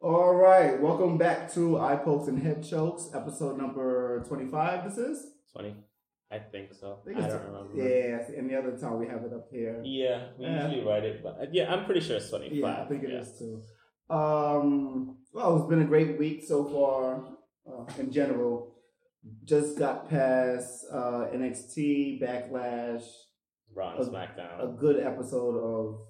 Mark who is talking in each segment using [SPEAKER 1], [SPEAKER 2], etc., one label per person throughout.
[SPEAKER 1] All right, welcome back to Eye Pokes and Head Chokes, episode number 25. This is?
[SPEAKER 2] 20? I think so.
[SPEAKER 1] I
[SPEAKER 2] I,
[SPEAKER 1] think it's-
[SPEAKER 2] don't remember.
[SPEAKER 1] Yes, any other time we have it up here.
[SPEAKER 2] Yeah, we
[SPEAKER 1] Yeah.
[SPEAKER 2] usually write it, but yeah, I'm pretty sure it's 25.
[SPEAKER 1] Uh, Yeah, I think it
[SPEAKER 2] yeah.
[SPEAKER 1] is too. Um, well, it's been a great week so far uh, in general. Just got past uh, NXT Backlash,
[SPEAKER 2] Raw and
[SPEAKER 1] Uh, a
[SPEAKER 2] SmackDown.
[SPEAKER 1] good episode of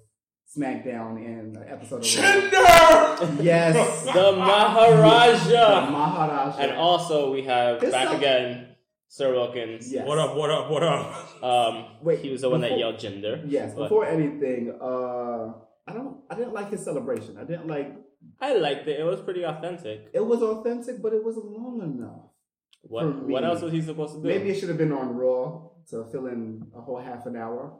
[SPEAKER 1] SmackDown, and an episode of.
[SPEAKER 3] Gender!
[SPEAKER 1] yes!
[SPEAKER 2] the Maharaja!
[SPEAKER 1] uh, Maharaja.
[SPEAKER 2] and also, we have
[SPEAKER 1] It's
[SPEAKER 2] back
[SPEAKER 1] some-
[SPEAKER 2] again Sir Wilkins.
[SPEAKER 1] Yes.
[SPEAKER 3] What up, what up, what up?
[SPEAKER 2] Um,
[SPEAKER 1] Wait,
[SPEAKER 2] he was the one that
[SPEAKER 1] before-
[SPEAKER 2] yelled gender.
[SPEAKER 1] Yes,
[SPEAKER 2] But-
[SPEAKER 1] before anything, uh, I don't. I didn't like his celebration. I didn't like.
[SPEAKER 2] I liked it. It was pretty authentic.
[SPEAKER 1] It was authentic, but it wasn't long enough.
[SPEAKER 2] What
[SPEAKER 1] For me.
[SPEAKER 2] What else was he supposed to do?
[SPEAKER 1] Maybe it should have been on Raw to fill in a whole half an hour.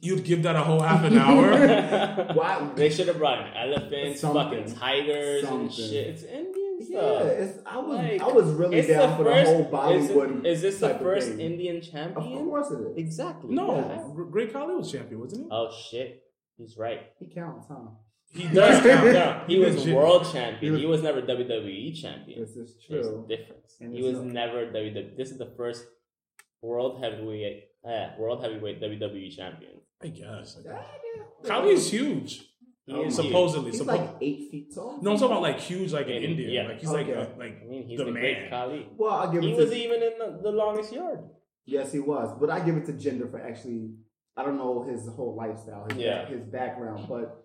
[SPEAKER 3] You'd give that a whole half an hour?
[SPEAKER 1] Why?
[SPEAKER 2] they should have brought in elephants,
[SPEAKER 1] Something.
[SPEAKER 2] fucking tigers,
[SPEAKER 1] Something.
[SPEAKER 2] and shit. It's Indian
[SPEAKER 1] Yeah,
[SPEAKER 2] stuff.
[SPEAKER 1] it's, I was.
[SPEAKER 2] Like,
[SPEAKER 1] I was really
[SPEAKER 2] It's
[SPEAKER 1] down
[SPEAKER 2] the
[SPEAKER 1] for
[SPEAKER 2] first-
[SPEAKER 1] the whole
[SPEAKER 2] is it-
[SPEAKER 1] Bollywood.
[SPEAKER 2] Is, this the
[SPEAKER 1] type of
[SPEAKER 2] first
[SPEAKER 1] thing.
[SPEAKER 2] Indian
[SPEAKER 1] Of
[SPEAKER 2] champion?
[SPEAKER 1] course it is.
[SPEAKER 2] Exactly.
[SPEAKER 3] No, Gr- Great Khali was champion, wasn't
[SPEAKER 2] Oh shit. He's right.
[SPEAKER 1] He counts, huh?
[SPEAKER 3] he?
[SPEAKER 2] He does count. No, He
[SPEAKER 3] He
[SPEAKER 2] was
[SPEAKER 3] does, yeah.
[SPEAKER 2] world champion.
[SPEAKER 1] was-
[SPEAKER 2] He was never WWE champion.
[SPEAKER 1] This is
[SPEAKER 2] There's
[SPEAKER 1] true.
[SPEAKER 2] a difference.
[SPEAKER 1] And
[SPEAKER 2] He
[SPEAKER 1] it's
[SPEAKER 2] was
[SPEAKER 1] not-
[SPEAKER 2] never WWE. This is the first world heavyweight uh, world heavyweight WWE champion.
[SPEAKER 3] I guess.
[SPEAKER 1] Yeah, yeah.
[SPEAKER 3] Khali is huge.
[SPEAKER 2] He
[SPEAKER 1] Oh,
[SPEAKER 2] is
[SPEAKER 3] supposedly.
[SPEAKER 1] He's
[SPEAKER 3] suppo-
[SPEAKER 1] like eight feet tall.
[SPEAKER 3] no, I'm talking about like huge, like in
[SPEAKER 2] Yeah,
[SPEAKER 3] India.
[SPEAKER 2] yeah.
[SPEAKER 3] Like he's
[SPEAKER 1] Okay.
[SPEAKER 3] like, a, like
[SPEAKER 2] huge. I mean, he's
[SPEAKER 3] the
[SPEAKER 2] the, great
[SPEAKER 3] man.
[SPEAKER 2] Kali.
[SPEAKER 1] Well, I'll give
[SPEAKER 2] He
[SPEAKER 1] it
[SPEAKER 2] was
[SPEAKER 1] to
[SPEAKER 2] even in the, the longest yard.
[SPEAKER 1] Yes, he was. But I give it to Gender for actually, I don't know his whole lifestyle, his,
[SPEAKER 2] Yeah.
[SPEAKER 1] his background, but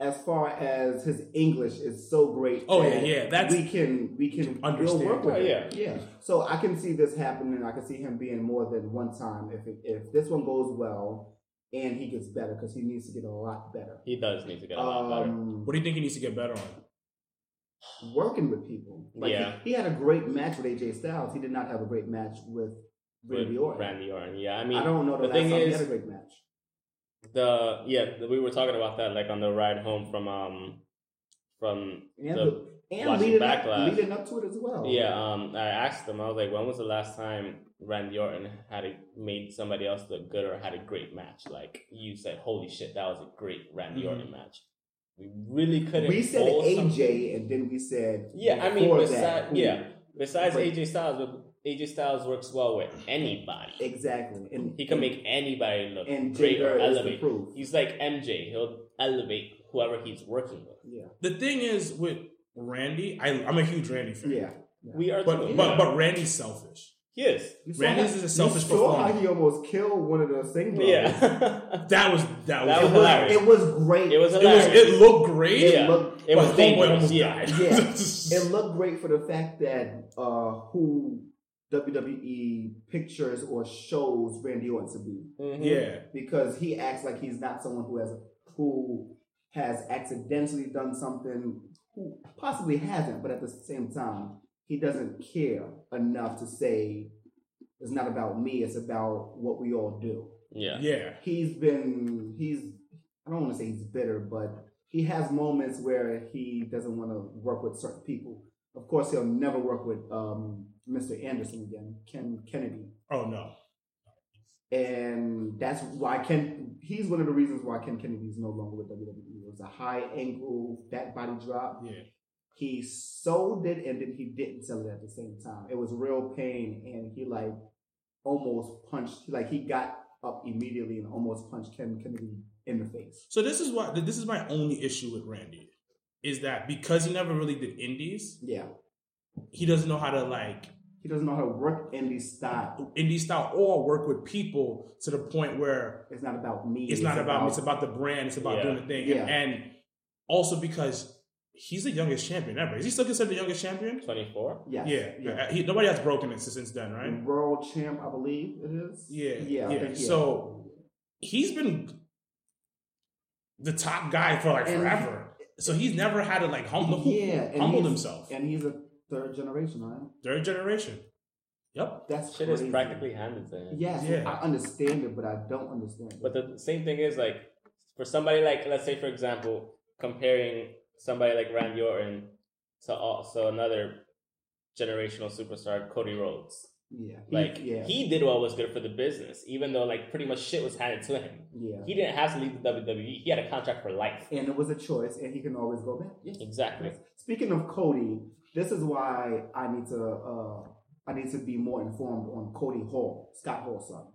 [SPEAKER 1] as far as his English is so great.
[SPEAKER 3] Oh, yeah,
[SPEAKER 1] that
[SPEAKER 3] yeah, that's-
[SPEAKER 1] we can we can
[SPEAKER 3] Understand.
[SPEAKER 1] We'll work with
[SPEAKER 2] Oh,
[SPEAKER 1] it.
[SPEAKER 2] yeah.
[SPEAKER 1] yeah. So I can see this happening. I can see him being more than one time if it, if this one goes well and he gets better because he needs to get a lot better.
[SPEAKER 2] He does need to get a lot better.
[SPEAKER 1] Um,
[SPEAKER 3] What do you think he needs to get better on?
[SPEAKER 1] working with people. Like
[SPEAKER 2] Yeah.
[SPEAKER 1] he, he had a great match with AJ Styles. He did not have a great match with Randy
[SPEAKER 2] With
[SPEAKER 1] Orton.
[SPEAKER 2] Randy Orton. Yeah, I
[SPEAKER 1] I,
[SPEAKER 2] mean,
[SPEAKER 1] don't know the,
[SPEAKER 2] the
[SPEAKER 1] last
[SPEAKER 2] thing
[SPEAKER 1] time he
[SPEAKER 2] is-
[SPEAKER 1] had a great match.
[SPEAKER 2] the yeah the- we were talking about that like on the ride home from um from
[SPEAKER 1] and,
[SPEAKER 2] the
[SPEAKER 1] the, and
[SPEAKER 2] watching
[SPEAKER 1] leading
[SPEAKER 2] Backlash.
[SPEAKER 1] up leading up to it as
[SPEAKER 3] Oh,
[SPEAKER 1] well.
[SPEAKER 2] yeah um I asked them I was like when was the last time Randy Orton had a, made somebody else look good or had a great match like you said holy shit that was a great Randy
[SPEAKER 3] Mhm.
[SPEAKER 2] Orton match we really couldn't
[SPEAKER 1] we said
[SPEAKER 2] pull
[SPEAKER 1] AJ,
[SPEAKER 2] something-
[SPEAKER 1] and then we said
[SPEAKER 2] yeah I mean
[SPEAKER 1] before
[SPEAKER 2] besides
[SPEAKER 1] that,
[SPEAKER 2] yeah besides
[SPEAKER 1] Great.
[SPEAKER 2] AJ Styles but AJ Styles works well with anybody
[SPEAKER 1] exactly. And
[SPEAKER 2] he can make anybody look
[SPEAKER 1] and
[SPEAKER 2] great
[SPEAKER 1] Jinder
[SPEAKER 2] or
[SPEAKER 1] is the
[SPEAKER 2] elevate
[SPEAKER 1] proof.
[SPEAKER 2] he's like MJ he'll elevate whoever he's working with
[SPEAKER 1] Yeah,
[SPEAKER 3] The thing is with Randy, I, I'm a huge Randy fan.
[SPEAKER 1] yeah.
[SPEAKER 2] we are
[SPEAKER 3] But
[SPEAKER 2] too.
[SPEAKER 3] but but Randy's selfish.
[SPEAKER 2] yes
[SPEAKER 1] You saw
[SPEAKER 3] Randy's
[SPEAKER 1] how-
[SPEAKER 3] is a selfish
[SPEAKER 1] You saw how
[SPEAKER 3] performer.
[SPEAKER 1] he almost killed one of the singles.
[SPEAKER 2] Yeah.
[SPEAKER 3] That was that was
[SPEAKER 2] That
[SPEAKER 1] it
[SPEAKER 2] was
[SPEAKER 1] was
[SPEAKER 2] hilarious.
[SPEAKER 1] it was great.
[SPEAKER 2] it was
[SPEAKER 3] it was
[SPEAKER 2] hilarious.
[SPEAKER 3] it looked great.
[SPEAKER 2] Yeah.
[SPEAKER 1] looked,
[SPEAKER 2] It was
[SPEAKER 3] but homeboy
[SPEAKER 2] dangerous.
[SPEAKER 3] almost
[SPEAKER 2] Yeah.
[SPEAKER 3] died.
[SPEAKER 1] Yeah. it looked great for the fact that uh, who WWE pictures or shows Randy Orton to be.
[SPEAKER 2] Mhm.
[SPEAKER 3] yeah.
[SPEAKER 1] because he acts like he's not someone who has who has accidentally done something who possibly hasn't, but at the same time, he doesn't care enough to say it's not about me, it's about what we all do.
[SPEAKER 2] Yeah.
[SPEAKER 3] Yeah.
[SPEAKER 1] He's been he's I don't want to say he's bitter, but he has moments where he doesn't want to work with certain people. Of course, he'll never work with um, Mr. Anderson again, Ken Kennedy
[SPEAKER 3] Oh no.
[SPEAKER 1] and that's why Ken. He's one of the reasons why Ken Kennedy is no longer with WWE. It was a high ankle back body drop.
[SPEAKER 3] Yeah.
[SPEAKER 1] He sold it and then he didn't sell it at the same time. It was real pain, and he like almost punched. Like he got up immediately and almost punched Ken Kennedy in the face.
[SPEAKER 3] So this is why this is my only issue with Randy is that because he never really did indies,
[SPEAKER 1] Yeah,
[SPEAKER 3] he doesn't know how to like
[SPEAKER 1] he doesn't know how to work indie style.
[SPEAKER 3] indie style or work with people to the point where
[SPEAKER 1] It's not about me.
[SPEAKER 3] it's not about me, it's about the brand, it's about
[SPEAKER 2] Yeah.
[SPEAKER 3] doing the thing.
[SPEAKER 1] Yeah.
[SPEAKER 3] And, and also because he's the youngest champion ever. Is he still considered the youngest champion?
[SPEAKER 2] 24?
[SPEAKER 1] Yes, Mm-hmm.
[SPEAKER 3] Yeah. Uh, He, nobody has broken it since then, right?
[SPEAKER 1] World champ, I believe it is.
[SPEAKER 3] Yeah,
[SPEAKER 1] yeah. I
[SPEAKER 3] yeah.
[SPEAKER 1] think,
[SPEAKER 3] So, he's been the top guy for like
[SPEAKER 1] And-
[SPEAKER 3] forever. So he's never had to like humble,
[SPEAKER 1] yeah, and
[SPEAKER 3] humble
[SPEAKER 1] he's-
[SPEAKER 3] himself.
[SPEAKER 1] and he's a third generation, right?
[SPEAKER 3] Third generation. Yep.
[SPEAKER 1] That's
[SPEAKER 2] Shit
[SPEAKER 1] crazy.
[SPEAKER 2] is practically handed to him.
[SPEAKER 1] Yes,
[SPEAKER 3] Yeah.
[SPEAKER 1] I understand it, but I don't understand. It.
[SPEAKER 2] But the same thing is like for somebody like let's say for example comparing somebody like Randy Orton to also another generational superstar Cody Rhodes.
[SPEAKER 1] Yeah. He-
[SPEAKER 2] Like
[SPEAKER 1] yeah.
[SPEAKER 2] he did what was good for the business, even though like pretty much shit was handed to him.
[SPEAKER 1] yeah.
[SPEAKER 2] He didn't have to leave the WWE. He had a contract for life.
[SPEAKER 1] and it was a choice, and he can always go back. Yeah.
[SPEAKER 2] Exactly.
[SPEAKER 1] Speaking of Cody, this is why I need to uh, I need to be more informed on Cody Hall, Scott Hall's son,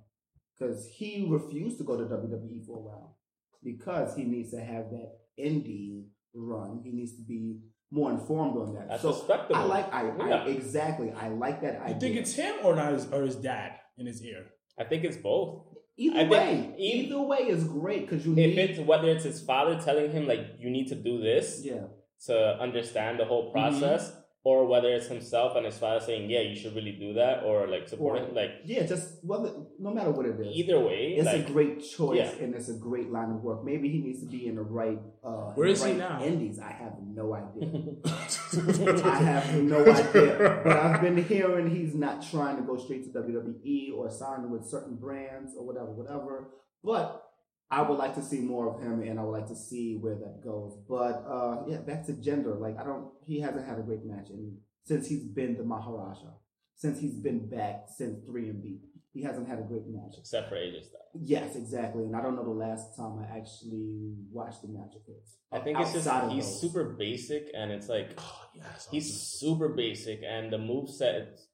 [SPEAKER 1] because he refused to go to WWE for a while because he needs to have that indie run. He needs to be more informed on that.
[SPEAKER 2] That's
[SPEAKER 1] so
[SPEAKER 2] respectable.
[SPEAKER 1] I like I,
[SPEAKER 2] Yeah.
[SPEAKER 1] I exactly I like that
[SPEAKER 3] You
[SPEAKER 1] idea.
[SPEAKER 3] think it's him or not? His, or his dad in his ear?
[SPEAKER 2] I think it's both.
[SPEAKER 1] either
[SPEAKER 2] I think
[SPEAKER 1] way.
[SPEAKER 2] eith-
[SPEAKER 1] Either way is great because you
[SPEAKER 2] If
[SPEAKER 1] need
[SPEAKER 2] it's whether it's his father telling him like you need to do this
[SPEAKER 1] yeah
[SPEAKER 2] to understand the whole
[SPEAKER 1] Mm-hmm.
[SPEAKER 2] process, or whether it's himself and his father saying, "Yeah, you should really do that," or like support
[SPEAKER 1] Or-
[SPEAKER 2] him. Like
[SPEAKER 1] yeah just whether no matter what it is.
[SPEAKER 2] either way,
[SPEAKER 1] It's
[SPEAKER 2] like
[SPEAKER 1] a great choice
[SPEAKER 2] yeah.
[SPEAKER 1] and it's a great line of work. Maybe he needs to be in the right. Uh, in
[SPEAKER 3] Where
[SPEAKER 1] the
[SPEAKER 3] is he
[SPEAKER 1] right
[SPEAKER 3] now?
[SPEAKER 1] Indies. I have no idea. I have no idea. But I've been hearing he's not trying to go straight to WWE or sign with certain brands or whatever, whatever. But I would like to see more of him and I would like to see where that goes. But uh, yeah, back to gender. Like I don't. He hasn't had a great match in, since he's been to Maharaja. Since he's been back since three and B, he hasn't had a great match.
[SPEAKER 2] except for AJ Styles.
[SPEAKER 1] Yes, exactly. And I don't know the last time I actually watched the match of his.
[SPEAKER 2] I think it's just
[SPEAKER 1] Outside of
[SPEAKER 2] he's
[SPEAKER 1] those.
[SPEAKER 2] super basic, and it's like
[SPEAKER 3] Oh, yes,
[SPEAKER 2] he's super basic, and the move set it's,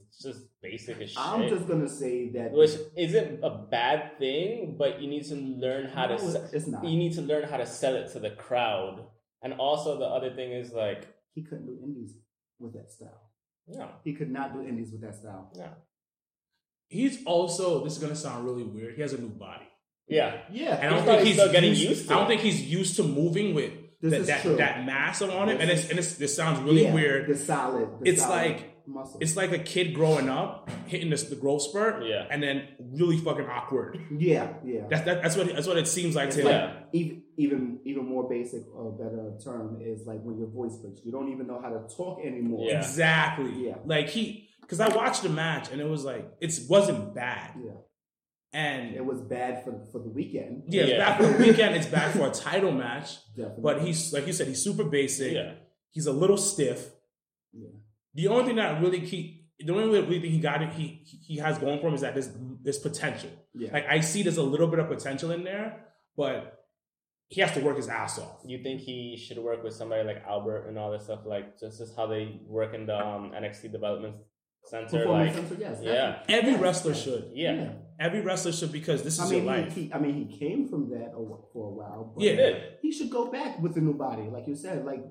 [SPEAKER 2] it's just basic as shit.
[SPEAKER 1] I'm just gonna say that.
[SPEAKER 2] which isn't a bad thing, but you need to learn how to
[SPEAKER 1] No,
[SPEAKER 2] se- E-
[SPEAKER 1] it's- It's not.
[SPEAKER 2] you need to learn how to sell it to the crowd. And also the other thing is like
[SPEAKER 1] He couldn't do indies with that style.
[SPEAKER 2] no,
[SPEAKER 1] He could not do indies with that style.
[SPEAKER 3] He's also. This is gonna sound really weird. He has a new body.
[SPEAKER 2] yeah,
[SPEAKER 1] Yeah,
[SPEAKER 3] And
[SPEAKER 2] He's
[SPEAKER 3] I don't
[SPEAKER 2] probably
[SPEAKER 3] think he's
[SPEAKER 2] still getting
[SPEAKER 3] he's-
[SPEAKER 2] used to
[SPEAKER 3] I don't
[SPEAKER 2] it.
[SPEAKER 3] think he's used to moving with
[SPEAKER 1] this
[SPEAKER 3] that
[SPEAKER 1] is
[SPEAKER 3] that,
[SPEAKER 1] true.
[SPEAKER 3] that mass on him. And it's and it's, this sounds really
[SPEAKER 1] Yeah,
[SPEAKER 3] weird.
[SPEAKER 1] The solid. the
[SPEAKER 3] It's
[SPEAKER 1] solid
[SPEAKER 3] like-
[SPEAKER 1] muscle.
[SPEAKER 3] It's like a kid growing up, hitting this, the growth spurt,
[SPEAKER 2] Yeah.
[SPEAKER 3] and then really fucking awkward.
[SPEAKER 1] yeah, yeah.
[SPEAKER 3] That's that, that's what that's what it seems like
[SPEAKER 1] It's
[SPEAKER 3] to him.
[SPEAKER 2] like-
[SPEAKER 1] Even even even more basic or better term is like when your voice breaks. You don't even know how to talk anymore.
[SPEAKER 2] Yeah.
[SPEAKER 3] Exactly.
[SPEAKER 1] Yeah.
[SPEAKER 3] Like he, because I watched the match and it was like it wasn't bad.
[SPEAKER 1] Yeah.
[SPEAKER 3] And
[SPEAKER 1] It was bad for for the weekend.
[SPEAKER 3] yeah, it's
[SPEAKER 2] Yeah.
[SPEAKER 3] bad for the weekend. It's bad for a title match.
[SPEAKER 1] Definitely.
[SPEAKER 3] But he's like you said, he's super basic.
[SPEAKER 2] yeah.
[SPEAKER 3] He's a little stiff.
[SPEAKER 1] Yeah.
[SPEAKER 3] The only thing that really keep the only really thing he got it he he- he has going for him is that there's there's potential.
[SPEAKER 1] yeah.
[SPEAKER 3] Like I see there's a little bit of potential in there, but he has to work his ass off.
[SPEAKER 2] You think he should work with somebody like Albert and all this stuff, like just as how they work in the um, NXT development center,
[SPEAKER 1] Performance
[SPEAKER 2] like
[SPEAKER 1] center, yes.
[SPEAKER 2] yeah,
[SPEAKER 3] Every wrestler should.
[SPEAKER 2] yeah,
[SPEAKER 3] Every wrestler should because this is
[SPEAKER 1] I
[SPEAKER 3] your
[SPEAKER 1] mean,
[SPEAKER 3] life.
[SPEAKER 1] he, he, I mean, he came from that a wh- for a while. But
[SPEAKER 2] He
[SPEAKER 3] Yeah.
[SPEAKER 2] did.
[SPEAKER 1] he should go back with a new body, like you said. Like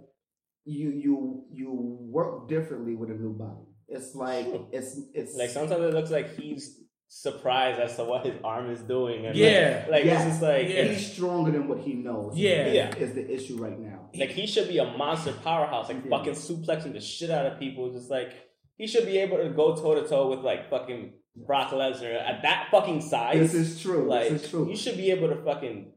[SPEAKER 1] you, you, you work differently with a new body. It's like
[SPEAKER 2] Sure.
[SPEAKER 1] it's it's
[SPEAKER 2] Like sometimes it looks like he's surprised as to what his arm is doing, and
[SPEAKER 3] Yeah.
[SPEAKER 2] like, like
[SPEAKER 1] Yeah.
[SPEAKER 2] it's just like
[SPEAKER 3] Yeah.
[SPEAKER 2] it's-
[SPEAKER 1] he's stronger than what he knows.
[SPEAKER 3] Yeah.
[SPEAKER 1] is,
[SPEAKER 2] Yeah.
[SPEAKER 1] is the issue right now.
[SPEAKER 2] Like he should be a monster powerhouse, like
[SPEAKER 1] Yeah.
[SPEAKER 2] fucking suplexing the shit out of people. Just like he should be able to go toe to toe with like fucking Brock Lesnar at that fucking size.
[SPEAKER 1] This is true.
[SPEAKER 2] like
[SPEAKER 1] this is true.
[SPEAKER 2] you should be able to fucking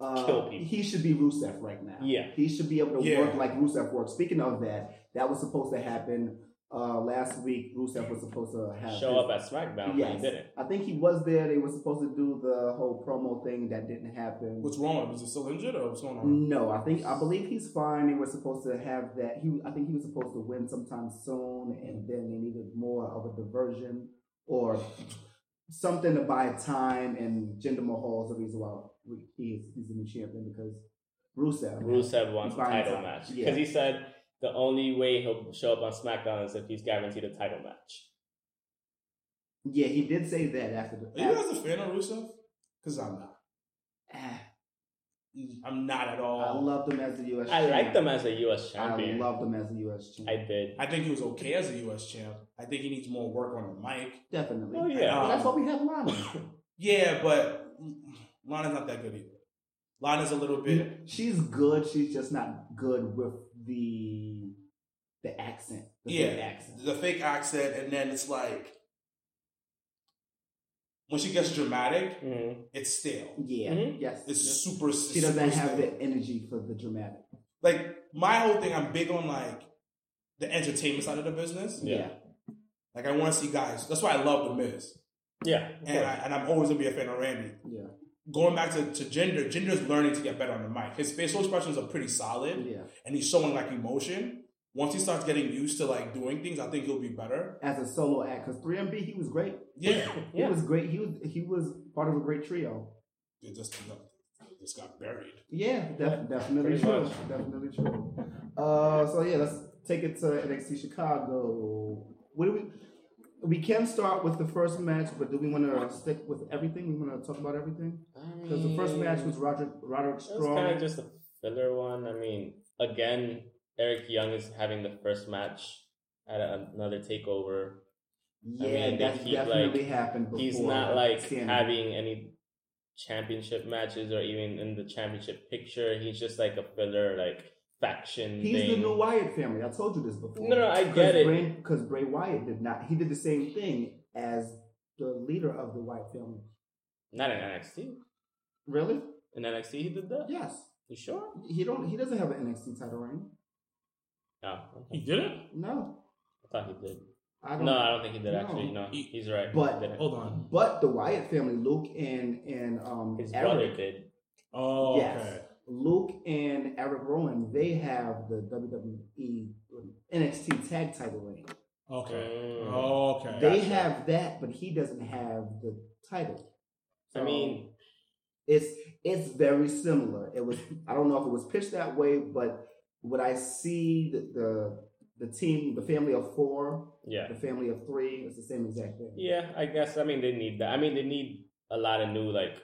[SPEAKER 1] Uh,
[SPEAKER 2] kill people.
[SPEAKER 1] He should be Rusev right now.
[SPEAKER 2] Yeah.
[SPEAKER 1] he should be able to
[SPEAKER 3] Yeah.
[SPEAKER 1] work like Rusev works. Speaking of that, that was supposed to happen uh, last week. Rusev was supposed to have
[SPEAKER 2] show
[SPEAKER 1] his-
[SPEAKER 2] up at SmackDown, but he
[SPEAKER 1] Yes.
[SPEAKER 2] didn't.
[SPEAKER 1] I think he was there. They were supposed to do the whole promo thing that didn't happen.
[SPEAKER 3] What's wrong with him? Is he still injured or what's going on?
[SPEAKER 1] no, I think I believe he's fine. They were supposed to have that. He, I think he was supposed to win sometime soon, and then they needed more of a diversion or something to buy time. And Jinder Mahal is the reason why he is, he's the new champion because Rusev.
[SPEAKER 2] Rusev wants a
[SPEAKER 1] Fine
[SPEAKER 2] title
[SPEAKER 1] time.
[SPEAKER 2] match because
[SPEAKER 1] Yeah.
[SPEAKER 2] he said the only way he'll show up on SmackDown is if he's guaranteed a title match.
[SPEAKER 1] Yeah, he did say that after the.
[SPEAKER 3] a fan of Rusev? Because I'm not.
[SPEAKER 1] Ah,
[SPEAKER 3] I'm not at
[SPEAKER 1] Mm. I
[SPEAKER 3] all.
[SPEAKER 1] loved him as the U.S.
[SPEAKER 2] I like
[SPEAKER 1] champ.
[SPEAKER 2] them as a U.S.
[SPEAKER 1] I
[SPEAKER 2] champion. I,
[SPEAKER 1] loved him as the U.S. champ.
[SPEAKER 2] did.
[SPEAKER 3] I think he was okay as a U.S. champ. I think he needs more work on the mic.
[SPEAKER 1] Definitely.
[SPEAKER 2] Oh yeah,
[SPEAKER 1] But that's why we have Lana.
[SPEAKER 3] Yeah, but mm, Lana's not that good either. Lana's a little bit.
[SPEAKER 1] She's good. She's just not good with the the accent. The
[SPEAKER 3] yeah,
[SPEAKER 1] fake accent.
[SPEAKER 3] the fake accent, and then it's like when she gets dramatic,
[SPEAKER 2] Mhm.
[SPEAKER 3] it's stale.
[SPEAKER 1] Yeah.
[SPEAKER 2] Mhm.
[SPEAKER 1] Yes.
[SPEAKER 3] It's
[SPEAKER 1] yes.
[SPEAKER 3] super.
[SPEAKER 1] she doesn't
[SPEAKER 3] super
[SPEAKER 1] have
[SPEAKER 3] stale.
[SPEAKER 1] the energy for the dramatic.
[SPEAKER 3] Like my whole thing, I'm big on like the entertainment side of the business.
[SPEAKER 2] Yeah.
[SPEAKER 1] Yeah.
[SPEAKER 3] Like I want to see guys. That's why I love the Miz,
[SPEAKER 2] yeah. of
[SPEAKER 3] and,
[SPEAKER 2] course.
[SPEAKER 3] I, and I'm always gonna be a fan of Randy.
[SPEAKER 1] Yeah.
[SPEAKER 3] Going back to, to gender, gender's learning to get better on the mic. His facial expressions are pretty
[SPEAKER 1] Yeah.
[SPEAKER 3] solid, and he's showing like emotion. once he starts getting used to like doing things, I think he'll be better.
[SPEAKER 1] as a solo act because 3MB he was great.
[SPEAKER 3] Yeah,
[SPEAKER 1] He
[SPEAKER 2] Yeah.
[SPEAKER 1] was great. He was he was part of a great trio.
[SPEAKER 3] it just just got buried.
[SPEAKER 1] Yeah, def- definitely
[SPEAKER 2] Pretty
[SPEAKER 1] true.
[SPEAKER 2] much.
[SPEAKER 1] Definitely true. Uh, so yeah, let's take it to NXT Chicago. What do we? We can start with the first match, but do we want to stick with everything? We want to talk about everything because the first match was Roderick Roderick
[SPEAKER 2] It was kind
[SPEAKER 1] Strong.
[SPEAKER 2] of just a filler one. I mean, again, Eric Young is having the first match at a, another takeover.
[SPEAKER 1] yeah,
[SPEAKER 2] mean,
[SPEAKER 1] that's
[SPEAKER 2] he,
[SPEAKER 1] definitely
[SPEAKER 2] like,
[SPEAKER 1] happened. Before
[SPEAKER 2] He's not like
[SPEAKER 1] CM.
[SPEAKER 2] having any championship matches or even in the championship picture. He's just like a filler, like faction.
[SPEAKER 1] He's
[SPEAKER 2] thing.
[SPEAKER 1] the new Wyatt family. I told you this before.
[SPEAKER 2] No, no, I get it.
[SPEAKER 1] Because Bray, Wyatt did not. He did the same thing as the leader of the Wyatt family.
[SPEAKER 2] Not in NXT.
[SPEAKER 1] Really?
[SPEAKER 2] In NXT, he did that.
[SPEAKER 1] Yes.
[SPEAKER 2] You sure?
[SPEAKER 1] He don't. He doesn't have an NXT title reign.
[SPEAKER 2] No,
[SPEAKER 3] He
[SPEAKER 2] okay.
[SPEAKER 3] did it.
[SPEAKER 1] No,
[SPEAKER 2] I thought he did.
[SPEAKER 1] I don't.
[SPEAKER 2] No, I don't think he did
[SPEAKER 1] No.
[SPEAKER 2] actually. No,
[SPEAKER 3] He-
[SPEAKER 2] he's right. He
[SPEAKER 1] But-
[SPEAKER 2] didn't.
[SPEAKER 3] Hold on.
[SPEAKER 1] But the Wyatt family, Luke and and um,
[SPEAKER 2] his
[SPEAKER 1] Eric,
[SPEAKER 2] brother did.
[SPEAKER 3] Oh,
[SPEAKER 1] Yes.
[SPEAKER 3] okay.
[SPEAKER 1] Luke and Eric Rowan, they have the E WWE NXT tag title reign.
[SPEAKER 3] Okay. Oh.
[SPEAKER 2] Mm.
[SPEAKER 3] Okay.
[SPEAKER 1] They
[SPEAKER 2] Gotcha.
[SPEAKER 1] have that, but he doesn't have the title.
[SPEAKER 2] I mean,
[SPEAKER 1] it's it's very similar. It was I don't know if it was pitched that way, but what I see the the, the team, the family of four,
[SPEAKER 2] yeah.
[SPEAKER 1] the family of three, it's the same exact thing.
[SPEAKER 2] Yeah, I guess. I mean, they need that. I mean, they need a lot of new like.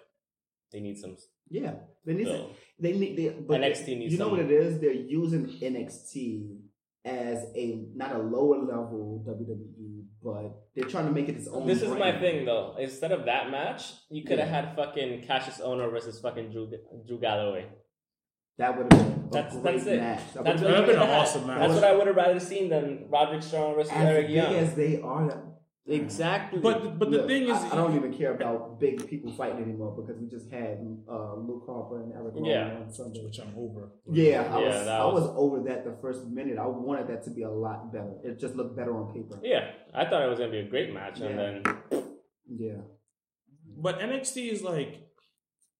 [SPEAKER 2] They need some
[SPEAKER 1] Yeah, they need
[SPEAKER 2] still.
[SPEAKER 1] they need they, but
[SPEAKER 2] NXT needs
[SPEAKER 1] you know
[SPEAKER 2] some-
[SPEAKER 1] what it is? They're using NXT as a not a lower level WWE, but they're trying to make it its own.
[SPEAKER 2] This is my
[SPEAKER 1] brand.
[SPEAKER 2] thing though. Instead of that match, you could have
[SPEAKER 1] Yeah.
[SPEAKER 2] had fucking Cassius Ono versus fucking Drew, Drew Galloway.
[SPEAKER 1] That would have been a
[SPEAKER 2] That's-
[SPEAKER 1] great
[SPEAKER 2] that's it.
[SPEAKER 1] match. That would've
[SPEAKER 2] That's what
[SPEAKER 3] That would've been
[SPEAKER 2] I
[SPEAKER 3] an
[SPEAKER 2] would've had.
[SPEAKER 3] awesome match.
[SPEAKER 2] That's what I would have rather seen than Roderick Strong versus
[SPEAKER 1] as
[SPEAKER 2] Eric
[SPEAKER 1] big
[SPEAKER 2] Young.
[SPEAKER 1] as they are. that-
[SPEAKER 2] Exactly.
[SPEAKER 3] But but the
[SPEAKER 1] Look,
[SPEAKER 3] thing is,
[SPEAKER 1] I, I don't even care about big people fighting anymore because we just had uh, Luke Harper and Eric Rowan
[SPEAKER 2] Yeah.
[SPEAKER 1] on Sunday.
[SPEAKER 3] which I'm over.
[SPEAKER 1] Yeah, I
[SPEAKER 2] Yeah,
[SPEAKER 1] was
[SPEAKER 2] that
[SPEAKER 1] I
[SPEAKER 2] was-
[SPEAKER 1] was over that the first minute. I wanted that to be a lot better. It just looked better on paper.
[SPEAKER 2] yeah, I thought it was gonna be a great match, and
[SPEAKER 1] Yeah.
[SPEAKER 2] then
[SPEAKER 1] Yeah.
[SPEAKER 3] But NXT is like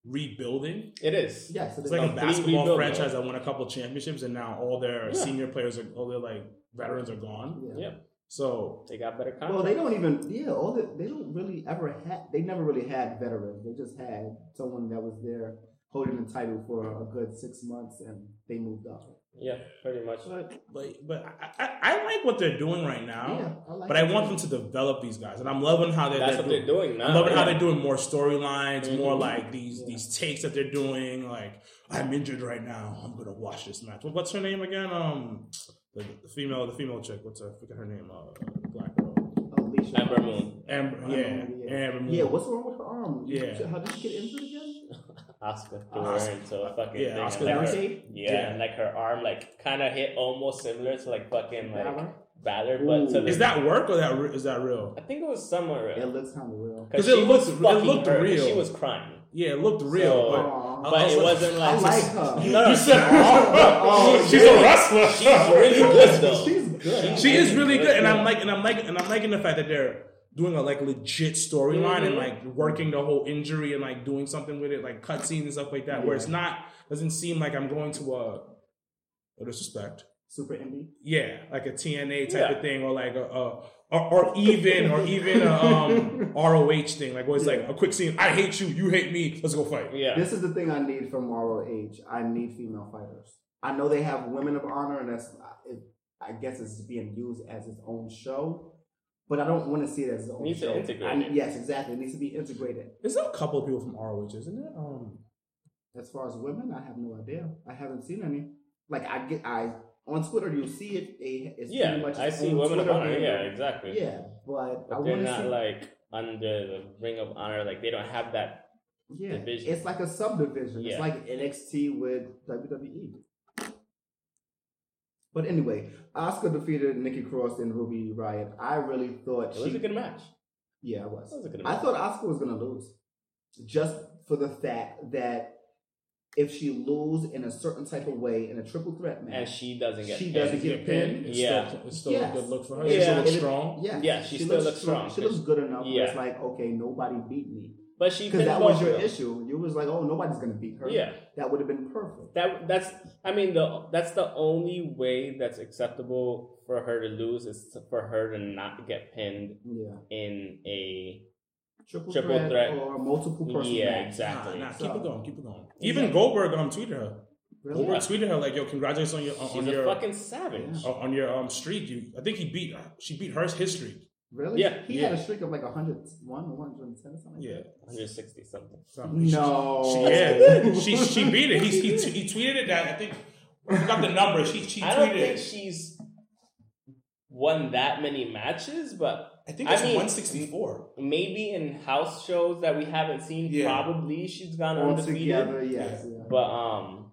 [SPEAKER 3] rebuilding.
[SPEAKER 2] it is.
[SPEAKER 1] Yes, it
[SPEAKER 3] It's
[SPEAKER 1] is.
[SPEAKER 3] like a
[SPEAKER 2] Complete
[SPEAKER 3] basketball
[SPEAKER 2] rebuild,
[SPEAKER 3] franchise that won a couple championships, and now all their
[SPEAKER 2] Yeah.
[SPEAKER 3] senior players are all their like veterans are gone.
[SPEAKER 1] Yeah.
[SPEAKER 3] So
[SPEAKER 2] They got better
[SPEAKER 1] Well,
[SPEAKER 2] content.
[SPEAKER 1] they don't even yeah. All the, they don't really ever had. They never really had veterans. They just had someone that was there holding the title for a good six months, and they moved up.
[SPEAKER 2] yeah, pretty much.
[SPEAKER 1] But
[SPEAKER 3] but but I, I, I like what they're doing right now.
[SPEAKER 1] yeah, I like
[SPEAKER 3] But I
[SPEAKER 1] it.
[SPEAKER 3] want them to develop these guys, and I'm loving how they're,
[SPEAKER 2] That's
[SPEAKER 3] they're
[SPEAKER 2] what they're
[SPEAKER 3] doing.
[SPEAKER 2] doing now.
[SPEAKER 3] I'm loving how
[SPEAKER 2] Yeah.
[SPEAKER 3] they're doing more storylines, more
[SPEAKER 2] Mhm.
[SPEAKER 3] like these
[SPEAKER 1] Mm-hmm. Yeah.
[SPEAKER 3] these takes that they're doing. Like I'm injured right now, I'm gonna watch this match. What- What's her name again? Um, the, the female, the female chick. What's her? I forget her name. Uh, black girl.
[SPEAKER 1] Alicia.
[SPEAKER 2] Amber Moon,
[SPEAKER 3] Amber.
[SPEAKER 1] Amber,
[SPEAKER 3] Yeah,
[SPEAKER 1] yeah.
[SPEAKER 3] Amber. Moon.
[SPEAKER 1] Yeah, what's wrong with her arm?
[SPEAKER 3] Yeah.
[SPEAKER 1] how did she get injured again?
[SPEAKER 2] Oscar,
[SPEAKER 1] Oscar-
[SPEAKER 2] Oscar. into a fucking
[SPEAKER 3] yeah,
[SPEAKER 2] thing.
[SPEAKER 3] Oscar
[SPEAKER 2] Like,
[SPEAKER 3] Right.
[SPEAKER 1] Barricade?
[SPEAKER 2] Yeah,
[SPEAKER 3] Yeah.
[SPEAKER 2] and like her arm, like kind of hit almost similar to like fucking like uh,
[SPEAKER 1] Valor?
[SPEAKER 2] Balor, but to
[SPEAKER 1] Ooh.
[SPEAKER 2] the,
[SPEAKER 3] Is that work or that re- is that real?
[SPEAKER 2] I think it was somewhere
[SPEAKER 1] It
[SPEAKER 2] real.
[SPEAKER 1] looks kind of real.
[SPEAKER 2] 'Cause
[SPEAKER 3] 'Cause it
[SPEAKER 2] she was
[SPEAKER 3] looked- it
[SPEAKER 2] fucking
[SPEAKER 3] looked
[SPEAKER 2] hurt, and
[SPEAKER 3] real.
[SPEAKER 2] She was crying,
[SPEAKER 3] Yeah, it looked real,
[SPEAKER 2] So-
[SPEAKER 3] but
[SPEAKER 1] Aw.
[SPEAKER 2] but
[SPEAKER 3] I was
[SPEAKER 2] it
[SPEAKER 3] like-
[SPEAKER 2] wasn't
[SPEAKER 1] I
[SPEAKER 2] like.
[SPEAKER 1] like her.
[SPEAKER 2] No, no,
[SPEAKER 3] said,
[SPEAKER 1] Oh,
[SPEAKER 3] she's
[SPEAKER 1] yeah.
[SPEAKER 3] uh, a wrestler.
[SPEAKER 2] she's really good though.
[SPEAKER 1] She's good.
[SPEAKER 2] She's
[SPEAKER 3] She is
[SPEAKER 2] fucking
[SPEAKER 3] really good, and
[SPEAKER 2] yeah.
[SPEAKER 3] I'm like, and I'm like, and I'm liking the fact that they're doing a like legit storyline and
[SPEAKER 2] Mhm.
[SPEAKER 3] like working the whole injury and like doing something with it, like cutscenes and stuff like that, where it's
[SPEAKER 1] Yeah.
[SPEAKER 3] not doesn't seem like I'm going to a, a disrespect,
[SPEAKER 1] Super indie.
[SPEAKER 3] yeah, like a TNA type
[SPEAKER 2] Yeah.
[SPEAKER 3] of thing, or like a, a or, or even or even a um, ROH thing, like where it's like
[SPEAKER 1] Yeah.
[SPEAKER 3] a quick scene. I hate you, you hate me. Let's go fight.
[SPEAKER 2] Yeah,
[SPEAKER 1] This is the thing I need from ROH. I need female fighters. I know they have women of honor, and that's it, I guess it's being used as its own show. But I don't want to see it as its own
[SPEAKER 2] Needs to
[SPEAKER 1] show.
[SPEAKER 2] integrate
[SPEAKER 1] I-
[SPEAKER 2] it.
[SPEAKER 1] Yes, exactly. It needs to be integrated.
[SPEAKER 3] There's a couple of people from ROH, isn't it? Um,
[SPEAKER 1] As far as women, I have no idea. I haven't seen any. Like I get, I on Twitter you see it. They, it's pretty
[SPEAKER 2] yeah.
[SPEAKER 1] much
[SPEAKER 2] I
[SPEAKER 1] its
[SPEAKER 2] see
[SPEAKER 1] own
[SPEAKER 2] women of
[SPEAKER 1] Twitter
[SPEAKER 2] honor.
[SPEAKER 1] handle.
[SPEAKER 2] Yeah, exactly.
[SPEAKER 1] yeah. But, I
[SPEAKER 2] but they're
[SPEAKER 1] want to
[SPEAKER 2] not
[SPEAKER 1] see.
[SPEAKER 2] like under the Ring of Honor. Like they don't have that.
[SPEAKER 1] yeah,
[SPEAKER 2] division.
[SPEAKER 1] it's like a subdivision.
[SPEAKER 2] Yeah.
[SPEAKER 1] It's like NXT with WWE. But anyway, Oscar defeated Nikki Cross and Ruby Riot. I really thought
[SPEAKER 2] It
[SPEAKER 1] she,
[SPEAKER 2] was a good match.
[SPEAKER 1] yeah, I
[SPEAKER 2] It was
[SPEAKER 1] was.
[SPEAKER 2] a good
[SPEAKER 1] I
[SPEAKER 2] match.
[SPEAKER 1] thought Oscar was gonna lose, just for the fact that if she loses in a certain type of way in a triple threat match,
[SPEAKER 2] and she doesn't get.
[SPEAKER 1] She
[SPEAKER 2] paid.
[SPEAKER 1] doesn't get pinned.
[SPEAKER 3] It's
[SPEAKER 2] Yeah.
[SPEAKER 3] still, it's still
[SPEAKER 1] Yes.
[SPEAKER 3] a good look for her.
[SPEAKER 2] Yeah.
[SPEAKER 3] She still looks
[SPEAKER 1] It-
[SPEAKER 3] strong.
[SPEAKER 1] yeah,
[SPEAKER 2] Yeah, she still looks strong.
[SPEAKER 1] She looks good enough. where It's
[SPEAKER 2] Yeah.
[SPEAKER 1] like okay, nobody beat me.
[SPEAKER 2] But she
[SPEAKER 1] Because
[SPEAKER 2] couldn't
[SPEAKER 1] that
[SPEAKER 2] go
[SPEAKER 1] was your
[SPEAKER 2] through.
[SPEAKER 1] issue. You was like, oh, nobody's gonna beat her.
[SPEAKER 2] Yeah,
[SPEAKER 1] That would have been perfect.
[SPEAKER 2] that that's. I mean, the that's the only way that's acceptable for her to lose is to, for her to not get pinned
[SPEAKER 1] Yeah.
[SPEAKER 2] in a.
[SPEAKER 1] Triple,
[SPEAKER 2] Triple
[SPEAKER 1] threat,
[SPEAKER 2] threat.
[SPEAKER 1] or multiple person.
[SPEAKER 2] Yeah,
[SPEAKER 1] match.
[SPEAKER 2] exactly.
[SPEAKER 3] Nah, nah, keep it going, keep it going.
[SPEAKER 2] Yeah.
[SPEAKER 3] Even Goldberg um tweeted her.
[SPEAKER 1] Really?
[SPEAKER 3] Goldberg tweeted her like, "Yo, congratulations on your on,
[SPEAKER 2] She's
[SPEAKER 3] on
[SPEAKER 2] a
[SPEAKER 3] your
[SPEAKER 2] fucking savage.
[SPEAKER 1] Yeah.
[SPEAKER 3] on on your um streak. You, I think he beat uh, she beat hers his streak.
[SPEAKER 1] Really?
[SPEAKER 2] Yeah,
[SPEAKER 1] He
[SPEAKER 2] yeah.
[SPEAKER 1] had a streak of like 101 or 110 or something.
[SPEAKER 3] Yeah,
[SPEAKER 2] 160 something.
[SPEAKER 1] No.
[SPEAKER 3] She, yeah, she she beat it. He he, t- he tweeted it that I think I forgot the number. She she
[SPEAKER 2] I don't
[SPEAKER 3] tweeted
[SPEAKER 2] think
[SPEAKER 3] it.
[SPEAKER 2] she's won that many matches, but
[SPEAKER 3] I think
[SPEAKER 2] I
[SPEAKER 3] it's
[SPEAKER 2] mean-
[SPEAKER 3] one sixty four.
[SPEAKER 2] maybe in house shows that we haven't seen,
[SPEAKER 3] Yeah.
[SPEAKER 2] probably she's gone
[SPEAKER 1] All
[SPEAKER 2] undefeated.
[SPEAKER 1] together, yes. Yeah.
[SPEAKER 2] But um,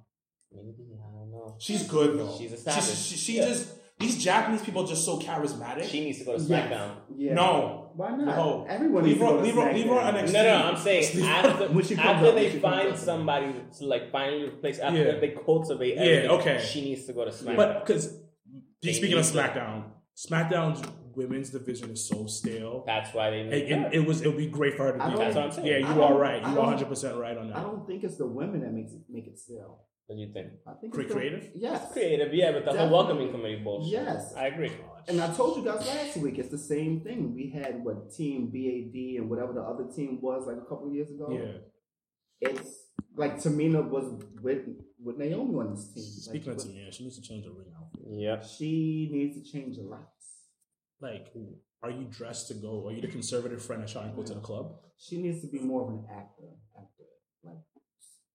[SPEAKER 2] maybe I don't know.
[SPEAKER 3] She's good though.
[SPEAKER 2] She's a
[SPEAKER 3] She,
[SPEAKER 2] savage.
[SPEAKER 3] she, she
[SPEAKER 2] Yeah.
[SPEAKER 3] just these Japanese people just so charismatic.
[SPEAKER 2] She needs to go to
[SPEAKER 1] Yes.
[SPEAKER 2] SmackDown.
[SPEAKER 1] Yeah.
[SPEAKER 3] No,
[SPEAKER 1] Why not?
[SPEAKER 3] No.
[SPEAKER 1] Everyone
[SPEAKER 3] Leave
[SPEAKER 1] needs to
[SPEAKER 3] her-
[SPEAKER 1] go to
[SPEAKER 3] leave her-
[SPEAKER 1] SmackDown.
[SPEAKER 3] leave her on NXT.
[SPEAKER 2] No, no, I'm saying after,
[SPEAKER 1] When she comes
[SPEAKER 2] after
[SPEAKER 1] up, when she
[SPEAKER 2] they
[SPEAKER 1] comes
[SPEAKER 2] find
[SPEAKER 1] up.
[SPEAKER 2] somebody to like finally replace after
[SPEAKER 3] Yeah.
[SPEAKER 2] they cultivate
[SPEAKER 3] Yeah,
[SPEAKER 2] everything,
[SPEAKER 3] okay.
[SPEAKER 2] she needs to go to SmackDown.
[SPEAKER 3] but because speaking of
[SPEAKER 2] need to-
[SPEAKER 3] SmackDown, SmackDown's women's division is so stale.
[SPEAKER 2] that's why they
[SPEAKER 3] And,
[SPEAKER 2] need
[SPEAKER 3] and it was it would be great for her to
[SPEAKER 1] I
[SPEAKER 3] be.
[SPEAKER 1] don't-
[SPEAKER 2] That's what I'm
[SPEAKER 3] Yeah,
[SPEAKER 2] saying.
[SPEAKER 1] I
[SPEAKER 3] you
[SPEAKER 1] don't-
[SPEAKER 3] are right.
[SPEAKER 1] I
[SPEAKER 3] You
[SPEAKER 1] don't-
[SPEAKER 3] are hundred percent right on
[SPEAKER 1] I
[SPEAKER 3] that.
[SPEAKER 1] don't think it's the women that makes it make it stale.
[SPEAKER 2] What do you think?
[SPEAKER 1] I think
[SPEAKER 3] Cre-
[SPEAKER 1] it's the-
[SPEAKER 3] creative?
[SPEAKER 1] Yes.
[SPEAKER 2] Creative, yeah, but the
[SPEAKER 1] Definitely.
[SPEAKER 2] whole welcoming committee bullshit.
[SPEAKER 1] Yes.
[SPEAKER 2] I agree.
[SPEAKER 1] Oh And I told you guys last week, it's the same thing. We had what team BAD and whatever the other team was like a couple of years ago.
[SPEAKER 3] Yeah.
[SPEAKER 1] It's like Tamina was with with Naomi on this team. Like,
[SPEAKER 3] Speaking of
[SPEAKER 1] with-
[SPEAKER 3] Tamina, she needs to change her ring outfit.
[SPEAKER 2] Yep.
[SPEAKER 1] she needs to change a lot.
[SPEAKER 3] Like, are you dressed to go? Are you the conservative friend that's trying to go to the club?
[SPEAKER 1] She needs to be more of an actor. actor. Like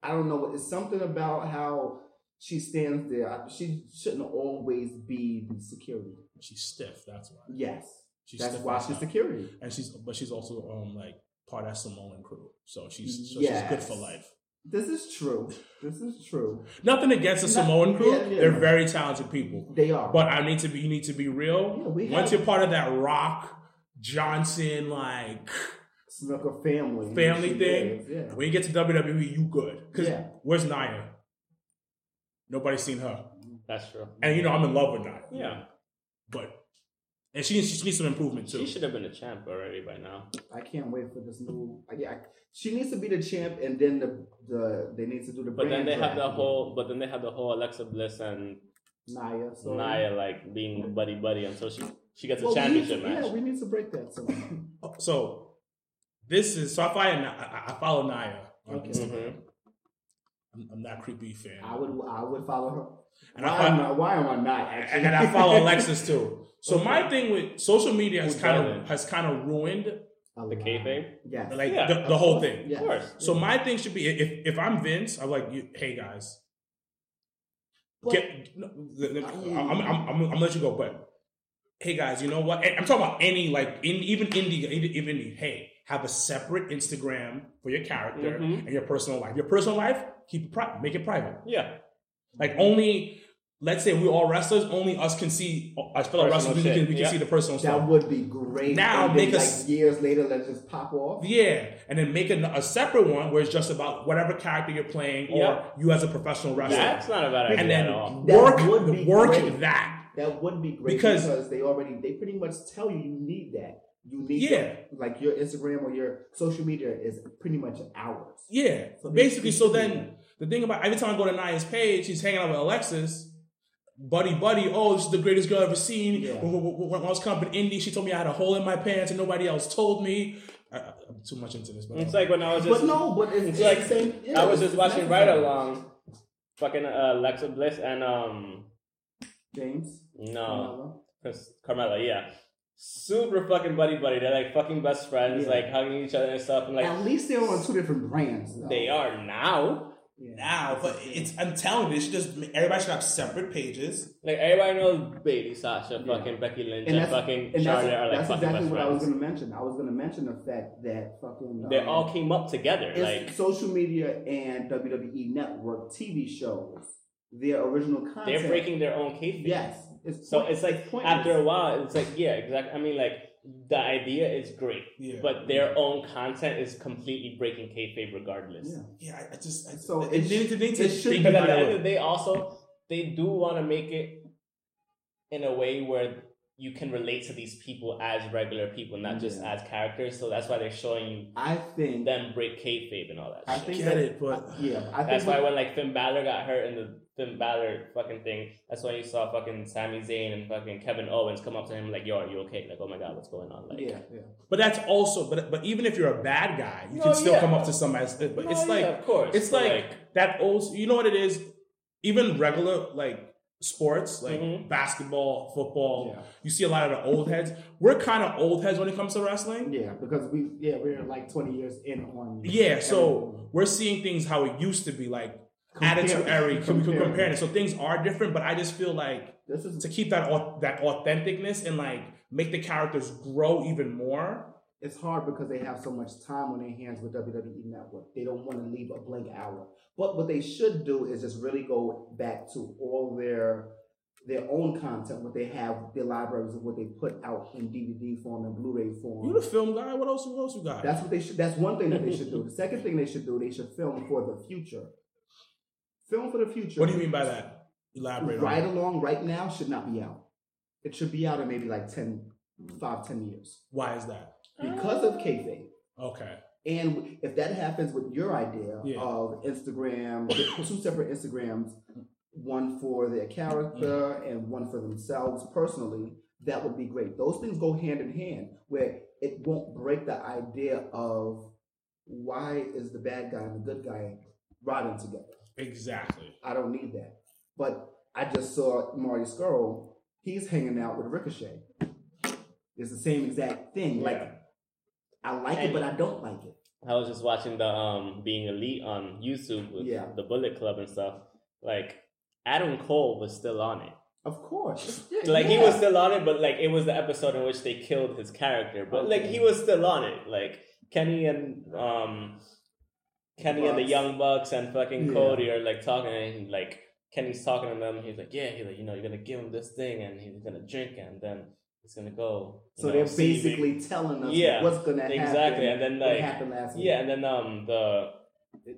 [SPEAKER 1] I don't know. It's something about how she stands there. I- She shouldn't always be the security.
[SPEAKER 3] She's stiff. That's why.
[SPEAKER 1] Yes,
[SPEAKER 3] She's
[SPEAKER 1] that's
[SPEAKER 3] stiff
[SPEAKER 1] why
[SPEAKER 3] as
[SPEAKER 1] she's
[SPEAKER 3] hell.
[SPEAKER 1] security.
[SPEAKER 3] and she's but she's also um like part of that Samoan crew, so she's so she's
[SPEAKER 1] Yes.
[SPEAKER 3] good for life.
[SPEAKER 1] This is true. This is true.
[SPEAKER 3] Nothing against the
[SPEAKER 1] No-
[SPEAKER 3] Samoan crew;
[SPEAKER 1] yeah, yeah.
[SPEAKER 3] they're very talented people.
[SPEAKER 1] They are.
[SPEAKER 3] But I need to be you need to be real.
[SPEAKER 1] Yeah, we
[SPEAKER 3] Once
[SPEAKER 1] have-
[SPEAKER 3] you're part of that Rock Johnson like
[SPEAKER 1] snooker family
[SPEAKER 3] Family
[SPEAKER 1] She
[SPEAKER 3] thing.
[SPEAKER 1] is, Yeah.
[SPEAKER 3] when you get to WWE, you good. Cause
[SPEAKER 1] Yeah.
[SPEAKER 3] where's Nia? Nobody's seen her,
[SPEAKER 2] That's true.
[SPEAKER 3] and you know I'm in love with Nia.
[SPEAKER 2] Yeah.
[SPEAKER 3] but and she she needs some improvement too.
[SPEAKER 2] She should have been a champ already by now.
[SPEAKER 1] I can't wait for this new. I, I, she needs to be the champ, and then the the they need to do the.
[SPEAKER 2] But then
[SPEAKER 1] brand
[SPEAKER 2] they have
[SPEAKER 1] draft
[SPEAKER 2] the
[SPEAKER 1] again.
[SPEAKER 2] whole but then they have the whole Alexa Bliss and
[SPEAKER 1] Nia. So
[SPEAKER 2] Naya like being buddy buddy until she she gets a
[SPEAKER 1] Well, we need
[SPEAKER 2] championship
[SPEAKER 1] to-
[SPEAKER 2] match.
[SPEAKER 1] Yeah, we need to break that. somehow.
[SPEAKER 3] So this is so if I I, I follow Nia on
[SPEAKER 1] Okay.
[SPEAKER 3] Instagram.
[SPEAKER 2] Mhm.
[SPEAKER 3] I'm, I'm not creepy fan.
[SPEAKER 1] I would I would follow her.
[SPEAKER 3] and,
[SPEAKER 1] why,
[SPEAKER 3] I
[SPEAKER 1] am
[SPEAKER 3] follow,
[SPEAKER 1] I, why am I not? Actually?
[SPEAKER 3] and I follow Alexis too. So my thing with social media has
[SPEAKER 2] Who's
[SPEAKER 3] kind
[SPEAKER 2] better?
[SPEAKER 3] of has kind of ruined
[SPEAKER 1] A
[SPEAKER 2] The
[SPEAKER 1] lot.
[SPEAKER 2] kayfabe?
[SPEAKER 1] Yes.
[SPEAKER 3] like
[SPEAKER 2] Yeah,
[SPEAKER 3] the, the
[SPEAKER 1] Of
[SPEAKER 3] whole
[SPEAKER 1] course,
[SPEAKER 3] thing.
[SPEAKER 1] yes.
[SPEAKER 2] Of course.
[SPEAKER 3] So my thing should be if if I'm Vince, I'm like, you- hey guys,
[SPEAKER 1] But-
[SPEAKER 3] get. no, the- the- I'm, I'm, I'm, I'm gonna let you go, but hey guys, you know what? I'm talking about any like in even indie, even indie. Hey, have a separate Instagram for your character
[SPEAKER 2] Mhm.
[SPEAKER 3] and your personal life. Your personal life, keep it private, make it private.
[SPEAKER 2] Yeah.
[SPEAKER 3] Like only, let's say we're all wrestlers, only us can see as
[SPEAKER 2] Personal
[SPEAKER 3] fellow wrestlers. We can,
[SPEAKER 2] shit,
[SPEAKER 3] we can
[SPEAKER 2] yeah.
[SPEAKER 3] see the personal
[SPEAKER 1] that
[SPEAKER 3] stuff.
[SPEAKER 1] would be great.
[SPEAKER 3] Now
[SPEAKER 1] and then,
[SPEAKER 3] make
[SPEAKER 1] like
[SPEAKER 3] us-
[SPEAKER 1] years later, let's just pop off.
[SPEAKER 3] Yeah, and then make a, a separate one where it's just about whatever character you're playing or
[SPEAKER 2] Yeah.
[SPEAKER 3] you as a professional wrestler,
[SPEAKER 2] That's not a bad idea
[SPEAKER 3] and
[SPEAKER 2] at all.
[SPEAKER 3] then
[SPEAKER 1] That
[SPEAKER 3] work
[SPEAKER 1] would be
[SPEAKER 3] work
[SPEAKER 1] great.
[SPEAKER 3] that.
[SPEAKER 1] That would be great
[SPEAKER 3] Because-
[SPEAKER 1] because, they already they pretty much tell you you need that. You need
[SPEAKER 3] Yeah.
[SPEAKER 1] that. like your Instagram or your social media is pretty much ours.
[SPEAKER 3] Yeah,
[SPEAKER 1] So
[SPEAKER 3] basically.
[SPEAKER 1] they-
[SPEAKER 3] So then the thing about every time I go to Nia's page, she's hanging out with Alexis. Buddy, buddy, oh, she's the greatest girl I've ever seen.
[SPEAKER 1] Yeah.
[SPEAKER 3] When, when- when- when I was coming in Indy, she told me I had a hole in my pants and nobody else told me. I, I- I'm too much into this, but
[SPEAKER 2] It's like when I was just
[SPEAKER 1] but no, but it's,
[SPEAKER 2] it's
[SPEAKER 1] it's
[SPEAKER 2] like-
[SPEAKER 1] the same. yeah,
[SPEAKER 2] I was
[SPEAKER 1] it's
[SPEAKER 2] just watching
[SPEAKER 1] necessary.
[SPEAKER 2] right along fucking uh, Alexa Bliss and um
[SPEAKER 1] James. Uh,
[SPEAKER 2] no
[SPEAKER 1] Carmella.
[SPEAKER 2] Chris Carmella, yeah. Super fucking buddy buddy. They're like fucking best friends,
[SPEAKER 1] Yeah.
[SPEAKER 2] like hugging each other and stuff and like
[SPEAKER 1] At least they're on two different brands. Though.
[SPEAKER 2] they are now.
[SPEAKER 1] Yeah.
[SPEAKER 3] now, but it's I'm telling you, she just everybody should have separate pages.
[SPEAKER 2] Like everybody knows, baby Sasha,
[SPEAKER 1] Yeah.
[SPEAKER 2] fucking Becky Lynch,
[SPEAKER 1] And
[SPEAKER 2] and,
[SPEAKER 1] that's-
[SPEAKER 2] fucking
[SPEAKER 1] And that's,
[SPEAKER 2] Charlotte are like
[SPEAKER 1] that's
[SPEAKER 2] fucking
[SPEAKER 1] exactly
[SPEAKER 2] best
[SPEAKER 1] what I was
[SPEAKER 2] friends.
[SPEAKER 1] going to mention. I was going to mention the fact that fucking
[SPEAKER 2] They
[SPEAKER 1] um,
[SPEAKER 2] all came up together.
[SPEAKER 1] it's
[SPEAKER 2] Like
[SPEAKER 1] social media and WWE network TV shows, their original content.
[SPEAKER 2] they're breaking their own case.
[SPEAKER 1] Yes, it's
[SPEAKER 2] So
[SPEAKER 1] point-
[SPEAKER 2] it's like
[SPEAKER 1] pointless.
[SPEAKER 2] after a while, it's like yeah, exactly. I mean, like the idea is great,
[SPEAKER 3] Yeah,
[SPEAKER 2] but their own content is completely breaking kayfabe regardless.
[SPEAKER 1] Yeah.
[SPEAKER 3] yeah, I- I just I,
[SPEAKER 1] So
[SPEAKER 3] so it,
[SPEAKER 1] it
[SPEAKER 3] needed to need to
[SPEAKER 1] it should
[SPEAKER 3] think
[SPEAKER 1] be
[SPEAKER 2] Because at
[SPEAKER 3] about
[SPEAKER 2] the
[SPEAKER 3] it.
[SPEAKER 2] end of the day, also they do want to make it in a way where you can relate to these people as regular people, not just
[SPEAKER 1] Yeah.
[SPEAKER 2] as characters. So that's why they're showing
[SPEAKER 1] I think
[SPEAKER 2] you them break kayfabe and all that.
[SPEAKER 1] I
[SPEAKER 2] shit.
[SPEAKER 1] think
[SPEAKER 3] Get
[SPEAKER 1] that-
[SPEAKER 3] it, but
[SPEAKER 1] yeah, I
[SPEAKER 2] That's
[SPEAKER 1] think
[SPEAKER 2] why when like Finn Balor got hurt in the Finn Balor fucking thing, that's why you saw fucking Sami Zayn and fucking Kevin Owens come up to him like, "Yo, are you okay?" Like, "Oh my god, what's going on?" Like,
[SPEAKER 1] yeah, yeah.
[SPEAKER 3] but that's also but but even if you're a bad guy, you
[SPEAKER 2] No,
[SPEAKER 3] can still
[SPEAKER 2] yeah.
[SPEAKER 3] come up to somebody. else. But
[SPEAKER 2] No,
[SPEAKER 3] it's
[SPEAKER 2] yeah,
[SPEAKER 3] like
[SPEAKER 2] of course,
[SPEAKER 3] it's
[SPEAKER 2] but,
[SPEAKER 3] like, that old. You know what it is? Even regular like sports, like
[SPEAKER 2] Mhm.
[SPEAKER 3] basketball, football.
[SPEAKER 1] Mm-hmm. Yeah.
[SPEAKER 3] You see a lot of the old heads. We're kind of old heads when it comes to wrestling.
[SPEAKER 1] Yeah, because we yeah we're like twenty years in on
[SPEAKER 3] Yeah,
[SPEAKER 1] everything.
[SPEAKER 3] so we're seeing things how it used to be, like attitude
[SPEAKER 1] Compare-
[SPEAKER 3] era. Can we can
[SPEAKER 1] compare.
[SPEAKER 3] compare it? So things are different, but I just feel like
[SPEAKER 1] This is
[SPEAKER 3] to keep that au- that authenticness and like make the characters grow even more.
[SPEAKER 1] it's hard because they have so much time on their hands with WWE Network. They don't want to leave a blank hour. But what they should do is just really go back to all their their own content, what they have, their libraries, and what they put out in DVD form and Blu-ray form.
[SPEAKER 3] You the film guy. What else? What else you got?
[SPEAKER 1] That's what they should. That's one thing that they should do. The second thing they should do, they should film for the future. Film for the future.
[SPEAKER 3] what do you mean by that? Elaborate. on
[SPEAKER 1] Right
[SPEAKER 3] that.
[SPEAKER 1] along, right now should not be out. It should be out in maybe like 10, 5, 10 years
[SPEAKER 3] Why is that?
[SPEAKER 1] because of kayfabe.
[SPEAKER 3] Okay.
[SPEAKER 1] And if that happens with your idea
[SPEAKER 3] Yeah.
[SPEAKER 1] of Instagram, two separate Instagrams, one for their character
[SPEAKER 3] Mm-hmm.
[SPEAKER 1] and one for themselves personally, that would be great. Those things go hand in hand where it won't break the idea of why is the bad guy and the good guy riding together.
[SPEAKER 3] Exactly.
[SPEAKER 1] I don't need that. But I just saw Marty Skrull, he's hanging out with Ricochet. It's the same exact thing. Like,
[SPEAKER 3] Yeah.
[SPEAKER 1] I like it,
[SPEAKER 2] And-
[SPEAKER 1] but I don't like it.
[SPEAKER 2] I was just watching the um being elite on YouTube with
[SPEAKER 1] Yeah.
[SPEAKER 2] the Bullet Club and stuff. Like Adam Cole was still on it.
[SPEAKER 1] Of course.
[SPEAKER 2] Like he
[SPEAKER 1] Yeah.
[SPEAKER 2] was still on it, but like it was the episode in which they killed his character. But like
[SPEAKER 1] Okay.
[SPEAKER 2] he was still on it. Like Kenny and um Kenny and the
[SPEAKER 1] Bucks.
[SPEAKER 2] Young Bucks and fucking
[SPEAKER 1] Yeah.
[SPEAKER 2] Cody are like talking and like Kenny's talking to them. He's like, yeah, he's like, you know, you're gonna give him this thing and he's gonna drink and then he's gonna go. you
[SPEAKER 1] So
[SPEAKER 2] know,
[SPEAKER 1] they're
[SPEAKER 2] see me.
[SPEAKER 1] basically telling us
[SPEAKER 2] Yeah,
[SPEAKER 1] what's going to happen.
[SPEAKER 2] exactly, and then,
[SPEAKER 1] what
[SPEAKER 2] like,
[SPEAKER 1] happened last week.
[SPEAKER 2] yeah. And then um the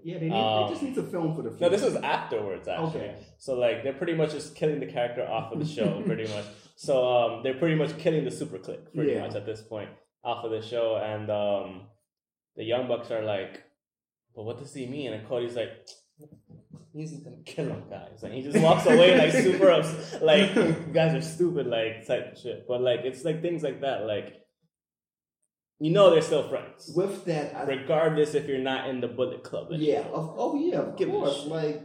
[SPEAKER 1] yeah. They, need, they just
[SPEAKER 2] Um,
[SPEAKER 1] need to film for the future.
[SPEAKER 2] No, this was afterwards actually.
[SPEAKER 1] okay.
[SPEAKER 2] So like they're pretty much just killing the character off of the show, pretty much. So um, they're pretty much killing the super click pretty
[SPEAKER 1] Yeah.
[SPEAKER 2] much at this point off of the show, and um, the young bucks are like, "But what does he mean?" And Cody's like. He's just gonna kill him, guys, and he just walks away like super, ups- like you guys are stupid, like type of shit. But like it's like things like that, like you know they're still friends,
[SPEAKER 1] With that, I,
[SPEAKER 2] regardless if you're not in the Bullet Club.
[SPEAKER 1] yeah.
[SPEAKER 2] anymore.
[SPEAKER 1] Of, oh yeah, of
[SPEAKER 2] Give a
[SPEAKER 1] course.
[SPEAKER 2] shit.
[SPEAKER 1] Like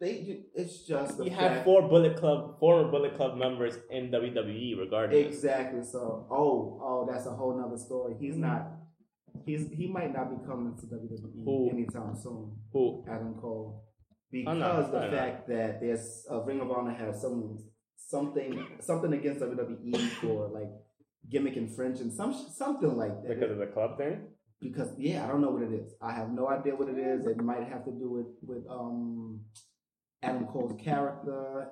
[SPEAKER 1] they, ju- it's just the
[SPEAKER 2] You have
[SPEAKER 1] fact-
[SPEAKER 2] four Bullet Club, former Bullet Club members in WWE, regardless.
[SPEAKER 1] exactly. So oh oh, that's a whole nother story. He's
[SPEAKER 2] Mm.
[SPEAKER 1] not. He's he might not be coming to WWE
[SPEAKER 2] Who?
[SPEAKER 1] anytime soon.
[SPEAKER 2] Who?
[SPEAKER 1] Adam Cole
[SPEAKER 2] no,
[SPEAKER 1] because the
[SPEAKER 2] I know.
[SPEAKER 1] fact that there's uh, Ring of Honor has some something something against WWE for like gimmick infringement, some something like that.
[SPEAKER 2] Because of the club thing?
[SPEAKER 1] Because, yeah, I don't know what it is. I have no idea what it is. It might have to do with with um Adam Cole's character.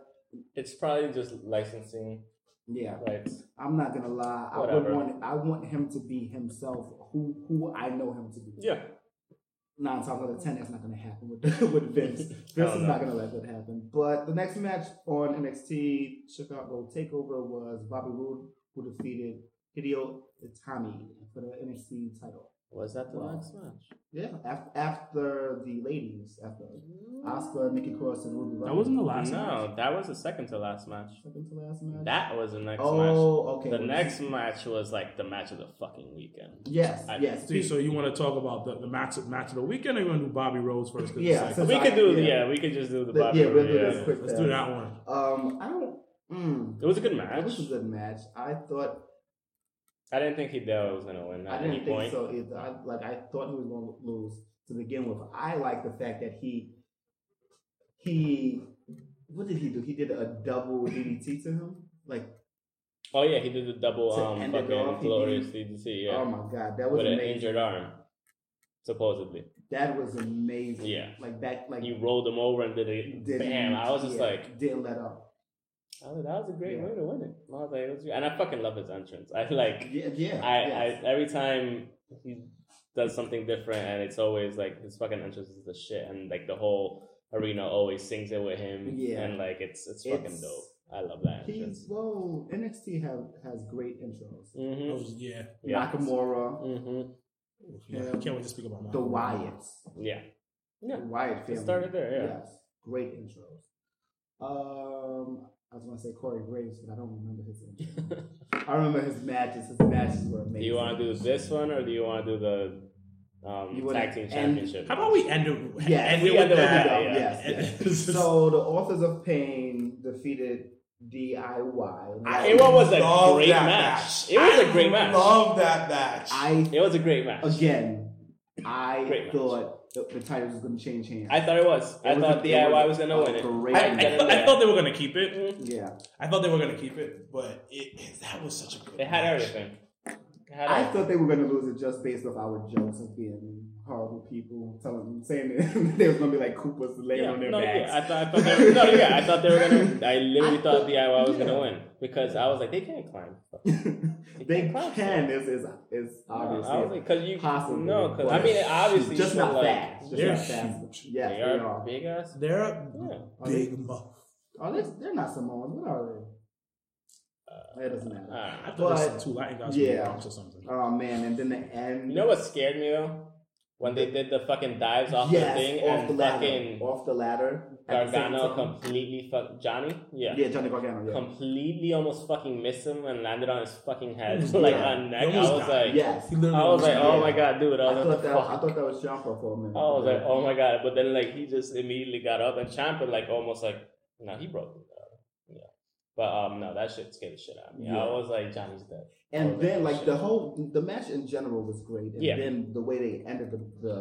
[SPEAKER 2] It's probably just licensing
[SPEAKER 1] Yeah,
[SPEAKER 2] rights.
[SPEAKER 1] I'm not gonna lie. I would
[SPEAKER 2] Whatever.
[SPEAKER 1] want I want him to be himself, who who I know him to be.
[SPEAKER 2] Yeah.
[SPEAKER 1] nine times out of ten, that's not going to happen with, with Vince. Vince
[SPEAKER 2] don't
[SPEAKER 1] is
[SPEAKER 2] know.
[SPEAKER 1] not going to let that happen. But the next match on NXT Chicago Takeover was Bobby Roode, who defeated Hideo Itami for the NXT title.
[SPEAKER 2] Was that the
[SPEAKER 1] Wow.
[SPEAKER 2] next match?
[SPEAKER 1] Yeah, after, after the ladies, after Oscar, Nikki Cross, and Ruby.
[SPEAKER 3] That wasn't the last
[SPEAKER 2] Mm. No, that was the second to last match.
[SPEAKER 1] Second to last match.
[SPEAKER 2] That was the next
[SPEAKER 1] Mm. oh,
[SPEAKER 2] match.
[SPEAKER 1] okay.
[SPEAKER 2] The next match was like the match of the fucking weekend.
[SPEAKER 1] Yes,
[SPEAKER 2] I-
[SPEAKER 1] yes.
[SPEAKER 3] See, so you want to talk about the, the match match of the weekend, or you want to do Bobby Rhodes first? 'Cause it's
[SPEAKER 1] Yeah,
[SPEAKER 3] like-
[SPEAKER 1] so-
[SPEAKER 2] we
[SPEAKER 1] I-
[SPEAKER 2] could do, yeah.
[SPEAKER 1] yeah.
[SPEAKER 2] we could just do the
[SPEAKER 1] The-
[SPEAKER 2] Bobby
[SPEAKER 1] yeah, we'll
[SPEAKER 2] Roode,
[SPEAKER 1] do this
[SPEAKER 2] yeah.
[SPEAKER 1] quick.
[SPEAKER 3] let's do that one.
[SPEAKER 1] um, I don't. Mm,
[SPEAKER 2] It was a good
[SPEAKER 1] that
[SPEAKER 2] match.
[SPEAKER 1] was a good match. I thought
[SPEAKER 2] I didn't think Hideo was gonna win
[SPEAKER 1] I
[SPEAKER 2] at any
[SPEAKER 1] didn't think
[SPEAKER 2] point.
[SPEAKER 1] so either. I, like I thought he was going to lose to begin with. I like the fact that he he what did he do? He did a double DDT to him. Like
[SPEAKER 2] Oh yeah, he did the double
[SPEAKER 1] To
[SPEAKER 2] um
[SPEAKER 1] end it off,
[SPEAKER 2] fucking
[SPEAKER 1] he
[SPEAKER 2] glorious
[SPEAKER 1] did-
[SPEAKER 2] DDT, yeah.
[SPEAKER 1] oh my god, that was
[SPEAKER 2] with an
[SPEAKER 1] amazing.
[SPEAKER 2] injured arm, supposedly.
[SPEAKER 1] That was amazing.
[SPEAKER 2] Yeah.
[SPEAKER 1] like that. Like
[SPEAKER 2] You rolled him over and did it.
[SPEAKER 1] didn't-
[SPEAKER 2] Bam! I was just
[SPEAKER 1] yeah,
[SPEAKER 2] like,
[SPEAKER 1] didn't let up.
[SPEAKER 2] oh, that was a great
[SPEAKER 1] Yeah.
[SPEAKER 2] way to win it. I was like, it was great. and I fucking love his entrance. I like,
[SPEAKER 1] Yeah, yeah.
[SPEAKER 2] I,
[SPEAKER 1] yes.
[SPEAKER 2] I every time he does something different, and it's always like his fucking entrance is the shit, and like the whole arena always sings it with him.
[SPEAKER 1] Yeah.
[SPEAKER 2] and like it's it's fucking
[SPEAKER 1] It's-
[SPEAKER 2] dope. I love that.
[SPEAKER 1] He's whoa. NXT have has great intros.
[SPEAKER 3] That
[SPEAKER 2] Mm-hmm.
[SPEAKER 3] was- yeah.
[SPEAKER 2] Yeah.
[SPEAKER 1] Nakamura,
[SPEAKER 2] Mm-hmm.
[SPEAKER 3] Yeah, I can't wait to speak about that.
[SPEAKER 1] the Wyatts,
[SPEAKER 2] Yeah. Yeah.
[SPEAKER 1] the Wyatt
[SPEAKER 2] It
[SPEAKER 1] family.
[SPEAKER 2] started there. Yeah.
[SPEAKER 1] Yes, great intros. Um, I was gonna say Corey Graves, but I don't remember his. Intro. I remember his matches. His matches were amazing.
[SPEAKER 2] Do you want to do this one or do you want to do the um,
[SPEAKER 1] You wanna
[SPEAKER 2] tag team
[SPEAKER 1] end-
[SPEAKER 2] championship?
[SPEAKER 3] How about we end it?
[SPEAKER 1] Yeah,
[SPEAKER 3] end
[SPEAKER 2] we
[SPEAKER 3] it with
[SPEAKER 2] end it with
[SPEAKER 3] that.
[SPEAKER 2] that,
[SPEAKER 1] yes, So the authors of pain defeated DIY.
[SPEAKER 3] I-
[SPEAKER 2] It was a
[SPEAKER 3] love
[SPEAKER 2] great
[SPEAKER 3] that
[SPEAKER 2] match. It was
[SPEAKER 3] I
[SPEAKER 2] a great match.
[SPEAKER 3] Love that match.
[SPEAKER 1] I
[SPEAKER 2] It was a great match.
[SPEAKER 1] again, I
[SPEAKER 2] Great match.
[SPEAKER 1] thought the, the titles was gonna change hands.
[SPEAKER 2] I thought it was. I
[SPEAKER 1] It was a-
[SPEAKER 2] thought DIY
[SPEAKER 1] it
[SPEAKER 2] was, gonna
[SPEAKER 1] a
[SPEAKER 2] win it.
[SPEAKER 1] great
[SPEAKER 3] I,
[SPEAKER 2] I get
[SPEAKER 3] I,
[SPEAKER 2] it,
[SPEAKER 3] thought,
[SPEAKER 2] yeah.
[SPEAKER 3] I thought they were gonna keep it.
[SPEAKER 2] Mhm.
[SPEAKER 1] yeah,
[SPEAKER 3] I thought they were gonna keep it, but it, it- that was such a good.
[SPEAKER 2] It had
[SPEAKER 3] match.
[SPEAKER 2] everything. It had
[SPEAKER 1] I
[SPEAKER 2] everything.
[SPEAKER 1] thought they were gonna lose it just based off our jokes of being horrible people, telling saying that they was gonna be like Koopas laying
[SPEAKER 2] yeah,
[SPEAKER 1] on their
[SPEAKER 2] no,
[SPEAKER 1] backs.
[SPEAKER 2] yeah, I thought, I thought they were, no, yeah, I thought they were gonna. I literally
[SPEAKER 1] I
[SPEAKER 2] thought,
[SPEAKER 1] thought-
[SPEAKER 2] DIY was
[SPEAKER 1] yeah.
[SPEAKER 2] gonna win because I was like, they can't climb.
[SPEAKER 1] they
[SPEAKER 2] climb
[SPEAKER 1] can. It's it's, it's obviously
[SPEAKER 2] I was like, because you
[SPEAKER 1] possible.
[SPEAKER 2] No, because I
[SPEAKER 1] but
[SPEAKER 2] mean, obviously,
[SPEAKER 1] just
[SPEAKER 2] you feel
[SPEAKER 1] not
[SPEAKER 2] like,
[SPEAKER 1] fast. Just
[SPEAKER 3] They're
[SPEAKER 1] not fast.
[SPEAKER 3] huge.
[SPEAKER 1] Yes,
[SPEAKER 2] they are, big ass.
[SPEAKER 3] They're a
[SPEAKER 2] Yeah.
[SPEAKER 3] big mother.
[SPEAKER 1] Oh, they, they're not Samoans. What are they? It doesn't matter.
[SPEAKER 2] Alright.
[SPEAKER 3] I thought it
[SPEAKER 1] But-
[SPEAKER 3] was two Latin guys
[SPEAKER 1] yeah.
[SPEAKER 3] yeah. or something.
[SPEAKER 1] Oh man! And then the end.
[SPEAKER 2] You know what scared me though? When they did the fucking dives off
[SPEAKER 1] yes,
[SPEAKER 2] the thing
[SPEAKER 1] off
[SPEAKER 2] and
[SPEAKER 1] the ladder.
[SPEAKER 2] fucking
[SPEAKER 1] off the ladder. at the same
[SPEAKER 2] Gargano
[SPEAKER 1] time.
[SPEAKER 2] completely fuck Johnny. Yeah.
[SPEAKER 1] Yeah, Johnny Gargano. Yeah.
[SPEAKER 2] Completely almost fucking missed him and landed on his fucking head.
[SPEAKER 3] Yeah.
[SPEAKER 2] Like on neck. I
[SPEAKER 3] He almost
[SPEAKER 2] was
[SPEAKER 3] died.
[SPEAKER 2] like
[SPEAKER 1] yes.
[SPEAKER 3] He literally
[SPEAKER 2] I was like,
[SPEAKER 3] yeah.
[SPEAKER 2] oh my god, dude. I
[SPEAKER 1] I
[SPEAKER 2] was like, what
[SPEAKER 1] thought
[SPEAKER 2] the
[SPEAKER 1] that
[SPEAKER 2] fuck?
[SPEAKER 1] I thought that was Champa for a minute.
[SPEAKER 2] I was like, oh my god. But then like he just immediately got up and Champa like almost like no, he broke it. Yeah. But um no, that shit scared the shit out of me.
[SPEAKER 1] Yeah.
[SPEAKER 2] I was like, Johnny's dead.
[SPEAKER 1] and
[SPEAKER 2] oh,
[SPEAKER 1] then
[SPEAKER 2] that
[SPEAKER 1] like
[SPEAKER 2] shit.
[SPEAKER 1] the whole the match in general was great, and
[SPEAKER 2] Yeah.
[SPEAKER 1] then the way they ended the the,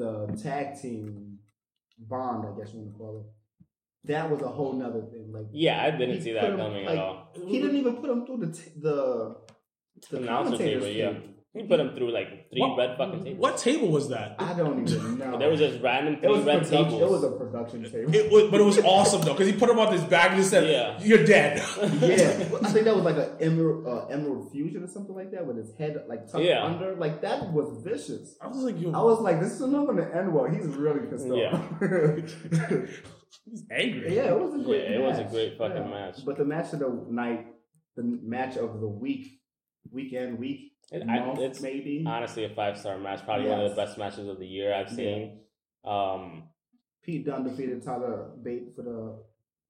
[SPEAKER 1] the tag team bond, I guess you want to call it, that was a whole nother thing. Like
[SPEAKER 2] Yeah, I didn't
[SPEAKER 1] He
[SPEAKER 2] see
[SPEAKER 1] put
[SPEAKER 2] that
[SPEAKER 1] him,
[SPEAKER 2] coming
[SPEAKER 1] like,
[SPEAKER 2] at all.
[SPEAKER 1] he didn't even put him through the t- the the
[SPEAKER 2] Announcer
[SPEAKER 1] commentators.
[SPEAKER 2] table, yeah.
[SPEAKER 1] thing.
[SPEAKER 2] He put him through like three
[SPEAKER 3] What-
[SPEAKER 2] red fucking tables.
[SPEAKER 3] What table was that?
[SPEAKER 1] I don't even know.
[SPEAKER 2] But there was just random
[SPEAKER 1] it
[SPEAKER 2] three
[SPEAKER 1] was a
[SPEAKER 2] red
[SPEAKER 1] production.
[SPEAKER 2] tables.
[SPEAKER 1] It was a production table.
[SPEAKER 3] It was, but it was awesome though, because he put him on his back and just said,
[SPEAKER 2] Yeah.
[SPEAKER 3] "You're dead."
[SPEAKER 1] yeah, Well, I think that was like an emerald, uh, emerald fusion or something like that, with his head like tucked
[SPEAKER 2] Yeah.
[SPEAKER 1] under. Like that was vicious.
[SPEAKER 3] I was like, "Yo,
[SPEAKER 1] I was like, this is not going to end well. He's really pissed off. Yeah,
[SPEAKER 3] he's angry."
[SPEAKER 1] it was a great.
[SPEAKER 2] Yeah, it was a
[SPEAKER 1] match.
[SPEAKER 2] great fucking
[SPEAKER 1] Yeah.
[SPEAKER 2] match.
[SPEAKER 1] But the match of the night, the match of the week, weekend, week,
[SPEAKER 2] It- I-
[SPEAKER 1] month,
[SPEAKER 2] it's
[SPEAKER 1] maybe.
[SPEAKER 2] honestly a five star match, probably one of the
[SPEAKER 1] Yes.
[SPEAKER 2] best matches of the year I've seen. Um,
[SPEAKER 1] Pete Dunne defeated Tyler Bate for the.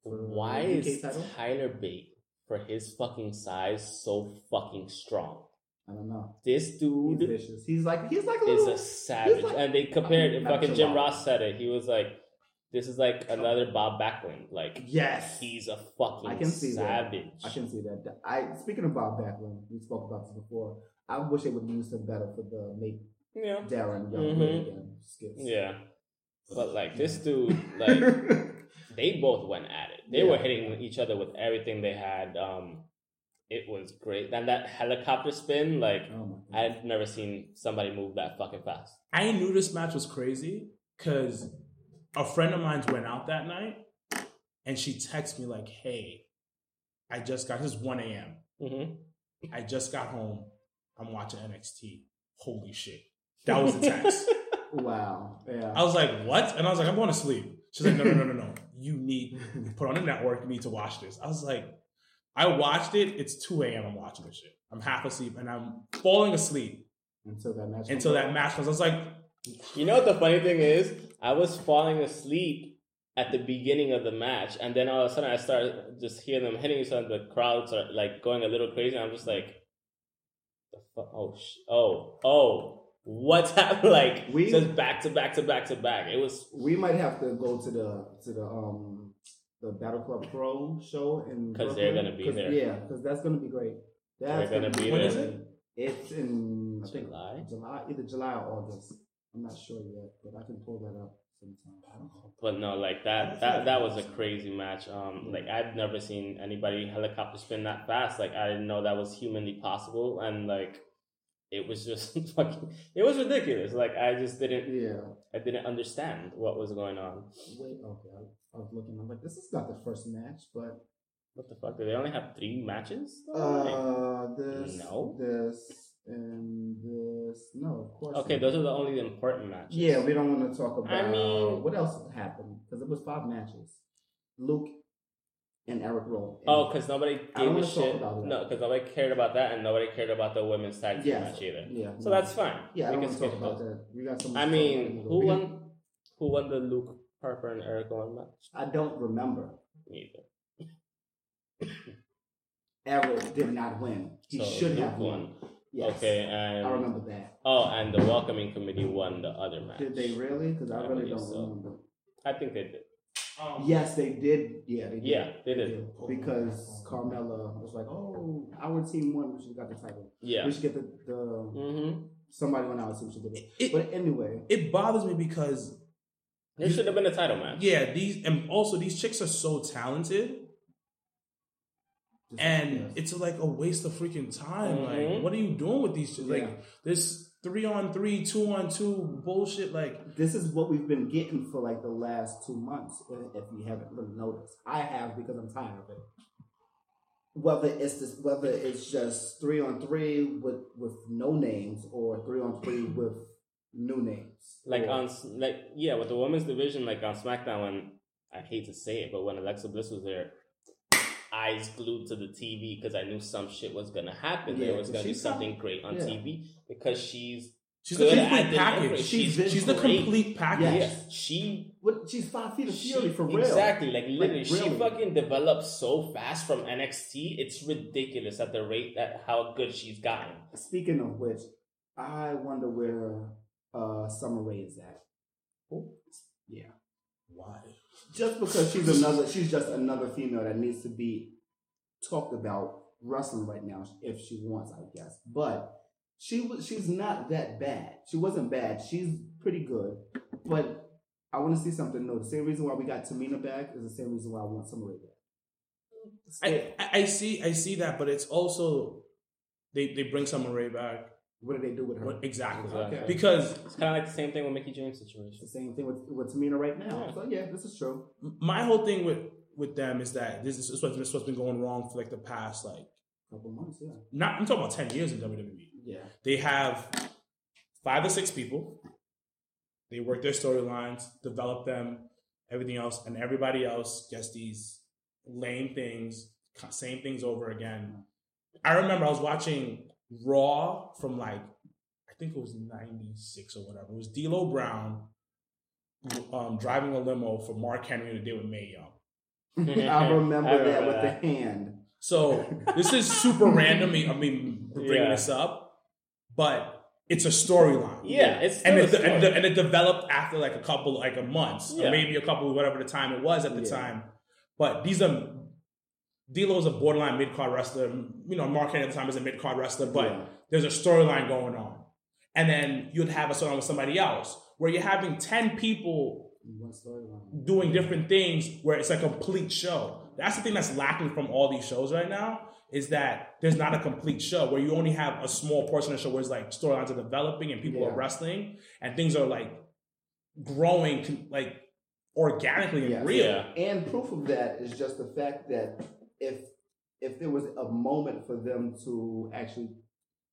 [SPEAKER 1] For the
[SPEAKER 2] why
[SPEAKER 1] UK
[SPEAKER 2] is
[SPEAKER 1] title?
[SPEAKER 2] Tyler Bate, for his fucking size, so fucking strong?
[SPEAKER 1] I don't know.
[SPEAKER 2] This
[SPEAKER 1] He's
[SPEAKER 2] dude
[SPEAKER 1] vicious. He's like he's like a
[SPEAKER 2] is
[SPEAKER 1] little.
[SPEAKER 2] a savage,
[SPEAKER 1] like-
[SPEAKER 2] and they compared.
[SPEAKER 1] I'm- I'm
[SPEAKER 2] fucking Jim
[SPEAKER 1] Chihuahua.
[SPEAKER 2] Ross said it. He was like, "This is like another Bob Backlund. Like
[SPEAKER 1] yes,
[SPEAKER 2] he's a fucking
[SPEAKER 1] I can see that.
[SPEAKER 2] savage."
[SPEAKER 1] I can see that. I speaking about Backlund, we spoke about this before. I wish they would use him better for the make
[SPEAKER 2] yeah,
[SPEAKER 1] Darren Young
[SPEAKER 2] Mhm.
[SPEAKER 1] again Oh skits.
[SPEAKER 2] yeah. But like this dude, like they both went at it. They were
[SPEAKER 1] Yeah.
[SPEAKER 2] hitting each other with everything they had. Um, it was great. And that helicopter spin, like
[SPEAKER 1] oh my god.
[SPEAKER 2] I've never seen somebody move that fucking fast.
[SPEAKER 3] I knew this match was crazy because a friend of mine's went out that night and she texted me like, hey, I just got this is 1 a.m.
[SPEAKER 2] Mm-hmm.
[SPEAKER 3] I just got home. I'm watching NXT. Holy shit. That was the text.
[SPEAKER 1] wow. Yeah.
[SPEAKER 3] I was like, what? And I was like, I'm going to sleep. She's like, no, no, no, no, no. You need put on a network, you need to watch this. I was like, I watched it, it's 2 a.m. I'm watching this shit. I'm half asleep and I'm falling asleep
[SPEAKER 1] until that match.
[SPEAKER 3] until that match was. I was like,
[SPEAKER 2] You know what the funny thing is? I was falling asleep at the beginning of the match, and then all of a sudden I started just hearing them hitting each other. The crowds are like going a little crazy. And I'm just like, the fuck? Oh, sh- oh, oh. What's happening? Like,
[SPEAKER 1] We-
[SPEAKER 2] just back to back to back to back. It was
[SPEAKER 1] we might have to go to the to the um the Battle Club Pro show and
[SPEAKER 2] Because they're gonna be there.
[SPEAKER 1] Yeah, because that's gonna be great. That's
[SPEAKER 2] They're gonna be
[SPEAKER 3] When
[SPEAKER 1] great.
[SPEAKER 3] is
[SPEAKER 2] there.
[SPEAKER 3] it?
[SPEAKER 1] It's in I think
[SPEAKER 2] July.
[SPEAKER 1] July, either July or August. I'm not sure yet, but I can pull that up sometime.
[SPEAKER 2] But no, like that that that was a crazy match. Um, like I've never seen anybody helicopter spin that fast. Like I didn't know that was humanly possible, and like it was just fucking. It was ridiculous. Like I just didn't
[SPEAKER 1] Yeah.
[SPEAKER 2] I didn't understand what was going on.
[SPEAKER 1] Wait, okay. I, I was looking. I'm like, this is not the first match, but
[SPEAKER 2] What the fuck? Do they only have three matches? Like,
[SPEAKER 1] uh, this,
[SPEAKER 2] No.
[SPEAKER 1] this, and this. No, of course.
[SPEAKER 2] okay,
[SPEAKER 1] not.
[SPEAKER 2] those are the only important matches.
[SPEAKER 1] Yeah, we don't want to talk about.
[SPEAKER 2] I mean-
[SPEAKER 1] what else happened? Because it was five matches. Luke and Eric Roll.
[SPEAKER 2] Oh, because nobody
[SPEAKER 1] I
[SPEAKER 2] gave
[SPEAKER 1] wanna
[SPEAKER 2] a
[SPEAKER 1] talk
[SPEAKER 2] shit.
[SPEAKER 1] about that.
[SPEAKER 2] No, because nobody cared about that, and nobody cared about the women's tag team
[SPEAKER 1] Yes.
[SPEAKER 2] much either.
[SPEAKER 1] yeah.
[SPEAKER 2] So that's fine.
[SPEAKER 1] yeah. I don't
[SPEAKER 2] We can
[SPEAKER 1] want to talk
[SPEAKER 2] skip
[SPEAKER 1] about
[SPEAKER 2] those.
[SPEAKER 1] that. We got so much
[SPEAKER 2] I
[SPEAKER 1] to
[SPEAKER 2] mean,
[SPEAKER 1] talk about.
[SPEAKER 2] who
[SPEAKER 1] We got-
[SPEAKER 2] won? Who won the Luke Harper and Eric Owen match?
[SPEAKER 1] I don't remember.
[SPEAKER 2] Neither.
[SPEAKER 1] Eric did not win. He
[SPEAKER 2] So
[SPEAKER 1] should
[SPEAKER 2] Luke
[SPEAKER 1] have won. Yes.
[SPEAKER 2] Okay,
[SPEAKER 1] I
[SPEAKER 2] and
[SPEAKER 1] remember that.
[SPEAKER 2] oh, and the welcoming committee won the other match.
[SPEAKER 1] Did they really? Because I
[SPEAKER 2] I
[SPEAKER 1] really
[SPEAKER 2] believe
[SPEAKER 1] don't
[SPEAKER 2] so.
[SPEAKER 1] remember.
[SPEAKER 2] I think they did.
[SPEAKER 3] Um,
[SPEAKER 1] Yes, they did. Yeah, they did.
[SPEAKER 2] Yeah, they
[SPEAKER 1] They
[SPEAKER 2] did.
[SPEAKER 1] did. Because Carmella was like, "Oh, our team won. We should got the title.
[SPEAKER 2] Yeah.
[SPEAKER 1] We should get the, the
[SPEAKER 2] Mm-hmm.
[SPEAKER 1] somebody on our team should get it."
[SPEAKER 3] It,
[SPEAKER 1] But anyway,
[SPEAKER 3] it bothers me because
[SPEAKER 2] There should have been a title match.
[SPEAKER 3] yeah, these and also these chicks are so talented,
[SPEAKER 1] just-
[SPEAKER 3] and
[SPEAKER 1] yes.
[SPEAKER 3] it's like a waste of freaking time.
[SPEAKER 2] Mhm.
[SPEAKER 3] Like, what are you doing with these chicks?
[SPEAKER 1] Yeah.
[SPEAKER 3] Like this three on three, two on two bullshit. Like
[SPEAKER 1] this is what we've been getting for like the last two months. i- If you haven't really noticed, I have because I'm tired of it. Whether it's this, whether it's just three on three with with no names or three on three with new names,
[SPEAKER 2] Like um,
[SPEAKER 1] or,
[SPEAKER 2] on S- like yeah, with the women's division, like on SmackDown, when I hate to say it, but when Alexa Bliss was there, eyes glued to the TV because I knew some shit was gonna happen.
[SPEAKER 1] Yeah,
[SPEAKER 2] there was gonna be
[SPEAKER 1] she's some-
[SPEAKER 2] something great on
[SPEAKER 1] yeah.
[SPEAKER 2] TV because she's
[SPEAKER 3] she's
[SPEAKER 2] Good
[SPEAKER 3] the complete
[SPEAKER 2] at the
[SPEAKER 3] package.
[SPEAKER 2] numbers.
[SPEAKER 3] She's,
[SPEAKER 1] She's been
[SPEAKER 3] she's the
[SPEAKER 2] great.
[SPEAKER 3] complete package.
[SPEAKER 1] Yes.
[SPEAKER 2] yeah, she
[SPEAKER 1] what she's five feet of
[SPEAKER 2] She-
[SPEAKER 1] fury for real.
[SPEAKER 2] Exactly, like literally, she
[SPEAKER 1] really.
[SPEAKER 2] fucking developed so fast from NXT. It's ridiculous at the rate that how good she's gotten.
[SPEAKER 1] Speaking of which, I wonder where uh, Summer Rae is at.
[SPEAKER 3] Why?
[SPEAKER 1] Just because she's another, she's just another female that needs to be talked about wrestling right now, if she wants, I guess. But she was, she's not that bad. She wasn't bad. She's pretty good. But I want to see something new. The same reason why we got Tamina back is the same reason why I want Summer Rae back.
[SPEAKER 3] I, I I see I see that, but it's also they they bring Summer Rae back.
[SPEAKER 1] What do they do with her?
[SPEAKER 3] What, exactly.
[SPEAKER 2] Exactly.
[SPEAKER 3] Because
[SPEAKER 2] It's kind of like the same thing with Mickey James
[SPEAKER 1] It's
[SPEAKER 2] situation.
[SPEAKER 1] the same thing with, with Tamina right now.
[SPEAKER 2] Yeah.
[SPEAKER 1] So yeah, this is true.
[SPEAKER 3] my whole thing with with them is that this is, this is what's been- this is what's been going wrong for like the past like
[SPEAKER 1] Couple months, yeah,
[SPEAKER 3] not I'm talking about ten years in E. WWE.
[SPEAKER 1] yeah.
[SPEAKER 3] They have five or six people. They work their storylines, develop them, everything else, and everybody else gets these lame things, co- same things over again. I remember I was watching Raw from like I think it was '96 or whatever. It was D'Lo Brown um, driving a limo for Mark Henry to deal with May Young.
[SPEAKER 1] I remember
[SPEAKER 2] I
[SPEAKER 1] that
[SPEAKER 2] remember
[SPEAKER 1] with
[SPEAKER 2] that.
[SPEAKER 1] the hand.
[SPEAKER 3] So this is super random. I mean, bringing
[SPEAKER 2] Yeah.
[SPEAKER 3] this up, but it's a storyline.
[SPEAKER 2] Yeah, it's still
[SPEAKER 3] and
[SPEAKER 2] a
[SPEAKER 3] it,
[SPEAKER 2] story.
[SPEAKER 3] and, and it developed after like a couple like a month
[SPEAKER 2] Yeah.
[SPEAKER 3] or maybe a couple whatever the time it was at the
[SPEAKER 1] Yeah.
[SPEAKER 3] time but these are D'Lo's a borderline mid-card wrestler you know Mark Henry at the time is a mid-card wrestler but
[SPEAKER 1] Yeah.
[SPEAKER 3] there's a storyline going on and then you'd have a storyline with somebody else where you're having 10 people
[SPEAKER 1] One storyline.
[SPEAKER 3] doing different things where it's a complete show that's the thing that's lacking from all these shows right now is that there's not a complete show where you only have a small portion of the show where it's like storylines are developing and people
[SPEAKER 1] Yeah.
[SPEAKER 3] are wrestling and things are like growing con- like organically and
[SPEAKER 1] Yes.
[SPEAKER 3] real.
[SPEAKER 2] Yeah,
[SPEAKER 1] And proof of that is just the fact that if if there was a moment for them to actually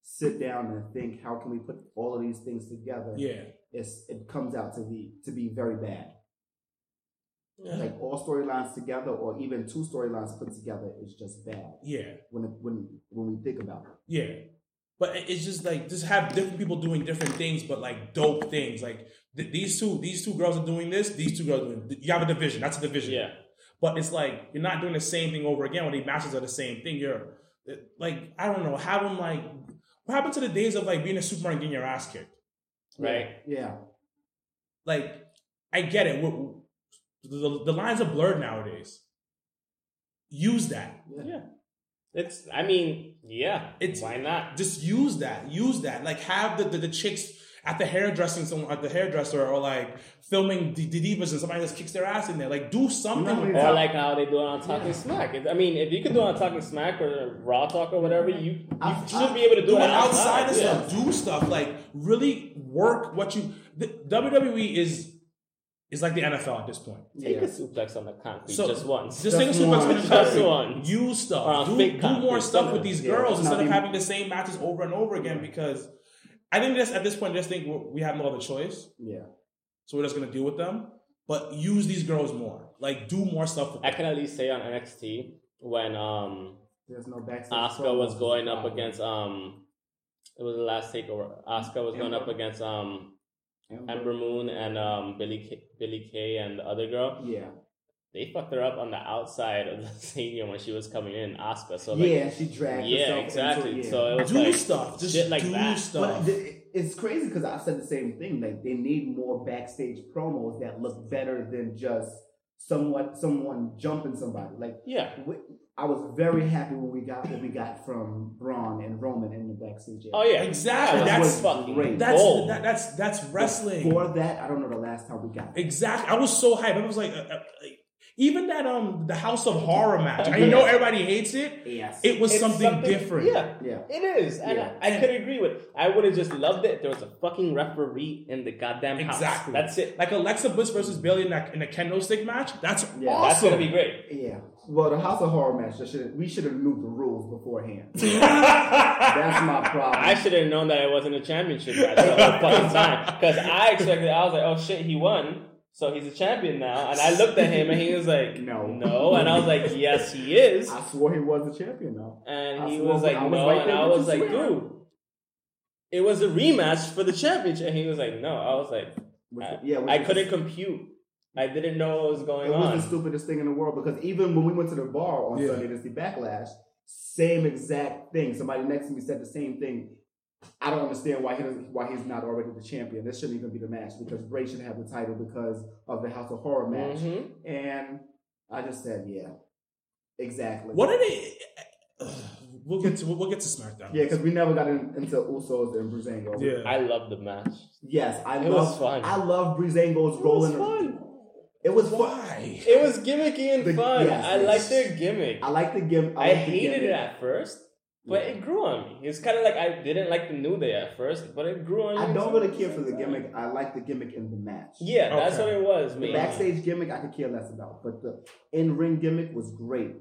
[SPEAKER 1] sit down and think, how can we put all of these things together?
[SPEAKER 3] Yeah.
[SPEAKER 1] It's, it comes out to be to be very bad. Like all storylines together, or even two storylines put together, is just bad
[SPEAKER 3] Yeah.
[SPEAKER 1] when it, when when we think about it.
[SPEAKER 3] Yeah. But it- it's just like just have different people doing different things, but like dope things. Like th- these two, these two girls are doing this. These two girls, are doing th- you have a division. That's a division.
[SPEAKER 2] yeah.
[SPEAKER 3] But it's like you're not doing the same thing over again. Where the matches are the same thing. You're it- like I don't know. Have them like what happened to the days of like being a superman and getting your ass kicked?
[SPEAKER 2] Right.
[SPEAKER 1] Yeah.
[SPEAKER 3] Like I get it. We're- the, the lines are blurred nowadays. Use that.
[SPEAKER 1] Yeah.
[SPEAKER 2] Yeah. It's. I mean, yeah.
[SPEAKER 3] It's-
[SPEAKER 2] why not?
[SPEAKER 3] just use that. Use that. Like have the the, the chicks at the hairdressing salon, at the hairdresser, or like filming the, the divas, and somebody just kicks their ass in there. Like do something.
[SPEAKER 1] No,
[SPEAKER 3] with
[SPEAKER 1] yeah.
[SPEAKER 2] Or
[SPEAKER 3] that.
[SPEAKER 2] like how they do it on Talking Smack. It- I mean, if you could do it on Talking Smack or Raw Talk or whatever, you, you
[SPEAKER 1] I-
[SPEAKER 2] should
[SPEAKER 1] I-
[SPEAKER 2] be able to do,
[SPEAKER 3] do
[SPEAKER 2] it
[SPEAKER 3] it outside
[SPEAKER 2] of
[SPEAKER 3] of stuff. Do stuff. Like really work what you. The, WWE is is like the NFL at this point.
[SPEAKER 2] Take a
[SPEAKER 1] Yeah.
[SPEAKER 2] suplex on the concrete
[SPEAKER 3] So,
[SPEAKER 2] just once.
[SPEAKER 3] Just take a super
[SPEAKER 1] one.
[SPEAKER 2] Just one.
[SPEAKER 3] Use
[SPEAKER 2] Or a
[SPEAKER 3] stuff. Do,
[SPEAKER 2] Uh, fake
[SPEAKER 3] do
[SPEAKER 2] concrete,
[SPEAKER 3] more stuff with
[SPEAKER 2] something.
[SPEAKER 3] these
[SPEAKER 1] Yeah, it's
[SPEAKER 3] girls instead
[SPEAKER 1] not
[SPEAKER 3] of
[SPEAKER 1] even-
[SPEAKER 3] having the same matches over and over again because I think this at this point I just think we we have no other choice.
[SPEAKER 1] Yeah.
[SPEAKER 3] So we're just gonna deal with them. but use these girls more. Like do more stuff with
[SPEAKER 2] I
[SPEAKER 3] them.
[SPEAKER 2] can at least say on NXT when um
[SPEAKER 1] There's no backstage.
[SPEAKER 2] Asuka
[SPEAKER 1] promos.
[SPEAKER 2] was going up against um it was the last takeover. Asuka was going up
[SPEAKER 1] Ember.
[SPEAKER 2] against um
[SPEAKER 1] Ember.
[SPEAKER 2] Ember Moon and um Billy K- Billy Kay and the other girl.
[SPEAKER 1] Yeah,
[SPEAKER 2] They fucked her up on the outside of the stadium when she was coming in Asuka. So like,
[SPEAKER 1] yeah, she dragged.
[SPEAKER 2] yeah,
[SPEAKER 1] herself
[SPEAKER 2] exactly.
[SPEAKER 1] Into, yeah.
[SPEAKER 2] So it was
[SPEAKER 3] do
[SPEAKER 2] like
[SPEAKER 3] stuff. Just
[SPEAKER 2] shit like
[SPEAKER 3] do
[SPEAKER 2] that.
[SPEAKER 1] But
[SPEAKER 3] stuff.
[SPEAKER 1] th- it's crazy because I said the same thing. Like they need more backstage promos that look better than just somewhat someone jumping somebody. Like
[SPEAKER 2] yeah,
[SPEAKER 1] we, I was very happy when we got what we got from Braun and Roman in the backstage. area.
[SPEAKER 2] oh yeah,
[SPEAKER 3] Exactly.
[SPEAKER 2] That
[SPEAKER 1] That's
[SPEAKER 2] was fucking
[SPEAKER 1] great.
[SPEAKER 3] that's
[SPEAKER 2] gold.
[SPEAKER 3] that, that's that's wrestling.
[SPEAKER 1] For that, I don't know the last time we got. that.
[SPEAKER 3] Exactly. I was so hyped. I was like, uh, uh, like, even that um the House of Horror match. I know everybody hates it.
[SPEAKER 1] Yes.
[SPEAKER 3] It was
[SPEAKER 2] It's
[SPEAKER 3] something, different.
[SPEAKER 2] Yeah,
[SPEAKER 1] yeah.
[SPEAKER 2] It is, and
[SPEAKER 1] Yeah.
[SPEAKER 2] I, I could agree with. I would have just loved it. if There was a fucking referee in the goddamn house.
[SPEAKER 3] Exactly.
[SPEAKER 2] That's it.
[SPEAKER 3] Like Alexa Bliss versus Bailey in a, in a kendo stick match. That's
[SPEAKER 1] Yeah.
[SPEAKER 2] That's
[SPEAKER 3] awesome.
[SPEAKER 2] gonna be great.
[SPEAKER 1] Yeah. Well, the House of Horror match, that should we should have knew the rules beforehand. That's
[SPEAKER 2] I
[SPEAKER 1] my problem.
[SPEAKER 2] should have known that it wasn't a championship match the whole fucking time because I expected. I was like, oh shit, he won. So he's a champion now, and I looked at him and he was like,
[SPEAKER 1] No.
[SPEAKER 2] no, and I was like, yes, he is,
[SPEAKER 1] I swore he was the champion though. I
[SPEAKER 2] and he
[SPEAKER 1] swore-
[SPEAKER 2] was like,
[SPEAKER 1] I was
[SPEAKER 2] no,
[SPEAKER 1] right
[SPEAKER 2] and
[SPEAKER 1] there
[SPEAKER 2] I
[SPEAKER 1] with you
[SPEAKER 2] was like,
[SPEAKER 1] swear.
[SPEAKER 2] dude, it was a rematch for the championship, and he was like, no, I was like,
[SPEAKER 1] Which-
[SPEAKER 2] I-
[SPEAKER 1] yeah, which
[SPEAKER 2] I
[SPEAKER 1] is-
[SPEAKER 2] couldn't compute. I didn't know what was going
[SPEAKER 1] It
[SPEAKER 2] on.
[SPEAKER 1] was the stupidest thing in the world because even when we went to the bar on
[SPEAKER 3] Yeah.
[SPEAKER 1] Sunday to see Backlash, same exact thing. Somebody next to me said the same thing. I don't understand why he doesn't, why he's not already the champion. This shouldn't even be the match because Bray should have the title because of the House of Horror match.
[SPEAKER 2] Mhm.
[SPEAKER 1] And I just said, yeah, exactly.
[SPEAKER 3] What are they? We'll get to we'll get to SmackDown.
[SPEAKER 1] Yeah, because we never got in, into Usos and Brizango.
[SPEAKER 3] yeah.
[SPEAKER 2] I love the match.
[SPEAKER 1] Yes, I
[SPEAKER 2] It was
[SPEAKER 1] love.
[SPEAKER 2] fun.
[SPEAKER 1] I love Brizango's rolling. It was fun.
[SPEAKER 3] Why?
[SPEAKER 2] It was gimmicky and
[SPEAKER 1] The-
[SPEAKER 2] fun.
[SPEAKER 1] yes,
[SPEAKER 2] I
[SPEAKER 1] yes.
[SPEAKER 2] liked their gimmick.
[SPEAKER 1] I like the gimmick.
[SPEAKER 2] I, hated it at first, but it grew on me. It's kind of like I didn't like the New Day at first, but it grew on me.
[SPEAKER 1] I
[SPEAKER 2] too
[SPEAKER 1] don't really
[SPEAKER 2] at the
[SPEAKER 1] care for
[SPEAKER 2] same
[SPEAKER 1] the
[SPEAKER 2] time.
[SPEAKER 1] gimmick. I like the gimmick in the match.
[SPEAKER 2] Yeah, that's
[SPEAKER 3] Okay.
[SPEAKER 2] what it was.
[SPEAKER 1] The
[SPEAKER 2] Maybe.
[SPEAKER 1] backstage gimmick I could care less about, but the in ring gimmick was great.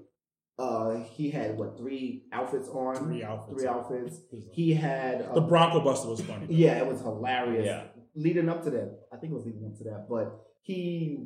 [SPEAKER 1] Uh, he had what three outfits on?
[SPEAKER 3] Three outfits.
[SPEAKER 1] Three outfits. He had uh,
[SPEAKER 3] The Bronco Buster was funny.
[SPEAKER 1] yeah, it was hilarious.
[SPEAKER 2] Yeah.
[SPEAKER 1] Leading up to that, I think it was leading up to that, but he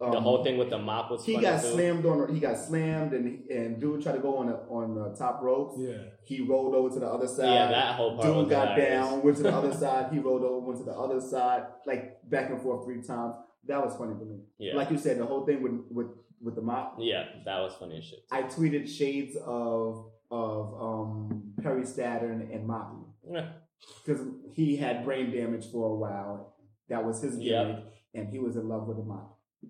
[SPEAKER 1] um,
[SPEAKER 2] the whole thing with the mop was.
[SPEAKER 1] He
[SPEAKER 2] funny
[SPEAKER 1] got
[SPEAKER 2] too.
[SPEAKER 1] slammed on. He got slammed, and and dude tried to go on the, on the top rope.
[SPEAKER 3] Yeah.
[SPEAKER 1] He rolled over to the other side.
[SPEAKER 2] Yeah, that whole part. was
[SPEAKER 1] uh, Dude got
[SPEAKER 2] hilarious.
[SPEAKER 1] down, went to the other side. He rolled over, went to the other side, like back and forth three times. That was funny to me.
[SPEAKER 2] Yeah,
[SPEAKER 1] Like you said, the whole thing with with with the mop.
[SPEAKER 2] yeah, that was funny as shit.
[SPEAKER 1] I tweeted shades of of um, Perry Saturn and Moppy
[SPEAKER 2] Yeah.
[SPEAKER 1] because he had brain damage for a while. That was his
[SPEAKER 2] Yep.
[SPEAKER 1] gimmick, and he was in love with the mop.
[SPEAKER 3] He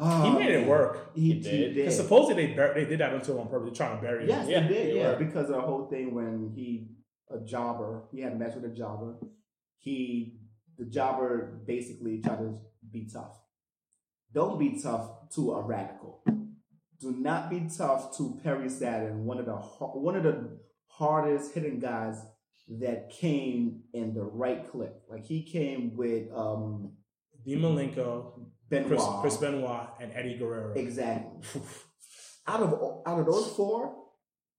[SPEAKER 1] Oh,
[SPEAKER 3] made it
[SPEAKER 1] man.
[SPEAKER 3] work.
[SPEAKER 1] He,
[SPEAKER 2] He
[SPEAKER 1] he
[SPEAKER 2] did.
[SPEAKER 1] did.
[SPEAKER 3] 'Cause Supposedly they bur- they did that until on purpose. They're trying to bury him.
[SPEAKER 1] Yes,
[SPEAKER 2] Yeah,
[SPEAKER 1] it did.
[SPEAKER 2] they
[SPEAKER 1] Yeah,
[SPEAKER 2] were.
[SPEAKER 1] because of the whole thing when he a jobber, he had a match with a jobber. He the jobber basically tried to be tough. Don't be tough to a radical. Do not be tough to Perry Saturn, one of the har- one of the hardest hitting guys that came in the right clip. Like he came with um
[SPEAKER 3] Dean Malenko,
[SPEAKER 1] Benoit.
[SPEAKER 3] Chris, Chris Benoit, and Eddie Guerrero.
[SPEAKER 1] Exactly. out of out of those four,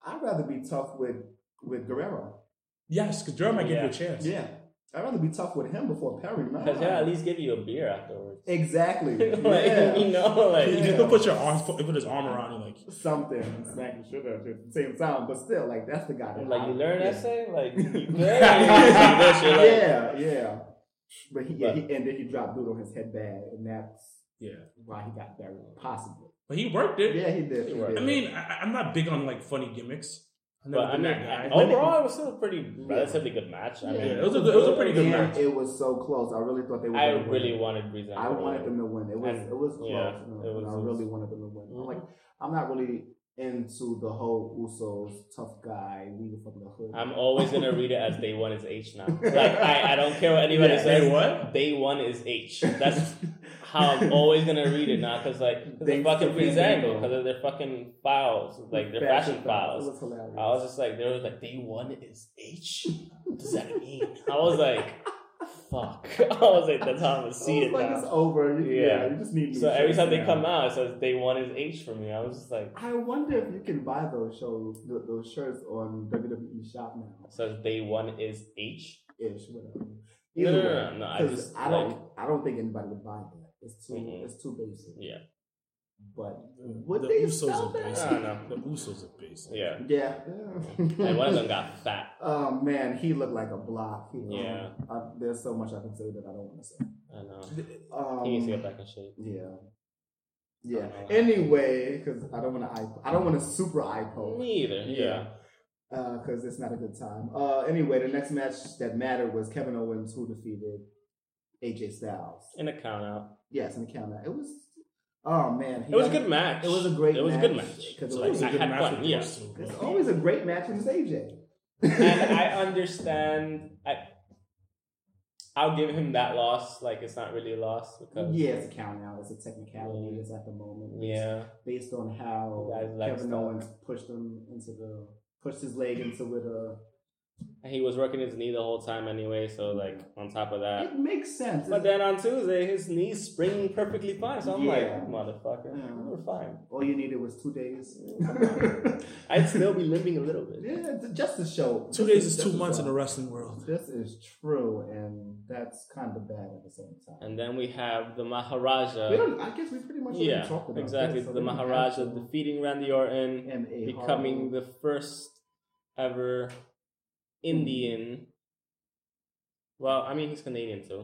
[SPEAKER 1] I'd rather be tough with with Guerrero.
[SPEAKER 3] Yes, because Guerrero might give you
[SPEAKER 2] Yeah.
[SPEAKER 3] a chance.
[SPEAKER 1] Yeah. I'd rather be tough with him before Perry, man.
[SPEAKER 2] Because he'll at least give you a beer afterwards.
[SPEAKER 1] Exactly.
[SPEAKER 2] like, you
[SPEAKER 1] yeah.
[SPEAKER 2] know, like
[SPEAKER 3] You
[SPEAKER 1] Yeah.
[SPEAKER 3] could put your arms, put, put his arm around you, like
[SPEAKER 1] Something. Smack the shit out of you at the same time, but still, like, that's the guy. that
[SPEAKER 2] Like
[SPEAKER 1] I-
[SPEAKER 2] you learn
[SPEAKER 1] yeah.
[SPEAKER 2] that thing, like
[SPEAKER 1] yeah, yeah. But he, yeah,
[SPEAKER 2] But-
[SPEAKER 1] he, and then he dropped dude on his headband, and that's
[SPEAKER 3] yeah.
[SPEAKER 1] why he got buried, possibly.
[SPEAKER 3] But he worked it.
[SPEAKER 1] Yeah, he did.
[SPEAKER 2] He
[SPEAKER 1] He
[SPEAKER 2] worked.
[SPEAKER 1] did.
[SPEAKER 3] I mean, I, I- I'm not big on like funny gimmicks. I've never
[SPEAKER 2] But I
[SPEAKER 3] been
[SPEAKER 2] mean,
[SPEAKER 3] that guy.
[SPEAKER 2] overall, it was still a pretty
[SPEAKER 1] Yeah.
[SPEAKER 2] relatively good match. I
[SPEAKER 1] Yeah,
[SPEAKER 2] mean,
[SPEAKER 3] it was a good- it was a pretty good
[SPEAKER 2] Yeah.
[SPEAKER 1] And it was so close. I really thought they were
[SPEAKER 2] I
[SPEAKER 1] gonna win.
[SPEAKER 2] really wanted Breeze.
[SPEAKER 1] I wanted them to win. It was
[SPEAKER 2] And-
[SPEAKER 1] it was close.
[SPEAKER 2] yeah,
[SPEAKER 1] you know,
[SPEAKER 2] it was- Mm-hmm.
[SPEAKER 1] and I
[SPEAKER 2] it was-
[SPEAKER 1] really wanted them to win. I'm like, I'm not really into the whole Usos tough guy leader from the hood.
[SPEAKER 2] I'm always gonna read it as day one is H now. Like I, I don't care what anybody
[SPEAKER 1] Yeah.
[SPEAKER 2] says.
[SPEAKER 3] Day what?
[SPEAKER 2] Day one is H. That's how I'm always gonna read it now. Because like 'cause the
[SPEAKER 1] Thanks
[SPEAKER 2] fucking
[SPEAKER 1] to
[SPEAKER 2] Breeze angle,
[SPEAKER 1] Breezango.
[SPEAKER 2] because of their fucking files, like their fashion files.
[SPEAKER 1] It was hilarious.
[SPEAKER 2] I was just like, they were like, day one is H. What does that mean? I was like, fuck. I was like, that's how I'm gonna
[SPEAKER 1] I
[SPEAKER 2] see
[SPEAKER 1] was
[SPEAKER 2] it
[SPEAKER 1] like
[SPEAKER 2] now.
[SPEAKER 1] it's over. You- Yeah,
[SPEAKER 2] Yeah.
[SPEAKER 1] you just need. new
[SPEAKER 2] So every
[SPEAKER 1] shirts
[SPEAKER 2] time they
[SPEAKER 1] now.
[SPEAKER 2] come out, it says day one is H for me. I was just like,
[SPEAKER 1] I wonder if you can buy those shows, th- those shirts on WWE Shop now.
[SPEAKER 2] it says day one is H.
[SPEAKER 1] Ish, whatever.
[SPEAKER 2] No,
[SPEAKER 1] Either
[SPEAKER 2] no, no,
[SPEAKER 1] way,
[SPEAKER 2] no, no, I
[SPEAKER 1] 'cause
[SPEAKER 2] just,
[SPEAKER 1] I don't,
[SPEAKER 2] like-
[SPEAKER 1] I don't think anybody would buy that. It's too
[SPEAKER 2] Mhm.
[SPEAKER 1] it's too basic.
[SPEAKER 2] Yeah.
[SPEAKER 1] But
[SPEAKER 3] The,
[SPEAKER 1] Would
[SPEAKER 3] the
[SPEAKER 1] they
[SPEAKER 3] Usos
[SPEAKER 1] sell
[SPEAKER 3] are
[SPEAKER 1] that?
[SPEAKER 3] basic.
[SPEAKER 2] I don't know.
[SPEAKER 3] The Usos are basic.
[SPEAKER 2] Yeah.
[SPEAKER 1] yeah.
[SPEAKER 2] And one of them got fat.
[SPEAKER 1] Oh man, he looked like a block. He-
[SPEAKER 2] Yeah.
[SPEAKER 1] I, there's so much I can say that I don't want to say.
[SPEAKER 2] I know.
[SPEAKER 1] Um,
[SPEAKER 2] He needs to get back in shape.
[SPEAKER 1] Yeah. Yeah.
[SPEAKER 2] I don't know.
[SPEAKER 1] Anyway, because I don't want to I don't want to super eye poke.
[SPEAKER 2] Me either. Yeah.
[SPEAKER 1] because it's not a good time. Uh, anyway, the next match that mattered was Kevin Owens who defeated AJ Styles.
[SPEAKER 2] In a count out.
[SPEAKER 1] Yes, in the count out. It was. Oh man, he
[SPEAKER 2] It was a
[SPEAKER 1] got-
[SPEAKER 2] good match.
[SPEAKER 1] It was a great.
[SPEAKER 2] It was a
[SPEAKER 1] match
[SPEAKER 2] good match.
[SPEAKER 1] 'cause
[SPEAKER 2] So
[SPEAKER 1] it was-
[SPEAKER 2] I- I had fun,
[SPEAKER 3] with
[SPEAKER 2] yeah.
[SPEAKER 3] those two,
[SPEAKER 1] it's
[SPEAKER 3] but-
[SPEAKER 1] always a great match when it's AJ.
[SPEAKER 2] and I understand. I I'll give him that loss. Like it's not really a loss because
[SPEAKER 1] yeah, it's a count out. It's a technicality. It's at the moment.
[SPEAKER 2] yeah,
[SPEAKER 1] based on how
[SPEAKER 2] That leg
[SPEAKER 1] Kevin
[SPEAKER 2] stuck.
[SPEAKER 1] Owens pushed him into the pushed his leg into it. Uh,
[SPEAKER 2] And he was working his knee the whole time anyway. So like on top of that,
[SPEAKER 1] it makes sense.
[SPEAKER 2] but then on Tuesday his knee's springing perfectly fine. So I'm
[SPEAKER 1] Yeah.
[SPEAKER 2] like motherfucker,
[SPEAKER 1] Yeah.
[SPEAKER 2] we're fine.
[SPEAKER 1] All you needed was two days.
[SPEAKER 2] I'd still be limping a little bit.
[SPEAKER 1] yeah, th- just to show.
[SPEAKER 3] Two days is two months in the wrestling world.
[SPEAKER 1] This is true, and that's kind of bad at the same time.
[SPEAKER 2] And then we have the
[SPEAKER 1] we
[SPEAKER 2] Maharaja.
[SPEAKER 1] don't. I guess we pretty much already
[SPEAKER 2] Yeah,
[SPEAKER 1] talked about
[SPEAKER 2] exactly.
[SPEAKER 1] This, so
[SPEAKER 2] the
[SPEAKER 1] we don't have
[SPEAKER 2] Maharaja
[SPEAKER 1] to-
[SPEAKER 2] defeating Randy Orton.
[SPEAKER 1] and a
[SPEAKER 2] becoming
[SPEAKER 1] horrible-
[SPEAKER 2] the first ever Indian. Well, I mean, he's Canadian too,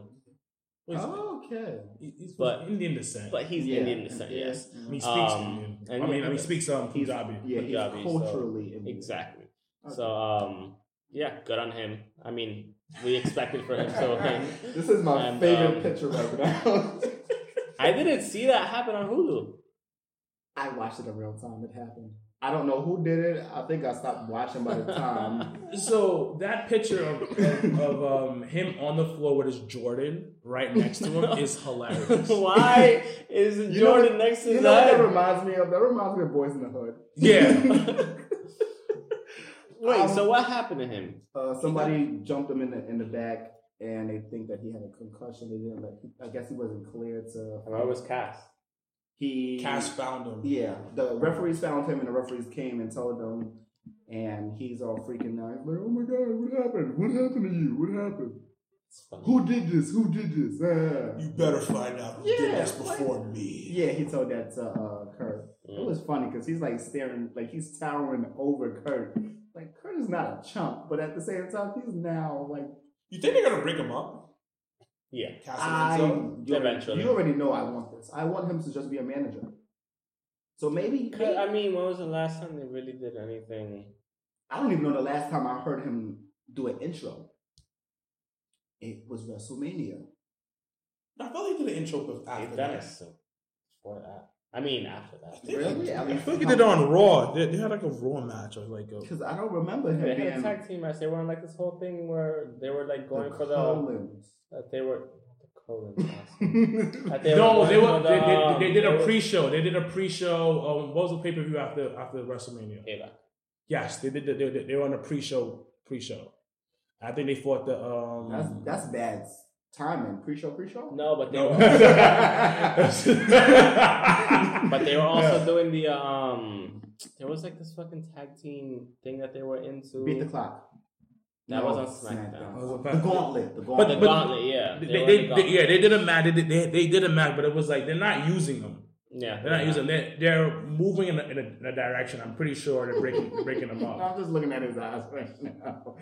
[SPEAKER 3] Wait, he's-
[SPEAKER 1] Oh, okay.
[SPEAKER 3] he- he's
[SPEAKER 2] But-
[SPEAKER 3] Indian descent.
[SPEAKER 2] but he's
[SPEAKER 1] Yeah,
[SPEAKER 2] Indian descent.
[SPEAKER 1] yeah.
[SPEAKER 2] Yes,
[SPEAKER 3] I mean, he
[SPEAKER 1] Yeah,
[SPEAKER 3] speaks
[SPEAKER 2] Um,
[SPEAKER 3] Indian.
[SPEAKER 2] and
[SPEAKER 3] I mean,
[SPEAKER 2] yeah,
[SPEAKER 3] I mean, speaks um,
[SPEAKER 1] he's-
[SPEAKER 3] Punjabi.
[SPEAKER 1] yeah,
[SPEAKER 2] Punjabi,
[SPEAKER 1] he's
[SPEAKER 2] so-
[SPEAKER 1] culturally Indian.
[SPEAKER 2] exactly.
[SPEAKER 1] Okay.
[SPEAKER 2] So, um, yeah, good on him. I mean, we expected for him. So,
[SPEAKER 1] this is my
[SPEAKER 2] And,
[SPEAKER 1] favorite
[SPEAKER 2] um,
[SPEAKER 1] picture right now.
[SPEAKER 2] I didn't see that happen on Hulu.
[SPEAKER 1] I watched it in real time. It happened. I don't know who did it. I think I stopped watching by the time.
[SPEAKER 3] So that picture of, of, of um, him on the floor with his Jordan right next to him is hilarious.
[SPEAKER 2] Why is
[SPEAKER 1] know
[SPEAKER 2] Jordan next to
[SPEAKER 1] you know what
[SPEAKER 2] that?
[SPEAKER 1] that reminds me of? That reminds me of Boys in the Hood.
[SPEAKER 3] Yeah.
[SPEAKER 2] Wait,
[SPEAKER 1] Um,
[SPEAKER 2] so what happened to him?
[SPEAKER 1] Uh, somebody jumped him in the in the back, and they think that he had a concussion. They didn't. Like, I guess he wasn't cleared to.
[SPEAKER 3] Oh,
[SPEAKER 2] cast.
[SPEAKER 1] he
[SPEAKER 3] Cass found him.
[SPEAKER 1] Yeah, the referees found him, and the referees came and told him, and he's all freaking out. He's like, "Oh my god, what happened? What happened to you? What happened? Who did this? Who did this?" Ah."
[SPEAKER 3] You better find out who
[SPEAKER 1] Yeah,
[SPEAKER 3] did this
[SPEAKER 1] like-
[SPEAKER 3] before me.
[SPEAKER 1] Yeah, he told that to uh, Kurt. It was funny because he's like staring, like he's towering over Kurt. Like Kurt is not a chump, but at the same time, he's now like
[SPEAKER 3] You think they're gonna break him up?
[SPEAKER 2] Yeah.
[SPEAKER 3] Cass
[SPEAKER 1] I.
[SPEAKER 3] and Enzo?
[SPEAKER 1] You already,
[SPEAKER 2] Eventually.
[SPEAKER 1] you already know I want this. I want him to just be a manager. So maybe
[SPEAKER 2] Cause, I mean, when was the last time they really did anything?
[SPEAKER 1] I don't even know the last time I heard him do an intro. It was WrestleMania.
[SPEAKER 3] I felt like he did an intro bef- after
[SPEAKER 2] They've done it
[SPEAKER 3] that.
[SPEAKER 2] so- before that. I mean, after
[SPEAKER 3] I
[SPEAKER 2] that.
[SPEAKER 3] think
[SPEAKER 1] Really?
[SPEAKER 3] They,
[SPEAKER 1] I
[SPEAKER 3] I,
[SPEAKER 1] mean,
[SPEAKER 3] feel like he did it on Raw. They, they had like a Raw match or like a.
[SPEAKER 1] Because I don't remember him
[SPEAKER 2] They had a
[SPEAKER 1] being
[SPEAKER 2] tag team match. They were on like this whole thing where they were like going for the
[SPEAKER 1] Colins.
[SPEAKER 2] that they were the Colin match.
[SPEAKER 1] yeah,
[SPEAKER 2] That they
[SPEAKER 3] no,
[SPEAKER 2] were
[SPEAKER 3] they were.
[SPEAKER 2] going for
[SPEAKER 3] They,
[SPEAKER 2] the,
[SPEAKER 3] they, they did
[SPEAKER 2] um,
[SPEAKER 3] a pre-show. They did a pre-show. Um, what was the pay-per-view after after WrestleMania?
[SPEAKER 2] Payback.
[SPEAKER 3] Yes, they did. They, they, they were on a pre-show. Pre-show. I think they fought the. Um,
[SPEAKER 1] that's that's bad timing. Pre-show, pre-show.
[SPEAKER 2] No, but they
[SPEAKER 3] No.
[SPEAKER 2] were,
[SPEAKER 3] but
[SPEAKER 2] but they were also doing the um. There was like this fucking tag team thing that they were into.
[SPEAKER 1] Beat the clock.
[SPEAKER 2] That was on SmackDown.
[SPEAKER 1] SmackDown.
[SPEAKER 3] That was on
[SPEAKER 1] The
[SPEAKER 3] SmackDown.
[SPEAKER 1] gauntlet. The
[SPEAKER 2] The
[SPEAKER 1] gauntlet.
[SPEAKER 3] But-
[SPEAKER 2] gauntlet, yeah. were
[SPEAKER 3] They,
[SPEAKER 2] in
[SPEAKER 3] they,
[SPEAKER 2] the
[SPEAKER 3] they-
[SPEAKER 2] gauntlet.
[SPEAKER 3] yeah, they did a match. They, did- they, they did a match, but it was like they're not using them.
[SPEAKER 2] yeah.
[SPEAKER 3] They're not using. They're, they're moving in a, in, a, in a direction. I'm pretty sure they're breaking they're breaking them up.
[SPEAKER 1] I'm just looking at his eyes right now.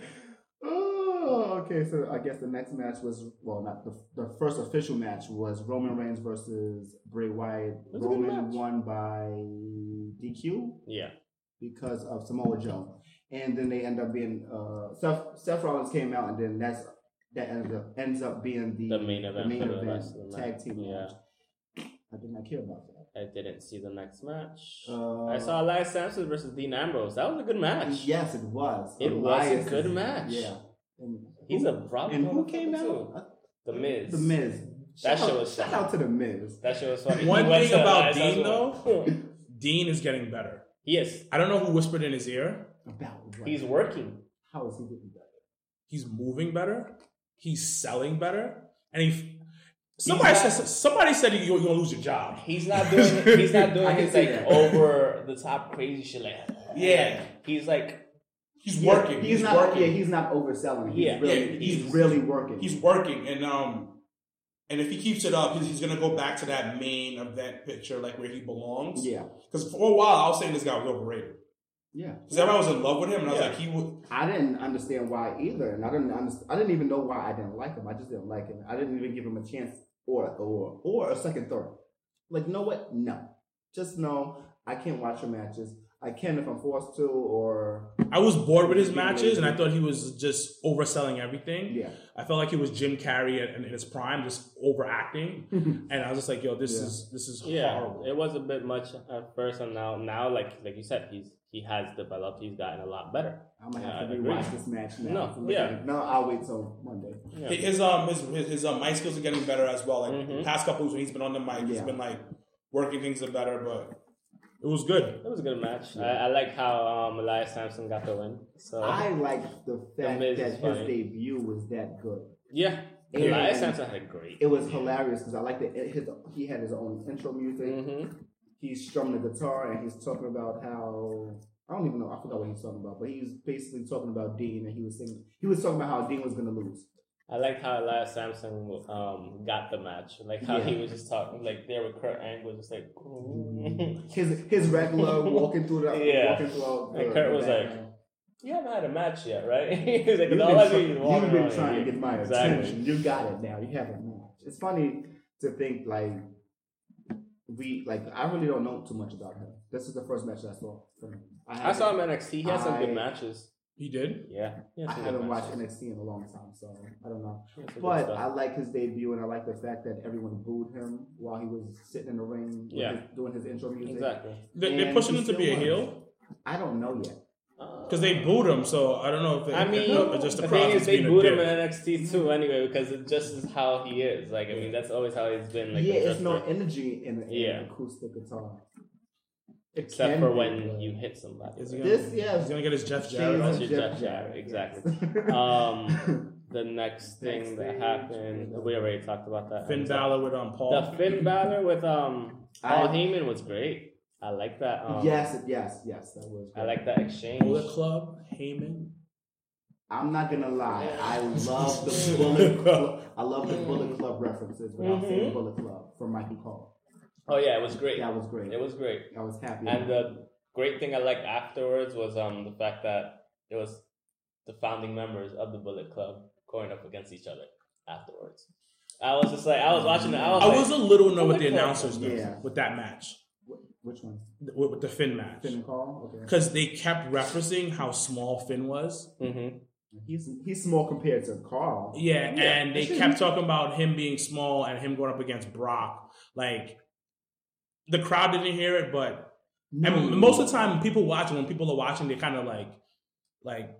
[SPEAKER 1] Oh, okay. So I guess the next match was well, not the the first official match was Roman Reigns versus Bray Wyatt.
[SPEAKER 2] It was a good
[SPEAKER 1] Roman
[SPEAKER 2] match.
[SPEAKER 1] won by DQ
[SPEAKER 2] Yeah.
[SPEAKER 1] because of Samoa Joe, and then they end up being uh, Seth Seth Rollins came out, and then that's that ends up ends up being the,
[SPEAKER 2] The main event
[SPEAKER 1] main
[SPEAKER 2] for the
[SPEAKER 1] event
[SPEAKER 2] rest of the
[SPEAKER 1] tag
[SPEAKER 2] night.
[SPEAKER 1] team
[SPEAKER 2] Yeah.
[SPEAKER 1] match. I did not care about that.
[SPEAKER 2] I didn't see the next match.
[SPEAKER 1] Uh,
[SPEAKER 2] I saw Elias Sampson versus Dean Ambrose. That was a good match.
[SPEAKER 1] Yes, it was.
[SPEAKER 2] It was
[SPEAKER 1] Elias
[SPEAKER 2] a good
[SPEAKER 1] is-
[SPEAKER 2] match.
[SPEAKER 1] Yeah. And
[SPEAKER 2] He's
[SPEAKER 1] who-
[SPEAKER 2] a problem.
[SPEAKER 1] and who came
[SPEAKER 2] too.
[SPEAKER 1] out?
[SPEAKER 2] The Miz.
[SPEAKER 1] The Miz.
[SPEAKER 2] That
[SPEAKER 1] shout
[SPEAKER 2] shit
[SPEAKER 1] out,
[SPEAKER 2] was
[SPEAKER 1] shout
[SPEAKER 2] funny.
[SPEAKER 1] out to the Miz.
[SPEAKER 2] That shit was funny.
[SPEAKER 3] One
[SPEAKER 2] He went
[SPEAKER 3] thing
[SPEAKER 2] to
[SPEAKER 3] about
[SPEAKER 2] Elias
[SPEAKER 3] Dean,
[SPEAKER 2] Sampson.
[SPEAKER 3] Dean is getting better.
[SPEAKER 2] yes,
[SPEAKER 3] I don't know who whispered in his ear.
[SPEAKER 1] About what?
[SPEAKER 2] he's working.
[SPEAKER 1] How is he getting better?
[SPEAKER 3] He's moving better. He's selling better, and he. Somebody
[SPEAKER 2] not-
[SPEAKER 3] said somebody said you're gonna lose your job.
[SPEAKER 2] He's not doing. He's not
[SPEAKER 1] I
[SPEAKER 2] doing
[SPEAKER 1] can
[SPEAKER 2] his
[SPEAKER 1] see
[SPEAKER 2] like
[SPEAKER 1] that.
[SPEAKER 2] over the top crazy shit. Like,
[SPEAKER 3] Yeah.
[SPEAKER 2] he's like
[SPEAKER 3] He's
[SPEAKER 1] Yeah,
[SPEAKER 3] working.
[SPEAKER 1] He's,
[SPEAKER 3] He's,
[SPEAKER 1] not.
[SPEAKER 3] working.
[SPEAKER 1] Yeah, he's not overselling. He's
[SPEAKER 2] Yeah.
[SPEAKER 1] really,
[SPEAKER 3] Yeah,
[SPEAKER 1] he's,
[SPEAKER 3] he's-
[SPEAKER 1] really working.
[SPEAKER 3] he's working and um And if he keeps it up, he's, he's gonna go back to that main event picture, like where he belongs.
[SPEAKER 1] Yeah,
[SPEAKER 3] Because for a while, I was saying this guy was overrated.
[SPEAKER 1] yeah.
[SPEAKER 3] Because everybody was in love with him, and I was
[SPEAKER 2] Yeah.
[SPEAKER 3] like, he would.
[SPEAKER 1] I didn't understand why either, and I didn't understand, I didn't even know why I didn't like him. I just didn't like him. I didn't even give him a chance or or or a second thought. Like, you know what? No, just no. I can't watch your matches. I can if I'm forced to, or
[SPEAKER 3] I was bored with his matches, and I thought he was just overselling everything.
[SPEAKER 1] yeah,
[SPEAKER 3] I felt like he was Jim Carrey in, in his prime, just overacting, and I was just like, yo, this
[SPEAKER 1] Yeah.
[SPEAKER 3] is this is
[SPEAKER 2] Yeah,
[SPEAKER 3] horrible.
[SPEAKER 2] it was a bit much at first, and now, now like like you said, he's he has developed. He's gotten a lot better.
[SPEAKER 1] I'm gonna
[SPEAKER 2] Yeah,
[SPEAKER 1] have
[SPEAKER 2] I
[SPEAKER 1] to
[SPEAKER 2] agree.
[SPEAKER 1] rewatch this match now.
[SPEAKER 2] No, yeah.
[SPEAKER 1] no, I'll wait till Monday.
[SPEAKER 2] Yeah.
[SPEAKER 3] His um his his, his um, mic skills are getting better as well. Like
[SPEAKER 2] Mhm.
[SPEAKER 3] the past couple weeks when he's been on the mic, he's
[SPEAKER 1] Yeah.
[SPEAKER 3] been like working things are better, but it was good.
[SPEAKER 2] It was a good match. I, I like how um, Elias Sampson got the win. So
[SPEAKER 1] I like the fact
[SPEAKER 2] Uh, Miz
[SPEAKER 1] that
[SPEAKER 2] is
[SPEAKER 1] his
[SPEAKER 2] funny.
[SPEAKER 1] debut was that good.
[SPEAKER 2] yeah,
[SPEAKER 1] And
[SPEAKER 2] Elias Sampson had a great.
[SPEAKER 1] It was hilarious because I like that it- his he had his own intro music.
[SPEAKER 2] Mm-hmm.
[SPEAKER 1] He's strumming the guitar and he's talking about how I don't even know. I forgot what he's talking about, but he was basically talking about Dean and he was saying he was talking about how Dean was gonna lose.
[SPEAKER 2] I liked how Elias Sampson um, got the match. Like how he
[SPEAKER 1] Yeah.
[SPEAKER 2] was just talking, like there with Kurt Angle, just like.
[SPEAKER 1] His his regular walking through the
[SPEAKER 2] Yeah.
[SPEAKER 1] walking throughout.
[SPEAKER 2] And
[SPEAKER 1] the-
[SPEAKER 2] Kurt
[SPEAKER 1] the
[SPEAKER 2] was
[SPEAKER 1] background.
[SPEAKER 2] You haven't had a match yet, right? He's like,
[SPEAKER 1] You've
[SPEAKER 2] "No,
[SPEAKER 1] been,
[SPEAKER 2] I've
[SPEAKER 1] try-
[SPEAKER 2] been walking
[SPEAKER 1] you've been
[SPEAKER 2] around
[SPEAKER 1] trying
[SPEAKER 2] here."
[SPEAKER 1] to get my
[SPEAKER 2] Exactly.
[SPEAKER 1] attention. You got it now. You have a match. It's funny to think like we like I really don't know too much about him. This is the first match I saw. From him.
[SPEAKER 2] I saw him in NXT. He had some good
[SPEAKER 1] I-
[SPEAKER 2] matches.
[SPEAKER 3] He did.
[SPEAKER 2] Yeah, he had
[SPEAKER 1] I
[SPEAKER 2] some good
[SPEAKER 1] haven't watched
[SPEAKER 2] matches.
[SPEAKER 1] NXT in a long time, so I don't know.
[SPEAKER 2] He had some good
[SPEAKER 1] But
[SPEAKER 2] stuff.
[SPEAKER 1] I like his debut, and I like the fact that everyone booed him while he was sitting in the ring, with
[SPEAKER 2] Yeah.
[SPEAKER 1] his- doing his intro music.
[SPEAKER 2] exactly
[SPEAKER 3] They, they're
[SPEAKER 1] And
[SPEAKER 3] pushing
[SPEAKER 1] he
[SPEAKER 3] him to be a
[SPEAKER 1] still won.
[SPEAKER 3] heel
[SPEAKER 1] I don't know yet.
[SPEAKER 3] because Uh, they booed him. So I don't know if it,
[SPEAKER 2] I mean,
[SPEAKER 3] or just the,
[SPEAKER 2] the
[SPEAKER 3] crowd
[SPEAKER 2] thing is,
[SPEAKER 3] just
[SPEAKER 2] they
[SPEAKER 3] being a
[SPEAKER 2] booed him
[SPEAKER 3] dick.
[SPEAKER 2] in NXT too, anyway, because it just is how he is. Like, I mean, that's always how he's been. Like,
[SPEAKER 1] yeah,
[SPEAKER 2] the
[SPEAKER 1] it's no
[SPEAKER 2] wrestler.
[SPEAKER 1] energy in an
[SPEAKER 2] Yeah.
[SPEAKER 1] acoustic guitar. It
[SPEAKER 2] except
[SPEAKER 1] can
[SPEAKER 2] for
[SPEAKER 1] be,
[SPEAKER 2] when
[SPEAKER 1] but-
[SPEAKER 2] you hit somebody.
[SPEAKER 3] Is he
[SPEAKER 2] right?
[SPEAKER 3] gonna-
[SPEAKER 1] This- yeah.
[SPEAKER 3] he's gonna get his Jeff Jarrett.
[SPEAKER 2] That's
[SPEAKER 1] Jesus,
[SPEAKER 2] your
[SPEAKER 1] Jeff
[SPEAKER 2] Jeff
[SPEAKER 1] Jarrett,
[SPEAKER 2] Jarrett,
[SPEAKER 1] yes.
[SPEAKER 2] Um, the next thing that
[SPEAKER 1] Backstage.
[SPEAKER 2] happened, we already talked about that.
[SPEAKER 3] Finn Balor with um Paul.
[SPEAKER 2] the Finn Balor with um
[SPEAKER 1] I-
[SPEAKER 2] Paul Heyman was great. I like that. Um,
[SPEAKER 1] yes, yes, yes. That was.
[SPEAKER 2] I like that exchange.
[SPEAKER 3] Bullet Club. Heyman.
[SPEAKER 1] I'm not gonna lie. I love the Bullet Club. I love the Bullet Club references without saying
[SPEAKER 2] Mhm.
[SPEAKER 1] Bullet Club from Michael Cole.
[SPEAKER 2] Oh yeah, it was great.
[SPEAKER 1] That was great.
[SPEAKER 2] It was great.
[SPEAKER 1] I was happy.
[SPEAKER 2] And the great thing I liked afterwards was um the fact that it was the founding members of the Bullet Club going up against each other afterwards. I was just like, I was watching it. I was,
[SPEAKER 3] I
[SPEAKER 2] like,
[SPEAKER 3] was a little annoyed with the
[SPEAKER 2] Bullet Club.
[SPEAKER 3] announcers though,
[SPEAKER 1] Yeah.
[SPEAKER 3] with that match,
[SPEAKER 1] Wh- Which one?
[SPEAKER 3] with, with the Finn match,
[SPEAKER 1] Finn and Cole. Okay.
[SPEAKER 3] because they kept referencing how small Finn was.
[SPEAKER 2] Mhm.
[SPEAKER 1] He's he's small compared to Carl.
[SPEAKER 3] Yeah,
[SPEAKER 2] Yeah,
[SPEAKER 3] and they
[SPEAKER 2] it should
[SPEAKER 3] kept talking about him being small and him going up against Brock. Like the crowd didn't hear it, but I
[SPEAKER 1] Mm.
[SPEAKER 3] mean, most of the time, people watching when people are watching, they kind of like like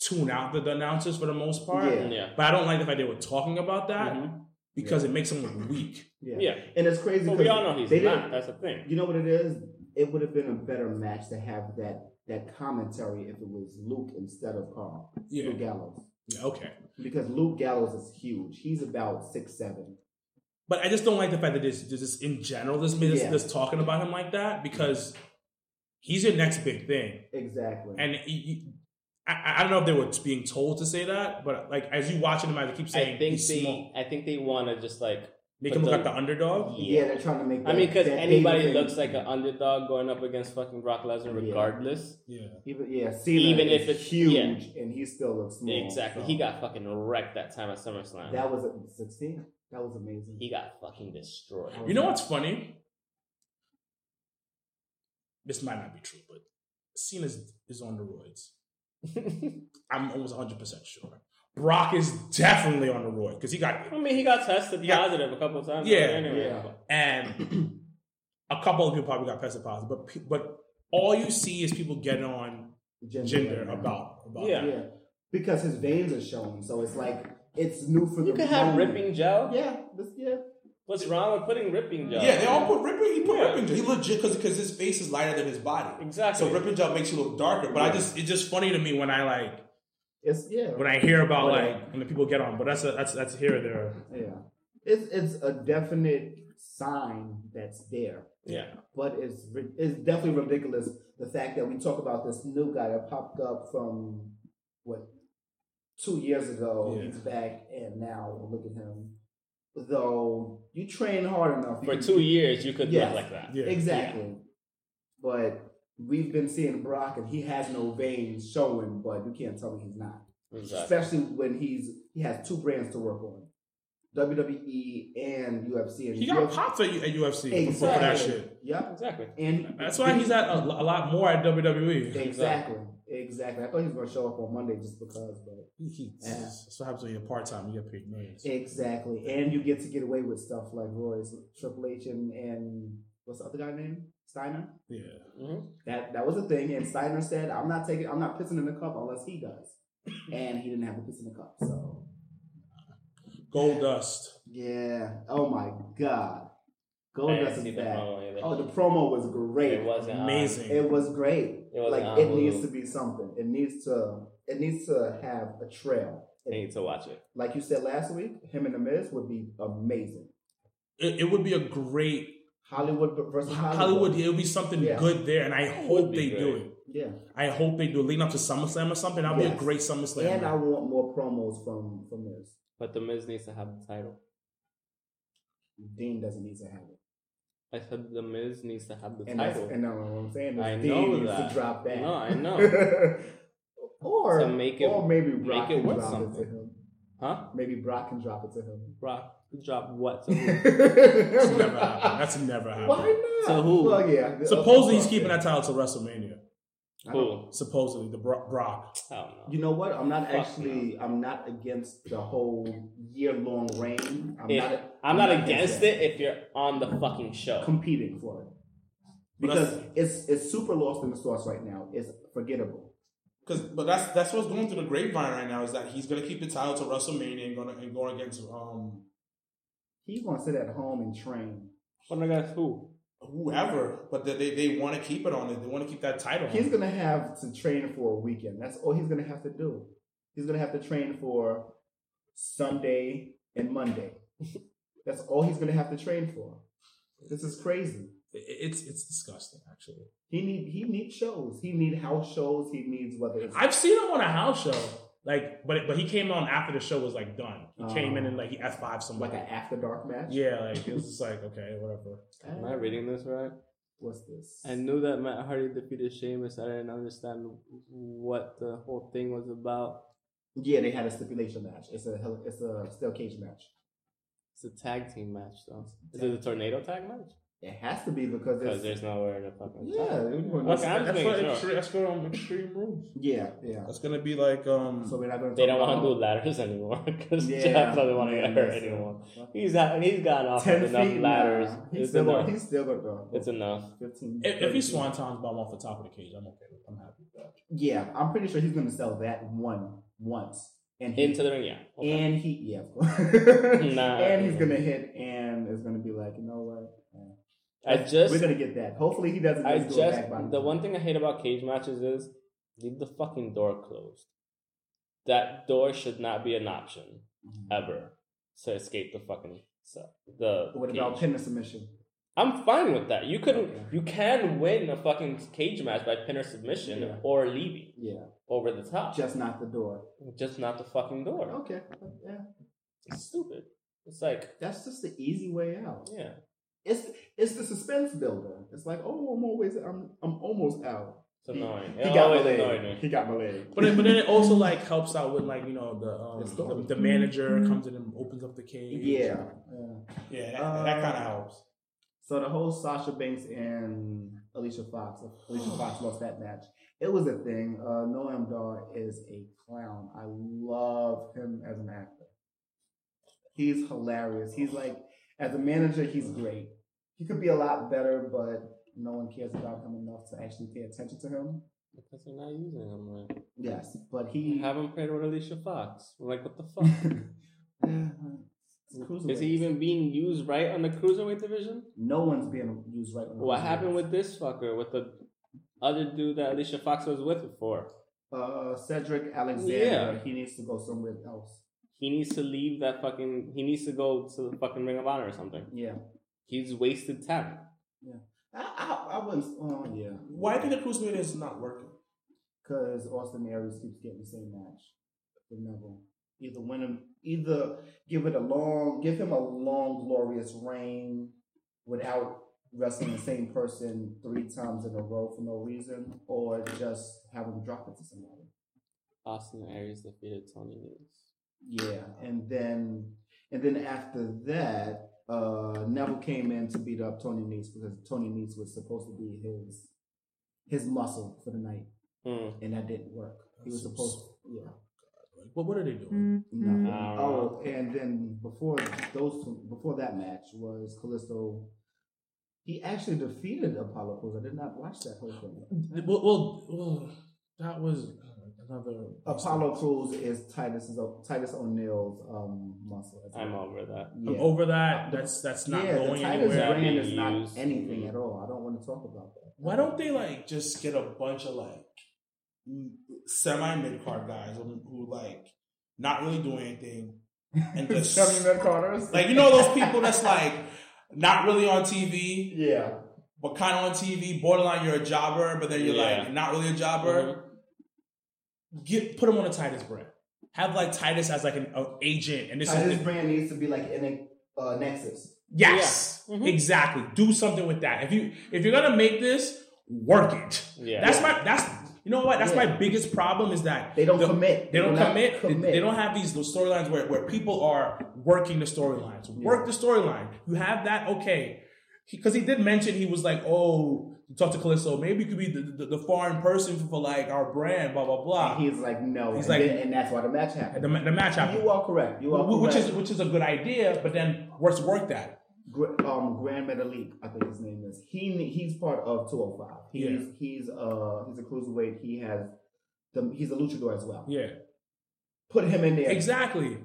[SPEAKER 3] tune out the, the announcers for the most part.
[SPEAKER 1] Yeah.
[SPEAKER 2] mm, yeah,
[SPEAKER 3] But I don't like the fact they were talking about that
[SPEAKER 2] Mhm.
[SPEAKER 3] because it makes them look weak.
[SPEAKER 1] Yeah.
[SPEAKER 2] yeah.
[SPEAKER 1] And it's crazy.
[SPEAKER 2] But we
[SPEAKER 1] 'cause
[SPEAKER 2] all know he's
[SPEAKER 1] they
[SPEAKER 2] not.
[SPEAKER 1] didn't-
[SPEAKER 2] That's the thing.
[SPEAKER 1] You know what it is? It would have been a better match to have that that commentary if it was Luke instead of Carl.
[SPEAKER 3] Yeah.
[SPEAKER 1] Luke Gallows.
[SPEAKER 3] Yeah, okay.
[SPEAKER 1] Because Luke Gallows is huge. He's about six seven.
[SPEAKER 3] But I just don't like the fact that this, this is in general, this this,
[SPEAKER 1] Yeah.
[SPEAKER 3] this talking about him like that because he's your next big thing.
[SPEAKER 1] Exactly.
[SPEAKER 3] And he- he- I- I, I don't know if they were being told to say that, but like as you watching him, I keep saying
[SPEAKER 2] I think
[SPEAKER 3] he's
[SPEAKER 2] they,
[SPEAKER 3] small.
[SPEAKER 2] I think they want to just like,
[SPEAKER 3] Make him
[SPEAKER 2] but
[SPEAKER 3] look like
[SPEAKER 2] the-
[SPEAKER 3] the underdog.
[SPEAKER 1] yeah, they're trying to make.
[SPEAKER 2] I mean, because
[SPEAKER 1] that
[SPEAKER 2] anybody
[SPEAKER 1] baby
[SPEAKER 2] looks
[SPEAKER 1] thing.
[SPEAKER 2] like an underdog going up against fucking Brock Lesnar,
[SPEAKER 1] Yeah.
[SPEAKER 2] regardless.
[SPEAKER 3] Yeah,
[SPEAKER 1] Even, yeah, Cena
[SPEAKER 2] Even
[SPEAKER 1] is
[SPEAKER 2] if it's-
[SPEAKER 1] huge, and he still looks small.
[SPEAKER 2] Exactly.
[SPEAKER 1] so.
[SPEAKER 2] He got fucking wrecked that time at SummerSlam.
[SPEAKER 1] that was a sixteen. That was amazing.
[SPEAKER 2] he got fucking destroyed.
[SPEAKER 3] you know what's funny? This might not be true, but Cena is, is on the roids. I'm almost 100 percent sure. Brock is definitely on the roid because he got
[SPEAKER 2] I mean, he got tested
[SPEAKER 3] He got-
[SPEAKER 2] positive a couple of times.
[SPEAKER 3] Yeah,
[SPEAKER 2] anyway.
[SPEAKER 1] yeah.
[SPEAKER 3] and a couple of people probably got tested positive, but pe- but all you see is people getting on
[SPEAKER 1] gender,
[SPEAKER 3] gender
[SPEAKER 1] right now.
[SPEAKER 3] about about
[SPEAKER 2] Yeah.
[SPEAKER 1] Yeah. because his veins are showing, so it's like it's new for
[SPEAKER 2] You
[SPEAKER 1] the.
[SPEAKER 2] could have
[SPEAKER 1] moment.
[SPEAKER 2] ripping gel.
[SPEAKER 1] Yeah, this, yeah.
[SPEAKER 2] What's wrong with putting ripping gel?
[SPEAKER 3] Yeah, they all put Ripper. He put
[SPEAKER 2] Yeah.
[SPEAKER 3] Ripper. He legit because because his face is lighter than his body.
[SPEAKER 2] exactly.
[SPEAKER 3] So Ripper job makes you look darker. But I just it's just funny to me when I like
[SPEAKER 1] It's yeah,
[SPEAKER 3] when I hear about
[SPEAKER 1] Right.
[SPEAKER 3] like when the people get on. But that's a, that's that's here or there.
[SPEAKER 1] yeah. It's it's a definite sign that's there,
[SPEAKER 2] yeah,
[SPEAKER 1] but it's ri- it's definitely ridiculous the fact that we talk about this new guy that popped up from what two years ago.
[SPEAKER 3] Yeah.
[SPEAKER 1] He's back, and now look at him. though you train hard enough you
[SPEAKER 2] For
[SPEAKER 1] can-
[SPEAKER 2] two years, you could
[SPEAKER 1] Yes.
[SPEAKER 2] look like that.
[SPEAKER 3] Yeah.
[SPEAKER 1] Exactly. But we've been seeing Brock and he has no veins showing, but you can't tell me he's not.
[SPEAKER 2] Exactly.
[SPEAKER 1] Especially when he's he has two brands to work on. WWE and UFC and
[SPEAKER 3] He got popped at, U- at UFC for- for that
[SPEAKER 1] Exactly.
[SPEAKER 3] shit.
[SPEAKER 1] Yep.
[SPEAKER 2] Exactly.
[SPEAKER 1] And
[SPEAKER 3] That's why he's at a, lo- a lot more at E. WWE.
[SPEAKER 1] Exactly. Exactly. I thought he was gonna show up on Monday just because, but
[SPEAKER 3] He-
[SPEAKER 1] Yeah.
[SPEAKER 3] That's what happens when you're part time. You get paid millions.
[SPEAKER 1] exactly. And you get to get away with stuff like Roy's Triple H and, and what's the other guy name? Steiner?
[SPEAKER 3] Yeah.
[SPEAKER 2] Mhm.
[SPEAKER 1] That that was a thing, and Steiner said, "I'm not taking, I'm not pissing in the cup unless he does," and he didn't have a piss in the cup. So
[SPEAKER 3] Gold dust.
[SPEAKER 1] yeah, oh my god,
[SPEAKER 2] I didn't
[SPEAKER 1] Goldust
[SPEAKER 2] see
[SPEAKER 1] is
[SPEAKER 2] the
[SPEAKER 1] back.
[SPEAKER 2] promo either.
[SPEAKER 1] Oh, the promo was great.
[SPEAKER 2] It wasn't on.
[SPEAKER 3] Amazing.
[SPEAKER 1] It was great.
[SPEAKER 2] It wasn't
[SPEAKER 1] like
[SPEAKER 2] on
[SPEAKER 1] it
[SPEAKER 2] Hulu.
[SPEAKER 1] needs to be something. It needs to. It needs to have a trail.
[SPEAKER 2] I need to watch it.
[SPEAKER 1] Like you said last week, him and the Miz would be amazing.
[SPEAKER 3] It, it would be a great
[SPEAKER 1] Hollywood versus Hollywood.
[SPEAKER 3] Hollywood. It would be something
[SPEAKER 1] Yeah.
[SPEAKER 3] good there, and I
[SPEAKER 2] It would
[SPEAKER 3] hope
[SPEAKER 2] be
[SPEAKER 3] they do
[SPEAKER 2] great.
[SPEAKER 3] it.
[SPEAKER 1] Yeah,
[SPEAKER 3] I hope they do it. Leading up to SummerSlam or something. That'd be a
[SPEAKER 1] Yes.
[SPEAKER 3] great SummerSlam.
[SPEAKER 1] and I want more promos from from Miz.
[SPEAKER 2] But the Miz needs to have the title.
[SPEAKER 1] Dean doesn't need to have it.
[SPEAKER 2] I said the Miz needs to have the
[SPEAKER 1] And that's
[SPEAKER 2] title.
[SPEAKER 1] and that's what I'm saying.
[SPEAKER 2] I
[SPEAKER 1] is Dean
[SPEAKER 2] know
[SPEAKER 1] needs
[SPEAKER 2] that.
[SPEAKER 1] to drop that.
[SPEAKER 2] No, I know.
[SPEAKER 1] or
[SPEAKER 2] To make it-
[SPEAKER 1] or maybe
[SPEAKER 2] make
[SPEAKER 1] Brock
[SPEAKER 2] it
[SPEAKER 1] can
[SPEAKER 2] worth
[SPEAKER 1] drop it
[SPEAKER 2] something.
[SPEAKER 1] to him.
[SPEAKER 2] huh?
[SPEAKER 1] Maybe Brock can drop it to him.
[SPEAKER 2] Brock drop what? To who?
[SPEAKER 3] That's never happened. That's never happened.
[SPEAKER 1] Why not?
[SPEAKER 2] To who?
[SPEAKER 1] Well, yeah.
[SPEAKER 3] Supposedly he's keeping that title to WrestleMania.
[SPEAKER 1] I don't-
[SPEAKER 2] Who?
[SPEAKER 3] Supposedly the Bro- Brock.
[SPEAKER 2] I don't know.
[SPEAKER 1] You know what? I'm not
[SPEAKER 2] Fuck
[SPEAKER 1] actually. I'm not against the whole year long reign. I'm
[SPEAKER 2] If-
[SPEAKER 1] not
[SPEAKER 2] I'm not against
[SPEAKER 1] that.
[SPEAKER 2] it if you're on the fucking show.
[SPEAKER 1] Competing for it
[SPEAKER 3] But
[SPEAKER 1] because it's it's super lost in the sauce right now. It's forgettable.
[SPEAKER 4] Cause, but that's that's what's going through the grapevine right now is that he's gonna keep the title to WrestleMania and gonna and going against um
[SPEAKER 1] He's gonna sit at home and train.
[SPEAKER 2] What against who?
[SPEAKER 4] whoever, but they they, they want to keep it on it. They want to keep that title. on
[SPEAKER 1] He's
[SPEAKER 4] it.
[SPEAKER 1] gonna have to train for a weekend. That's all he's gonna have to do. He's gonna have to train for Sunday and Monday. That's all he's gonna have to train for. This is crazy.
[SPEAKER 3] It- It's it's disgusting actually.
[SPEAKER 1] He need he needs shows. He need house shows. He needs whether it's
[SPEAKER 3] I've seen him on a house show. Like, but but he came on after the show was like done. He came in and like he F five
[SPEAKER 1] like
[SPEAKER 3] somebody.
[SPEAKER 1] an after dark match.
[SPEAKER 3] yeah, like it was just like okay, whatever.
[SPEAKER 2] Am I reading this right?
[SPEAKER 1] What's this?
[SPEAKER 2] I knew that Matt Hardy defeated Sheamus. I didn't understand what the whole thing was about.
[SPEAKER 1] yeah, they had a stipulation match. It's a hell- it's a steel cage match.
[SPEAKER 2] It's a tag team match, though. Is it a tornado tag match?
[SPEAKER 1] It has to be because
[SPEAKER 2] Because
[SPEAKER 1] it's
[SPEAKER 2] there's nowhere to fucking.
[SPEAKER 1] Yeah,
[SPEAKER 2] tag.
[SPEAKER 1] they wouldn't-
[SPEAKER 2] okay, I'm just
[SPEAKER 3] that's for
[SPEAKER 2] making sure.
[SPEAKER 3] extreme, that's for um, extreme rules.
[SPEAKER 1] yeah yeah.
[SPEAKER 3] That's gonna be like um.
[SPEAKER 1] So we're not gonna.
[SPEAKER 2] They don't
[SPEAKER 1] talk
[SPEAKER 2] want to
[SPEAKER 1] about-
[SPEAKER 2] do ladders anymore because
[SPEAKER 1] Yeah.
[SPEAKER 2] Jeff doesn't want to
[SPEAKER 1] Yeah,
[SPEAKER 2] get hurt
[SPEAKER 1] so-
[SPEAKER 2] anymore. He's out, he's gotten off
[SPEAKER 1] Ten
[SPEAKER 2] with enough
[SPEAKER 1] feet
[SPEAKER 2] ladders.
[SPEAKER 1] Nah. He's
[SPEAKER 2] It's
[SPEAKER 1] still
[SPEAKER 2] enough.
[SPEAKER 1] gonna, he's still gonna go.
[SPEAKER 2] it's enough.
[SPEAKER 1] 15.
[SPEAKER 3] if, if he
[SPEAKER 1] 30.
[SPEAKER 3] swantons bomb off the top of the cage, I'm okay. with I'm happy with that.
[SPEAKER 1] Yeah, I'm pretty sure he's gonna sell that one once. And he,
[SPEAKER 2] Into the ring, yeah. Okay.
[SPEAKER 1] and he yeah, of course.
[SPEAKER 2] Nah.
[SPEAKER 1] and he's gonna hit and is gonna be like, you know what?
[SPEAKER 2] I just,
[SPEAKER 1] We're gonna get that. Hopefully he doesn't
[SPEAKER 2] I
[SPEAKER 1] just do a
[SPEAKER 2] just,
[SPEAKER 1] back body.
[SPEAKER 2] the one thing I hate about cage matches is leave the fucking door closed. That door should not be an option
[SPEAKER 1] Mm-hmm.
[SPEAKER 2] ever to escape the fucking so the.
[SPEAKER 1] What
[SPEAKER 2] cage.
[SPEAKER 1] about pin and submission?
[SPEAKER 2] I'm fine with that. You could,
[SPEAKER 1] Okay.
[SPEAKER 2] you can win a fucking cage match by pin or submission
[SPEAKER 1] Yeah.
[SPEAKER 2] or leaving
[SPEAKER 1] Yeah.
[SPEAKER 2] over the top.
[SPEAKER 1] Just knock the door.
[SPEAKER 2] just not the fucking door.
[SPEAKER 1] Okay. Yeah.
[SPEAKER 2] It's stupid. It's like,
[SPEAKER 1] That's just the easy way out.
[SPEAKER 2] yeah.
[SPEAKER 1] It's it's the suspense builder. It's like, oh I'm always I'm I'm almost out.
[SPEAKER 2] It's annoying.
[SPEAKER 1] He
[SPEAKER 2] It
[SPEAKER 1] got my
[SPEAKER 2] always annoyed
[SPEAKER 1] leg.
[SPEAKER 2] me.
[SPEAKER 1] He got my leg.
[SPEAKER 3] But it, but then it also like helps out with like you know
[SPEAKER 1] The
[SPEAKER 3] the
[SPEAKER 1] story.
[SPEAKER 3] um, the, the manager comes in and opens up the cage.
[SPEAKER 1] yeah. Um, yeah.
[SPEAKER 4] yeah, that, that kind of helps.
[SPEAKER 1] So the whole Sasha Banks and Alicia Fox, Alicia Fox lost that match. It was a thing. Uh, Noam Dar is a clown. I love him as an actor. He's hilarious. He's like, as a manager, he's great. He could be a lot better, but no one cares about him enough to actually pay attention to him.
[SPEAKER 2] Because they're not using him. Like,
[SPEAKER 1] Yes, but
[SPEAKER 2] you
[SPEAKER 1] he.
[SPEAKER 2] haven't paired with Alicia Fox. I'm like, what the fuck? Mm-hmm. Is he even being used right on the cruiserweight division?
[SPEAKER 1] No one's being used right. now.
[SPEAKER 2] What happened with this fucker? With the other dude that Alicia Fox was with before?
[SPEAKER 1] uh, Cedric Alexander?
[SPEAKER 2] Yeah.
[SPEAKER 1] He needs to go somewhere else.
[SPEAKER 2] He needs to leave that fucking. He needs to go to the fucking Ring of Honor or something.
[SPEAKER 1] Yeah.
[SPEAKER 2] He's wasted talent.
[SPEAKER 1] I, I, I wouldn't. Oh, yeah.
[SPEAKER 4] Why do you think the cruiserweight is not working?
[SPEAKER 1] Because Austin Aries keeps getting the same match with Neville. Either win him, either give it a long, give him a long glorious reign without wrestling the same person three times in a row for no reason, or just have him drop it to somebody.
[SPEAKER 2] Austin Aries defeated Tony Nese.
[SPEAKER 1] Yeah, and then and then after that, uh, Neville came in to beat up Tony Nese because Tony Nese was supposed to be his his muscle for the night,
[SPEAKER 2] Hmm.
[SPEAKER 1] and that didn't work. He was supposed, yeah.
[SPEAKER 3] But what are they doing? Mm-hmm.
[SPEAKER 1] No.
[SPEAKER 2] I don't
[SPEAKER 1] Oh,
[SPEAKER 2] know.
[SPEAKER 1] and then before those two, before that match was Callisto. He actually defeated Apollo Crews. I did not watch that whole thing.
[SPEAKER 3] Well, well, well that was another
[SPEAKER 1] Apollo Crews is Titus Titus O'Neil's um, muscle.
[SPEAKER 2] I'm over that.
[SPEAKER 1] Yeah.
[SPEAKER 3] I'm over that. That's that's not
[SPEAKER 1] yeah,
[SPEAKER 3] going
[SPEAKER 1] the Titus
[SPEAKER 3] anywhere.
[SPEAKER 1] brand is
[SPEAKER 2] Being
[SPEAKER 1] not
[SPEAKER 2] used.
[SPEAKER 1] anything at all. I don't want to talk about that.
[SPEAKER 4] Why don't they like just get a bunch of like semi mid card guys who, who like not really doing anything and just
[SPEAKER 1] Carter's?
[SPEAKER 4] like you know those people that's like not really on TV
[SPEAKER 1] yeah,
[SPEAKER 4] but kind of on TV, borderline you're a jobber, but then you're
[SPEAKER 2] Yeah. Mm-hmm.
[SPEAKER 4] like not really a jobber.
[SPEAKER 3] Get put them on a Titus brand. Have like Titus as like an, a agent, and this is
[SPEAKER 1] Titus
[SPEAKER 3] the-
[SPEAKER 1] brand needs to be like in a uh, Nexus.
[SPEAKER 3] yes,
[SPEAKER 1] Mm-hmm.
[SPEAKER 2] Yeah. Mhm.
[SPEAKER 3] exactly. Do something with that. If you if you're gonna make this, work it.
[SPEAKER 2] Yeah.
[SPEAKER 3] That's my that's you know what that's my
[SPEAKER 1] Yeah.
[SPEAKER 3] biggest problem is that
[SPEAKER 1] They don't
[SPEAKER 3] the-
[SPEAKER 1] commit.
[SPEAKER 3] They don't
[SPEAKER 1] will not
[SPEAKER 3] commit. They- They don't have these those storylines where, where people are working the storylines. Work the storyline. You have that, okay. Because he, did mention he was like, oh, you talk to Callisto, maybe you could be the, the, the foreign person for, for like our brand, blah, blah, blah.
[SPEAKER 1] And he's like, no.
[SPEAKER 3] Uh, He's
[SPEAKER 1] He's
[SPEAKER 3] like-
[SPEAKER 1] like, and that's why the match happened.
[SPEAKER 3] and the, ma- the match happened.
[SPEAKER 1] You are correct. You are
[SPEAKER 3] Wh- which,
[SPEAKER 1] correct.
[SPEAKER 3] is, which is a good idea, but then let's work that.
[SPEAKER 1] Gr- um, Grand Metalik, I think his name is. He he's part of 205. He's
[SPEAKER 3] Yeah.
[SPEAKER 1] he's uh he's a cruiserweight. He has the he's a luchador as well.
[SPEAKER 3] Yeah,
[SPEAKER 1] Put him in there
[SPEAKER 3] exactly.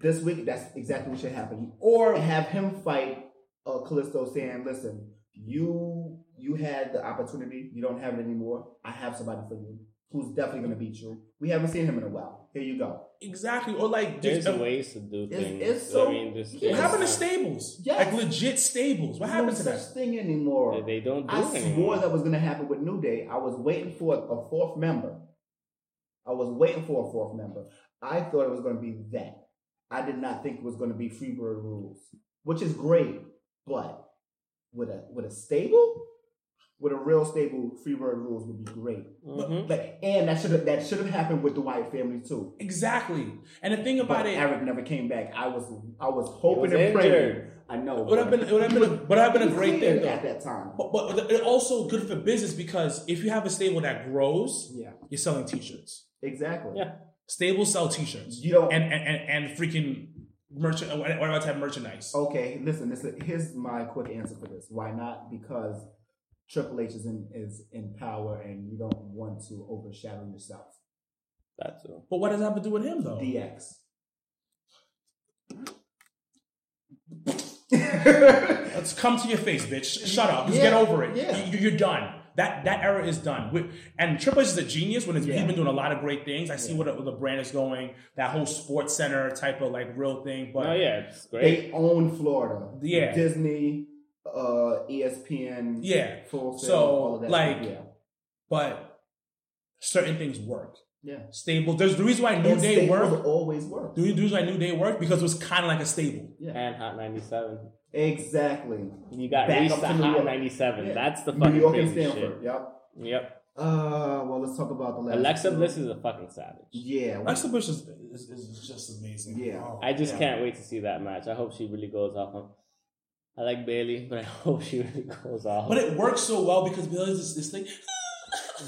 [SPEAKER 1] this week. That's exactly what should happen. Or have him fight uh, Callisto, saying, "Listen, you you had the opportunity. You don't have it anymore. I have somebody for you who's definitely going to beat you. We haven't seen him in a while. Here you go.
[SPEAKER 3] Exactly. Or like,
[SPEAKER 2] There's
[SPEAKER 3] just, uh,
[SPEAKER 2] ways to do
[SPEAKER 1] It's-
[SPEAKER 2] things.
[SPEAKER 1] it's so-
[SPEAKER 2] I mean, this
[SPEAKER 1] Yeah.
[SPEAKER 3] what happened to
[SPEAKER 2] is-
[SPEAKER 3] stables?
[SPEAKER 1] Yes.
[SPEAKER 3] Like legit stables. What
[SPEAKER 1] There's
[SPEAKER 3] happened to
[SPEAKER 1] no
[SPEAKER 3] that?
[SPEAKER 1] such thing anymore?
[SPEAKER 2] They, they don't do
[SPEAKER 1] I
[SPEAKER 2] anything.
[SPEAKER 1] swore that was going to happen with New Day. I was waiting for a fourth member. I was waiting for a fourth member. I thought it was going to be that. I did not think it was going to be Freebird rules, which is great, but with a with a stable, with a real stable, Freebird rules would be great.
[SPEAKER 3] Hmm?
[SPEAKER 2] Mhm.
[SPEAKER 1] Like, and that should have that should have happened with the White family too.
[SPEAKER 3] Exactly. And the thing
[SPEAKER 1] But
[SPEAKER 3] about it.
[SPEAKER 1] Eric never came back. I was I was
[SPEAKER 2] He was
[SPEAKER 1] hoping and praying.
[SPEAKER 2] injured.
[SPEAKER 1] I know.
[SPEAKER 3] It would have been, it would have been, a, would have been a great thing though.
[SPEAKER 1] at that time.
[SPEAKER 3] But, but it also good for business because if you have a stable that grows,
[SPEAKER 1] Yeah,
[SPEAKER 3] you're selling t-shirts.
[SPEAKER 1] exactly.
[SPEAKER 2] Yeah.
[SPEAKER 3] Stables sell t-shirts
[SPEAKER 1] You don't
[SPEAKER 3] and and and, and freaking merchant whatever type of merchandise.
[SPEAKER 1] Okay, listen, listen. Here's my quick answer for this. Why not? Because Triple H is in is in power, and you don't want to overshadow yourself.
[SPEAKER 2] That's all.
[SPEAKER 3] But what does that have to do with him though?
[SPEAKER 1] DX.
[SPEAKER 3] Let's come to your face, bitch. Shut up. Just
[SPEAKER 1] Yeah,
[SPEAKER 3] get over it.
[SPEAKER 1] yeah.
[SPEAKER 3] You, are done. That that era is done. We- and Triple H is a genius when it's, he's
[SPEAKER 1] Yeah.
[SPEAKER 3] been doing a lot of great things. I see
[SPEAKER 1] Yeah.
[SPEAKER 3] what the, the brand is going. That whole sports center type of like real thing. But
[SPEAKER 2] no, Oh, yeah, it's great.
[SPEAKER 1] they own Florida.
[SPEAKER 3] Yeah.
[SPEAKER 1] Disney, uh, ESPN.
[SPEAKER 3] yeah,
[SPEAKER 1] Full Sail,
[SPEAKER 3] So,
[SPEAKER 1] all that.
[SPEAKER 3] like,
[SPEAKER 1] yeah,
[SPEAKER 3] but certain things work.
[SPEAKER 1] yeah.
[SPEAKER 3] Stable. There's the reason why New
[SPEAKER 1] And
[SPEAKER 3] Day
[SPEAKER 1] staples
[SPEAKER 3] worked.
[SPEAKER 1] always work.
[SPEAKER 3] Do you do like New Day work because it was kind of like a stable?
[SPEAKER 1] Yeah,
[SPEAKER 2] And Hot 97.
[SPEAKER 1] exactly.
[SPEAKER 2] You got
[SPEAKER 1] Back
[SPEAKER 2] Reese
[SPEAKER 1] up
[SPEAKER 2] to
[SPEAKER 1] to New
[SPEAKER 2] Hot
[SPEAKER 1] York.
[SPEAKER 2] 97.
[SPEAKER 1] Yeah.
[SPEAKER 2] That's the
[SPEAKER 1] New
[SPEAKER 2] fucking
[SPEAKER 1] York and
[SPEAKER 2] crazy
[SPEAKER 1] Stanford.
[SPEAKER 2] shit.
[SPEAKER 1] Yep.
[SPEAKER 2] Yep.
[SPEAKER 1] Uh, well, let's talk about the last.
[SPEAKER 2] Alexa
[SPEAKER 1] two.
[SPEAKER 2] Bliss is a fucking savage.
[SPEAKER 1] Yeah. we-
[SPEAKER 3] Alexa Bliss is
[SPEAKER 4] This is just amazing.
[SPEAKER 1] Yeah.
[SPEAKER 4] Oh,
[SPEAKER 2] I just
[SPEAKER 4] yeah.
[SPEAKER 2] can't wait to see that match. I hope she really goes off. on- I like Bailey, but I hope she really goes off.
[SPEAKER 4] But it works so well because Bailey's this, this thing.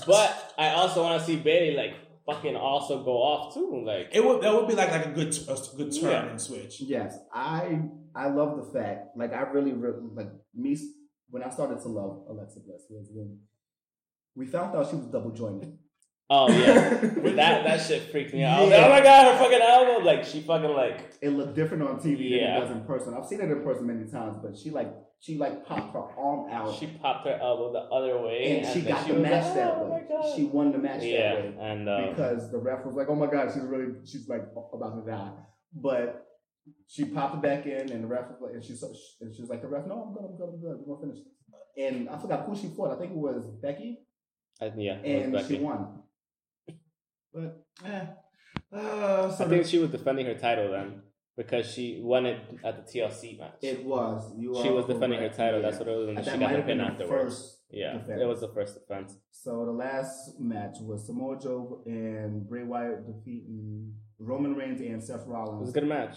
[SPEAKER 2] But I also want to see Bailey like fucking also go off too. Like
[SPEAKER 4] It would that would be like like a good t- a good turn
[SPEAKER 2] Yeah.
[SPEAKER 4] and switch.
[SPEAKER 1] Yes, I I love the fact like I really really like me when I started to love Alexa Bliss was when we found out she was double jointed.
[SPEAKER 2] oh yeah, that that shit freaked me out. I was like,
[SPEAKER 1] Yeah.
[SPEAKER 2] oh my god, her fucking elbow! Like she fucking like
[SPEAKER 1] It looked different on TV
[SPEAKER 2] Yeah.
[SPEAKER 1] than it was in person. I've seen it in person many times, but she like she like popped her arm out
[SPEAKER 2] she popped her elbow the other way,
[SPEAKER 1] and she
[SPEAKER 2] then
[SPEAKER 1] got
[SPEAKER 2] she
[SPEAKER 1] the
[SPEAKER 2] was
[SPEAKER 1] match
[SPEAKER 2] like,
[SPEAKER 1] that
[SPEAKER 2] oh my
[SPEAKER 1] way.
[SPEAKER 2] God.
[SPEAKER 1] She won the match
[SPEAKER 2] yeah,
[SPEAKER 1] that way
[SPEAKER 2] and um,
[SPEAKER 1] because the ref was like, "Oh my god, she's really she's like about to die," but. She popped it back in, and the ref was like, and she so- and she was like, "The ref, no, I'm good, I'm good, I'm good, we're gonna finish." this." And I forgot who she fought. I think it was Becky.
[SPEAKER 2] I- yeah, it was
[SPEAKER 1] and
[SPEAKER 2] Becky.
[SPEAKER 1] she won. But eh, Uh, so
[SPEAKER 2] I think she was defending her title then because she won it at the TLC match.
[SPEAKER 1] it was. You
[SPEAKER 2] she
[SPEAKER 1] are
[SPEAKER 2] was defending her
[SPEAKER 1] correct,
[SPEAKER 2] title.
[SPEAKER 1] yeah.
[SPEAKER 2] That's what it was, and
[SPEAKER 1] That
[SPEAKER 2] she
[SPEAKER 1] might
[SPEAKER 2] got the
[SPEAKER 1] have been
[SPEAKER 2] pin
[SPEAKER 1] the
[SPEAKER 2] afterwards.
[SPEAKER 1] first.
[SPEAKER 2] yeah,
[SPEAKER 1] defense.
[SPEAKER 2] it was the first defense.
[SPEAKER 1] So the last match was Samoa Joe and Bray Wyatt defeating Roman Reigns and Seth
[SPEAKER 2] It was a
[SPEAKER 1] Rollins.
[SPEAKER 2] good match.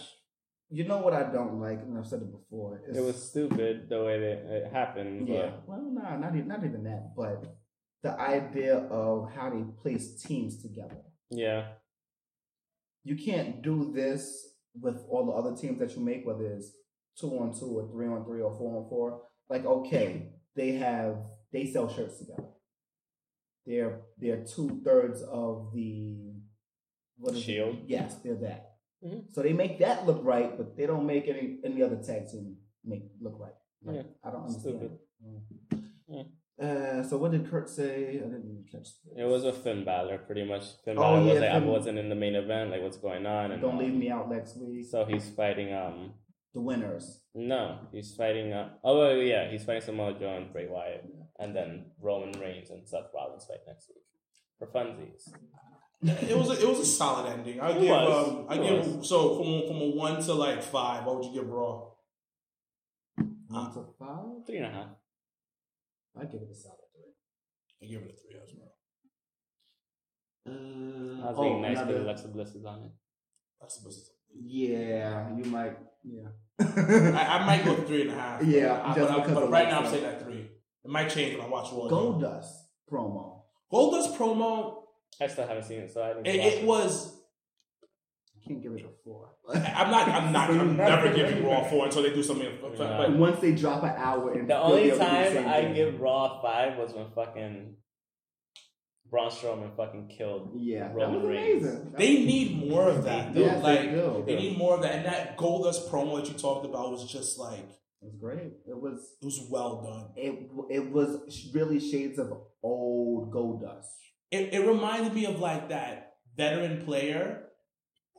[SPEAKER 1] You know what I don't like, and I've said it before.
[SPEAKER 2] It was stupid the way that it happened.
[SPEAKER 1] Yeah.
[SPEAKER 2] Yeah,
[SPEAKER 1] Well, nah, not even, not even that, but the idea of how they place teams together.
[SPEAKER 2] yeah.
[SPEAKER 1] You can't do this with all the other teams that you make, whether it's two on two or three on three or four on four. Like, okay, they have they sell shirts together. They're they're two thirds of the what is it?
[SPEAKER 2] Shield?
[SPEAKER 1] Yes, they're that.
[SPEAKER 2] Mhm.
[SPEAKER 1] So they make that look right, but they don't make any any other tag team make look right. Like,
[SPEAKER 2] Yeah.
[SPEAKER 1] I don't understand.
[SPEAKER 2] Stupid.
[SPEAKER 1] Mm. Uh, so what did Kurt say? I didn't catch.
[SPEAKER 2] It was with Finn Balor, pretty much. Finn
[SPEAKER 1] Oh,
[SPEAKER 2] Balor was
[SPEAKER 1] yeah,
[SPEAKER 2] like, I
[SPEAKER 1] Finn-
[SPEAKER 2] wasn't in the main event. Like, what's going on? And
[SPEAKER 1] Don't
[SPEAKER 2] um,
[SPEAKER 1] leave me out, Lex Lee.
[SPEAKER 2] So he's fighting. Um,
[SPEAKER 1] the winners.
[SPEAKER 2] no, he's fighting. Uh, oh well, yeah, he's fighting Samoa Joe and Bray Wyatt, and then Roman Reigns and Seth Rollins fight next week for funsies.
[SPEAKER 4] It was a, it was a solid ending. I
[SPEAKER 2] It
[SPEAKER 4] give
[SPEAKER 2] was.
[SPEAKER 4] um I
[SPEAKER 2] It
[SPEAKER 4] give so from a, from a one to like five. What would you give Raw?
[SPEAKER 1] One to five.
[SPEAKER 2] Three and a half.
[SPEAKER 1] I give it a solid three.
[SPEAKER 4] I give it a three as well.
[SPEAKER 1] Uh,
[SPEAKER 2] I was being nice because Alexa Bliss is on it.
[SPEAKER 4] That's the best.
[SPEAKER 1] Yeah, you might. Yeah.
[SPEAKER 4] I, I might go three and a half.
[SPEAKER 1] Yeah,
[SPEAKER 4] I-
[SPEAKER 1] just
[SPEAKER 4] but, I-
[SPEAKER 1] because
[SPEAKER 4] but
[SPEAKER 1] of
[SPEAKER 4] right
[SPEAKER 1] that
[SPEAKER 4] now I'm
[SPEAKER 1] stuff.
[SPEAKER 4] saying that three. It might change when I watch Raw.
[SPEAKER 1] Goldust promo.
[SPEAKER 4] Goldust promo.
[SPEAKER 2] I still haven't seen it, so I didn't.
[SPEAKER 4] It,
[SPEAKER 2] watch
[SPEAKER 4] it was.
[SPEAKER 1] Can't give it a four.
[SPEAKER 4] I'm not. I'm not. I'm never giving Raw four until they do something. But
[SPEAKER 2] Yeah.
[SPEAKER 1] But once they drop an hour, and
[SPEAKER 2] The
[SPEAKER 1] still
[SPEAKER 2] only
[SPEAKER 1] be able to do the
[SPEAKER 2] time
[SPEAKER 1] same
[SPEAKER 2] I
[SPEAKER 1] thing.
[SPEAKER 2] give Raw five was when fucking Braun Strowman fucking killed.
[SPEAKER 1] Yeah, that was
[SPEAKER 2] Roman Reigns.
[SPEAKER 1] amazing.
[SPEAKER 4] they need more of that. Though.
[SPEAKER 1] Yes,
[SPEAKER 4] like
[SPEAKER 1] they do.
[SPEAKER 4] they need more of that. And that Goldust promo that you talked about was just like it
[SPEAKER 1] It was great. It was.
[SPEAKER 4] was well done.
[SPEAKER 1] It it was really shades of old Goldust.
[SPEAKER 4] It, it reminded me of like that veteran player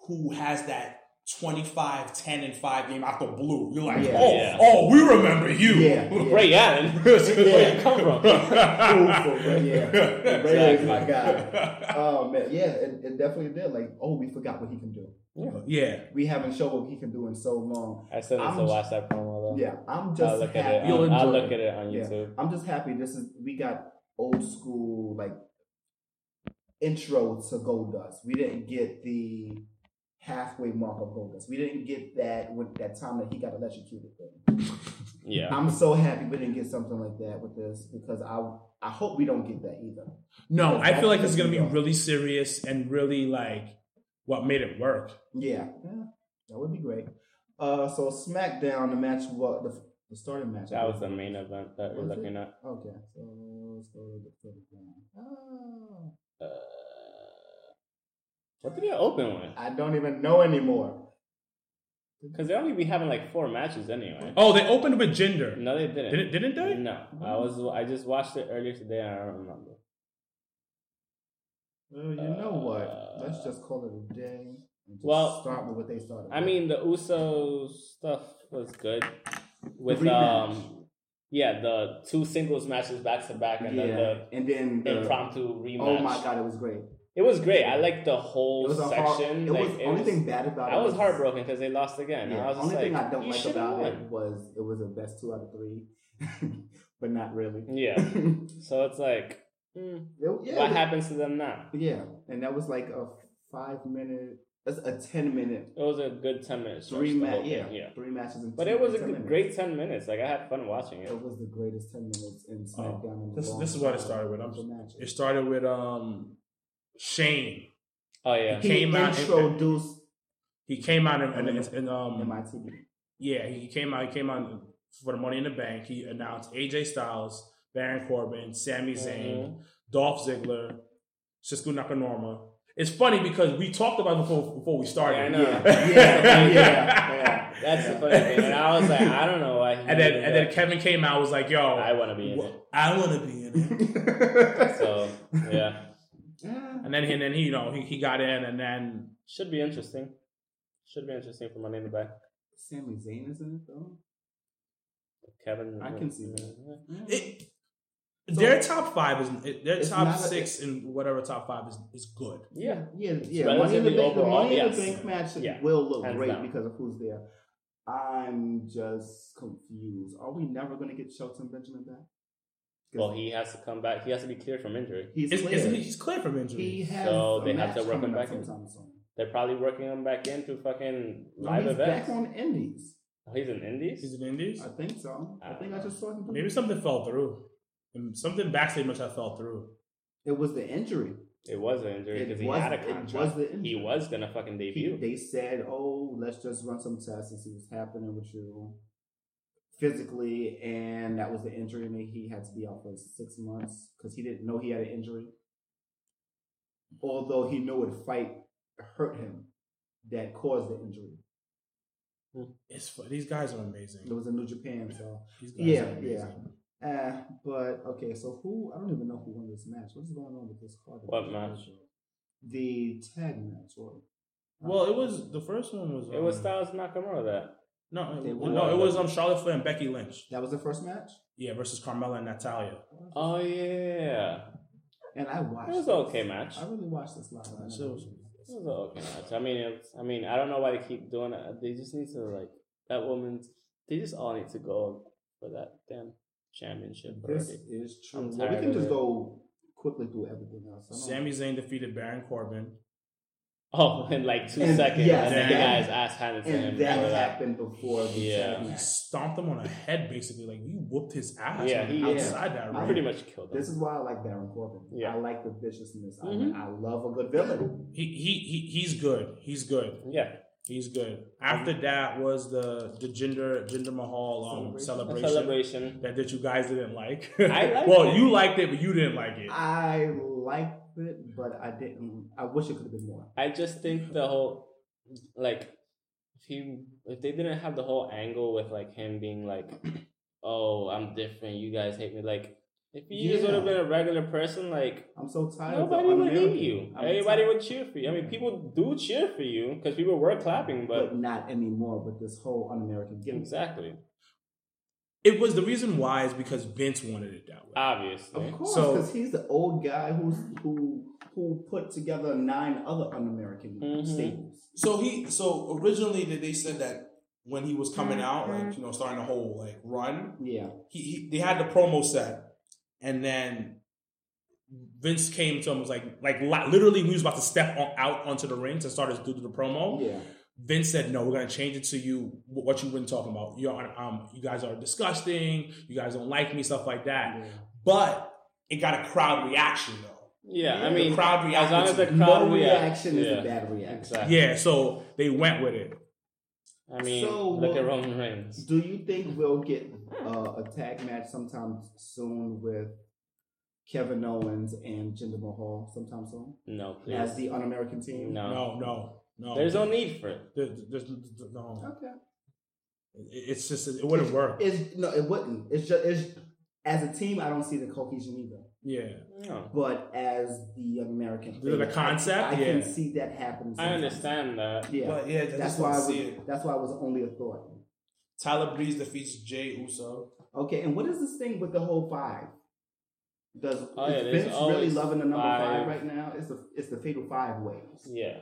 [SPEAKER 4] who has that 25, 10, and 5 game out the blue. You're like,
[SPEAKER 1] Yeah.
[SPEAKER 4] oh,
[SPEAKER 2] Yeah.
[SPEAKER 4] oh, we remember you.
[SPEAKER 1] Yeah, yeah.
[SPEAKER 2] Ray Allen, where you come from?
[SPEAKER 1] Awful, but yeah. Ray is my guy.
[SPEAKER 4] yeah.
[SPEAKER 1] Oh man, yeah, it, it definitely did. Like, oh, we forgot what he can do. We haven't shown what he can do in so long.
[SPEAKER 2] I still need
[SPEAKER 1] I'm
[SPEAKER 2] to
[SPEAKER 1] j-
[SPEAKER 2] watch that promo though.
[SPEAKER 1] Yeah, I'm just
[SPEAKER 2] I'll look at
[SPEAKER 1] happy.
[SPEAKER 2] it. On, I'll look at it on
[SPEAKER 1] Yeah.
[SPEAKER 2] YouTube.
[SPEAKER 1] I'm just happy this is we got old school like intro to Goldust. We didn't get the halfway mark of Goldust. We didn't get that with that time that he got electrocuted. Thing.
[SPEAKER 2] Yeah.
[SPEAKER 1] I'm so happy we didn't get something like that with this because I I hope we don't get that either.
[SPEAKER 3] No, I feel like it's gonna be really serious and really like what made it work.
[SPEAKER 1] Yeah, yeah that would be great. Uh, so SmackDown, the match was the, the starting match. I
[SPEAKER 2] That was
[SPEAKER 1] believe.
[SPEAKER 2] the main event that we're
[SPEAKER 1] Was it?
[SPEAKER 2] looking at.
[SPEAKER 1] Okay, so let's go to the first round. Oh,
[SPEAKER 2] Uh, what did they open with?
[SPEAKER 1] Ah, I don't even know anymore.
[SPEAKER 2] Because they only be having like four matches anyway.
[SPEAKER 3] Oh, they opened with gender.
[SPEAKER 2] No, they didn't.
[SPEAKER 3] Didn't didn't they?
[SPEAKER 2] No, I was I just watched it earlier today and I don't remember.
[SPEAKER 1] Well, you know what? Let's just call it a day. And just
[SPEAKER 2] Well,
[SPEAKER 1] start with what they started.
[SPEAKER 2] I
[SPEAKER 1] with.
[SPEAKER 2] mean, the Usos stuff was good with
[SPEAKER 1] rematch.
[SPEAKER 2] um, yeah, the two singles matches back to back and
[SPEAKER 1] yeah,
[SPEAKER 2] then
[SPEAKER 1] and then
[SPEAKER 2] the
[SPEAKER 1] the,
[SPEAKER 2] impromptu rematch.
[SPEAKER 1] oh my god, it was great. It
[SPEAKER 2] It was great. I liked the whole
[SPEAKER 1] was a hard.
[SPEAKER 2] section.
[SPEAKER 1] It
[SPEAKER 2] like,
[SPEAKER 1] was only thing bad about it.
[SPEAKER 2] I was heartbroken because they lost again.
[SPEAKER 1] Yeah,
[SPEAKER 2] I was just
[SPEAKER 1] only
[SPEAKER 2] like,
[SPEAKER 1] thing I don't
[SPEAKER 2] "You
[SPEAKER 1] like
[SPEAKER 2] should've
[SPEAKER 1] about it
[SPEAKER 2] won."
[SPEAKER 1] was it was the best two out of three, but not really.
[SPEAKER 2] Yeah. So it's like, mm,
[SPEAKER 1] It- yeah,
[SPEAKER 2] what happens to them now?
[SPEAKER 1] yeah, and that was like a five minute, that's a ten minute,
[SPEAKER 2] It was a good ten minutes.
[SPEAKER 1] three match. Yeah,
[SPEAKER 2] yeah.
[SPEAKER 1] three matches. In
[SPEAKER 2] But
[SPEAKER 1] ten-
[SPEAKER 2] it was a
[SPEAKER 1] 10
[SPEAKER 2] good,
[SPEAKER 1] minutes.
[SPEAKER 2] great ten minutes. Like I had fun watching it.
[SPEAKER 1] It was the greatest ten minutes in SmackDown. in a
[SPEAKER 3] Oh, this-
[SPEAKER 1] long
[SPEAKER 3] this is what it
[SPEAKER 1] time.
[SPEAKER 3] started with. I'm-
[SPEAKER 1] The matches.
[SPEAKER 3] It started with um Shane.
[SPEAKER 2] Oh yeah.
[SPEAKER 1] He
[SPEAKER 3] came out and-
[SPEAKER 1] introduced
[SPEAKER 3] He came out and, and,
[SPEAKER 2] Mm-hmm.
[SPEAKER 3] and um
[SPEAKER 1] MITB.
[SPEAKER 3] Yeah, he came out. He came out for the Money in the Bank. He announced AJ Styles, Baron Corbin, Sami Zayn,
[SPEAKER 2] Mm-hmm.
[SPEAKER 3] Dolph Ziggler, Shinsuke Nakamura. It's funny because we talked about it before before we started.
[SPEAKER 2] Yeah, I know.
[SPEAKER 1] Yeah, yeah, yeah, yeah.
[SPEAKER 2] That's the funny thing. And I was like, I don't know why. he
[SPEAKER 3] And then
[SPEAKER 2] did
[SPEAKER 3] and then
[SPEAKER 2] that.
[SPEAKER 3] Kevin came out was like,
[SPEAKER 2] I
[SPEAKER 3] "Yo,"
[SPEAKER 2] want to be in it.
[SPEAKER 4] I want to be in it.
[SPEAKER 2] So yeah,
[SPEAKER 1] Yeah.
[SPEAKER 3] and then and then he you know he, he got in and then
[SPEAKER 2] should be interesting. Should be interesting for Money in the Bank.
[SPEAKER 1] Sami Zayn is in it though.
[SPEAKER 2] Kevin.
[SPEAKER 1] I can see
[SPEAKER 4] It,
[SPEAKER 3] their top five is it- their
[SPEAKER 1] It's
[SPEAKER 3] top
[SPEAKER 1] not a-
[SPEAKER 3] six and whatever top five is is good.
[SPEAKER 2] Yeah.
[SPEAKER 1] Yeah, yeah. Money in the
[SPEAKER 2] relatively
[SPEAKER 1] bank, the
[SPEAKER 2] overall,
[SPEAKER 1] money in the
[SPEAKER 2] yes.
[SPEAKER 1] bank match
[SPEAKER 2] Yeah.
[SPEAKER 1] will look
[SPEAKER 2] Hands
[SPEAKER 1] great
[SPEAKER 2] down.
[SPEAKER 1] because of who's there. I'm just confused. Are we never going to get Shelton Benjamin back? 'Cause
[SPEAKER 2] Well, he has to come back. He has to be cleared from injury.
[SPEAKER 1] he's
[SPEAKER 3] Is,
[SPEAKER 1] clear.
[SPEAKER 3] isn't he, he's clear from injury?
[SPEAKER 1] he has
[SPEAKER 2] So
[SPEAKER 1] a
[SPEAKER 2] they have
[SPEAKER 1] match
[SPEAKER 2] to work him
[SPEAKER 1] coming up
[SPEAKER 2] back in.
[SPEAKER 1] sometime soon.
[SPEAKER 2] They're probably working him back into fucking
[SPEAKER 1] No,
[SPEAKER 2] live
[SPEAKER 1] he's
[SPEAKER 2] events.
[SPEAKER 1] back on Indies.
[SPEAKER 2] Oh, he's in Indies.
[SPEAKER 3] He's in Indies.
[SPEAKER 1] I think so. I think I just saw him. do it.
[SPEAKER 3] Maybe something fell through. Um, Something backstage must have fell through.
[SPEAKER 1] It was the injury.
[SPEAKER 2] it was an injury
[SPEAKER 1] It
[SPEAKER 2] because he
[SPEAKER 1] was-
[SPEAKER 2] had a
[SPEAKER 1] it
[SPEAKER 2] contract.
[SPEAKER 1] was the
[SPEAKER 2] he
[SPEAKER 1] injury.
[SPEAKER 2] was gonna fucking
[SPEAKER 1] He-
[SPEAKER 2] debut.
[SPEAKER 1] they said, "Oh, let's just run some tests and see what's happening with you physically," and that was the injury, and he had to be out for six months because he didn't know he had an injury. Although he knew it fight hurt him, that caused the injury.
[SPEAKER 3] It's fu- these guys are amazing.
[SPEAKER 1] It was in New Japan, so
[SPEAKER 3] These guys
[SPEAKER 1] Yeah,
[SPEAKER 3] are amazing.
[SPEAKER 1] uh, but okay. So who? I don't even know who won this match. What's going on with this card?
[SPEAKER 2] What match?
[SPEAKER 1] The tag match, or
[SPEAKER 3] Well, it was the first one was
[SPEAKER 2] It was
[SPEAKER 3] um,
[SPEAKER 2] Styles Nakamura that.
[SPEAKER 3] no it,
[SPEAKER 1] They
[SPEAKER 3] no
[SPEAKER 1] won.
[SPEAKER 3] it was um Charlotte Flair and Becky Lynch
[SPEAKER 1] that was the first match,
[SPEAKER 3] yeah versus Carmella and Natalia.
[SPEAKER 2] Oh yeah,
[SPEAKER 1] and I watched.
[SPEAKER 2] it was
[SPEAKER 1] this.
[SPEAKER 2] an okay match.
[SPEAKER 1] I
[SPEAKER 2] It
[SPEAKER 1] really watched this live.
[SPEAKER 3] Uh, so it was-
[SPEAKER 2] was an okay match. I mean, it's, I mean, I don't know why they keep doing it. They just need to like that woman's. They just all need to go for that damn championship
[SPEAKER 1] This
[SPEAKER 2] already.
[SPEAKER 1] is
[SPEAKER 2] I'm
[SPEAKER 1] true. Well, we
[SPEAKER 2] tired
[SPEAKER 1] can
[SPEAKER 2] of
[SPEAKER 1] just
[SPEAKER 2] it.
[SPEAKER 1] go quickly through everything else. I don't-
[SPEAKER 3] Sami Zayn defeated Baron Corbin.
[SPEAKER 2] Oh, in like two
[SPEAKER 1] And-
[SPEAKER 2] seconds,
[SPEAKER 1] yes,
[SPEAKER 2] and then the
[SPEAKER 1] that-
[SPEAKER 2] guy's ass handed to him.
[SPEAKER 1] and that
[SPEAKER 2] for that.
[SPEAKER 1] happened before the
[SPEAKER 2] Yeah.
[SPEAKER 1] tag
[SPEAKER 3] He
[SPEAKER 1] match.
[SPEAKER 3] stomped him on the head basically like he whooped his ass
[SPEAKER 2] Yeah,
[SPEAKER 3] on-
[SPEAKER 2] he-
[SPEAKER 3] outside that
[SPEAKER 1] I
[SPEAKER 3] ring.
[SPEAKER 2] Pretty much killed him.
[SPEAKER 1] This is why I like Baron Corbin.
[SPEAKER 2] Yeah.
[SPEAKER 1] I like the viciousness. I-
[SPEAKER 2] Mhm.
[SPEAKER 1] I, love a good villain.
[SPEAKER 3] He, he he he's good. He's good.
[SPEAKER 2] yeah,
[SPEAKER 3] He's good. After that was the the gender gender Mahal
[SPEAKER 1] Celebration?
[SPEAKER 3] um,
[SPEAKER 2] a
[SPEAKER 3] celebration,
[SPEAKER 2] celebration.
[SPEAKER 3] that that you guys didn't like.
[SPEAKER 2] I liked
[SPEAKER 3] well,
[SPEAKER 2] it.
[SPEAKER 3] you liked it, but you didn't like it.
[SPEAKER 1] I liked it, but I didn't. I wish it could have been more.
[SPEAKER 2] I just think the whole like if he if they didn't have the whole angle with like him being like, oh, I'm different, you guys hate me. Like if he just would have
[SPEAKER 1] Yeah.
[SPEAKER 2] been a regular person, like
[SPEAKER 1] I'm so tired. of the
[SPEAKER 2] nobody would
[SPEAKER 1] un-American.
[SPEAKER 2] hate you.
[SPEAKER 1] I'm
[SPEAKER 2] Everybody
[SPEAKER 1] tired-
[SPEAKER 2] would cheer for you. I mean, people do cheer for you because people were clapping,
[SPEAKER 1] but,
[SPEAKER 2] but
[SPEAKER 1] not anymore. With this whole un-American gimmick,
[SPEAKER 2] exactly,
[SPEAKER 3] It was the reason why is because Vince wanted it that way.
[SPEAKER 2] obviously,
[SPEAKER 1] of course,
[SPEAKER 3] So-
[SPEAKER 1] because he's the old guy who's who who put together nine other un-American
[SPEAKER 2] Mhm.
[SPEAKER 1] staples.
[SPEAKER 4] So he so originally that they said that when he was
[SPEAKER 3] Mm-hmm.
[SPEAKER 4] coming out, like you know, starting the whole like run,
[SPEAKER 1] Yeah,
[SPEAKER 4] he, he they had the promo set.
[SPEAKER 3] and then Vince came to him was like like li- literally we was about to step on, out onto the ring to start his do the promo.
[SPEAKER 1] yeah.
[SPEAKER 3] Vince said no, we're gonna change it to you wh- what you've been talking about. You're on- um you guys are disgusting. You guys don't like me, stuff like that.
[SPEAKER 1] yeah.
[SPEAKER 3] But it got a crowd reaction though.
[SPEAKER 2] yeah. I
[SPEAKER 1] Yeah,
[SPEAKER 2] mean,
[SPEAKER 3] the crowd reaction.
[SPEAKER 2] as long as the crowd
[SPEAKER 1] No
[SPEAKER 2] reacts,
[SPEAKER 1] reaction is
[SPEAKER 2] yeah,
[SPEAKER 1] a bad reaction.
[SPEAKER 2] Exactly.
[SPEAKER 3] yeah, so they went with it.
[SPEAKER 2] I mean,
[SPEAKER 1] So,
[SPEAKER 2] look at
[SPEAKER 1] well-
[SPEAKER 2] Roman Reigns.
[SPEAKER 1] Do you think we'll get uh, a tag match sometime soon with Kevin Owens and Jinder Mahal sometime soon
[SPEAKER 2] No,
[SPEAKER 1] as
[SPEAKER 2] please,
[SPEAKER 1] the Un-American team?
[SPEAKER 2] no.
[SPEAKER 3] No, no, no.
[SPEAKER 2] Oh. There's no need for it.
[SPEAKER 3] There- there's- there's- no.
[SPEAKER 1] Okay.
[SPEAKER 3] It- It's just it wouldn't work.
[SPEAKER 1] It's no, it wouldn't. It's just it's as a team, I don't see the cohesion either.
[SPEAKER 3] Yeah,
[SPEAKER 2] No.
[SPEAKER 1] But as the American,
[SPEAKER 3] the, the
[SPEAKER 1] thing,
[SPEAKER 3] concept.
[SPEAKER 1] I
[SPEAKER 3] yeah,
[SPEAKER 1] can see that happening.
[SPEAKER 2] I
[SPEAKER 1] sometime.
[SPEAKER 2] understand that.
[SPEAKER 1] Yeah,
[SPEAKER 4] But yeah,
[SPEAKER 1] that's
[SPEAKER 4] that's
[SPEAKER 1] why
[SPEAKER 4] why I
[SPEAKER 1] I was,
[SPEAKER 4] see it.
[SPEAKER 1] that's why it was only a thought.
[SPEAKER 4] Tyler Breeze defeats Jay Uso.
[SPEAKER 1] Okay, and what is this thing with the whole five? Does
[SPEAKER 2] Oh, yeah,
[SPEAKER 1] is
[SPEAKER 2] there's
[SPEAKER 1] Vince really
[SPEAKER 2] always
[SPEAKER 1] loving the number five.
[SPEAKER 2] five.
[SPEAKER 1] right now? It's the it's the fatal five ways.
[SPEAKER 2] Yeah.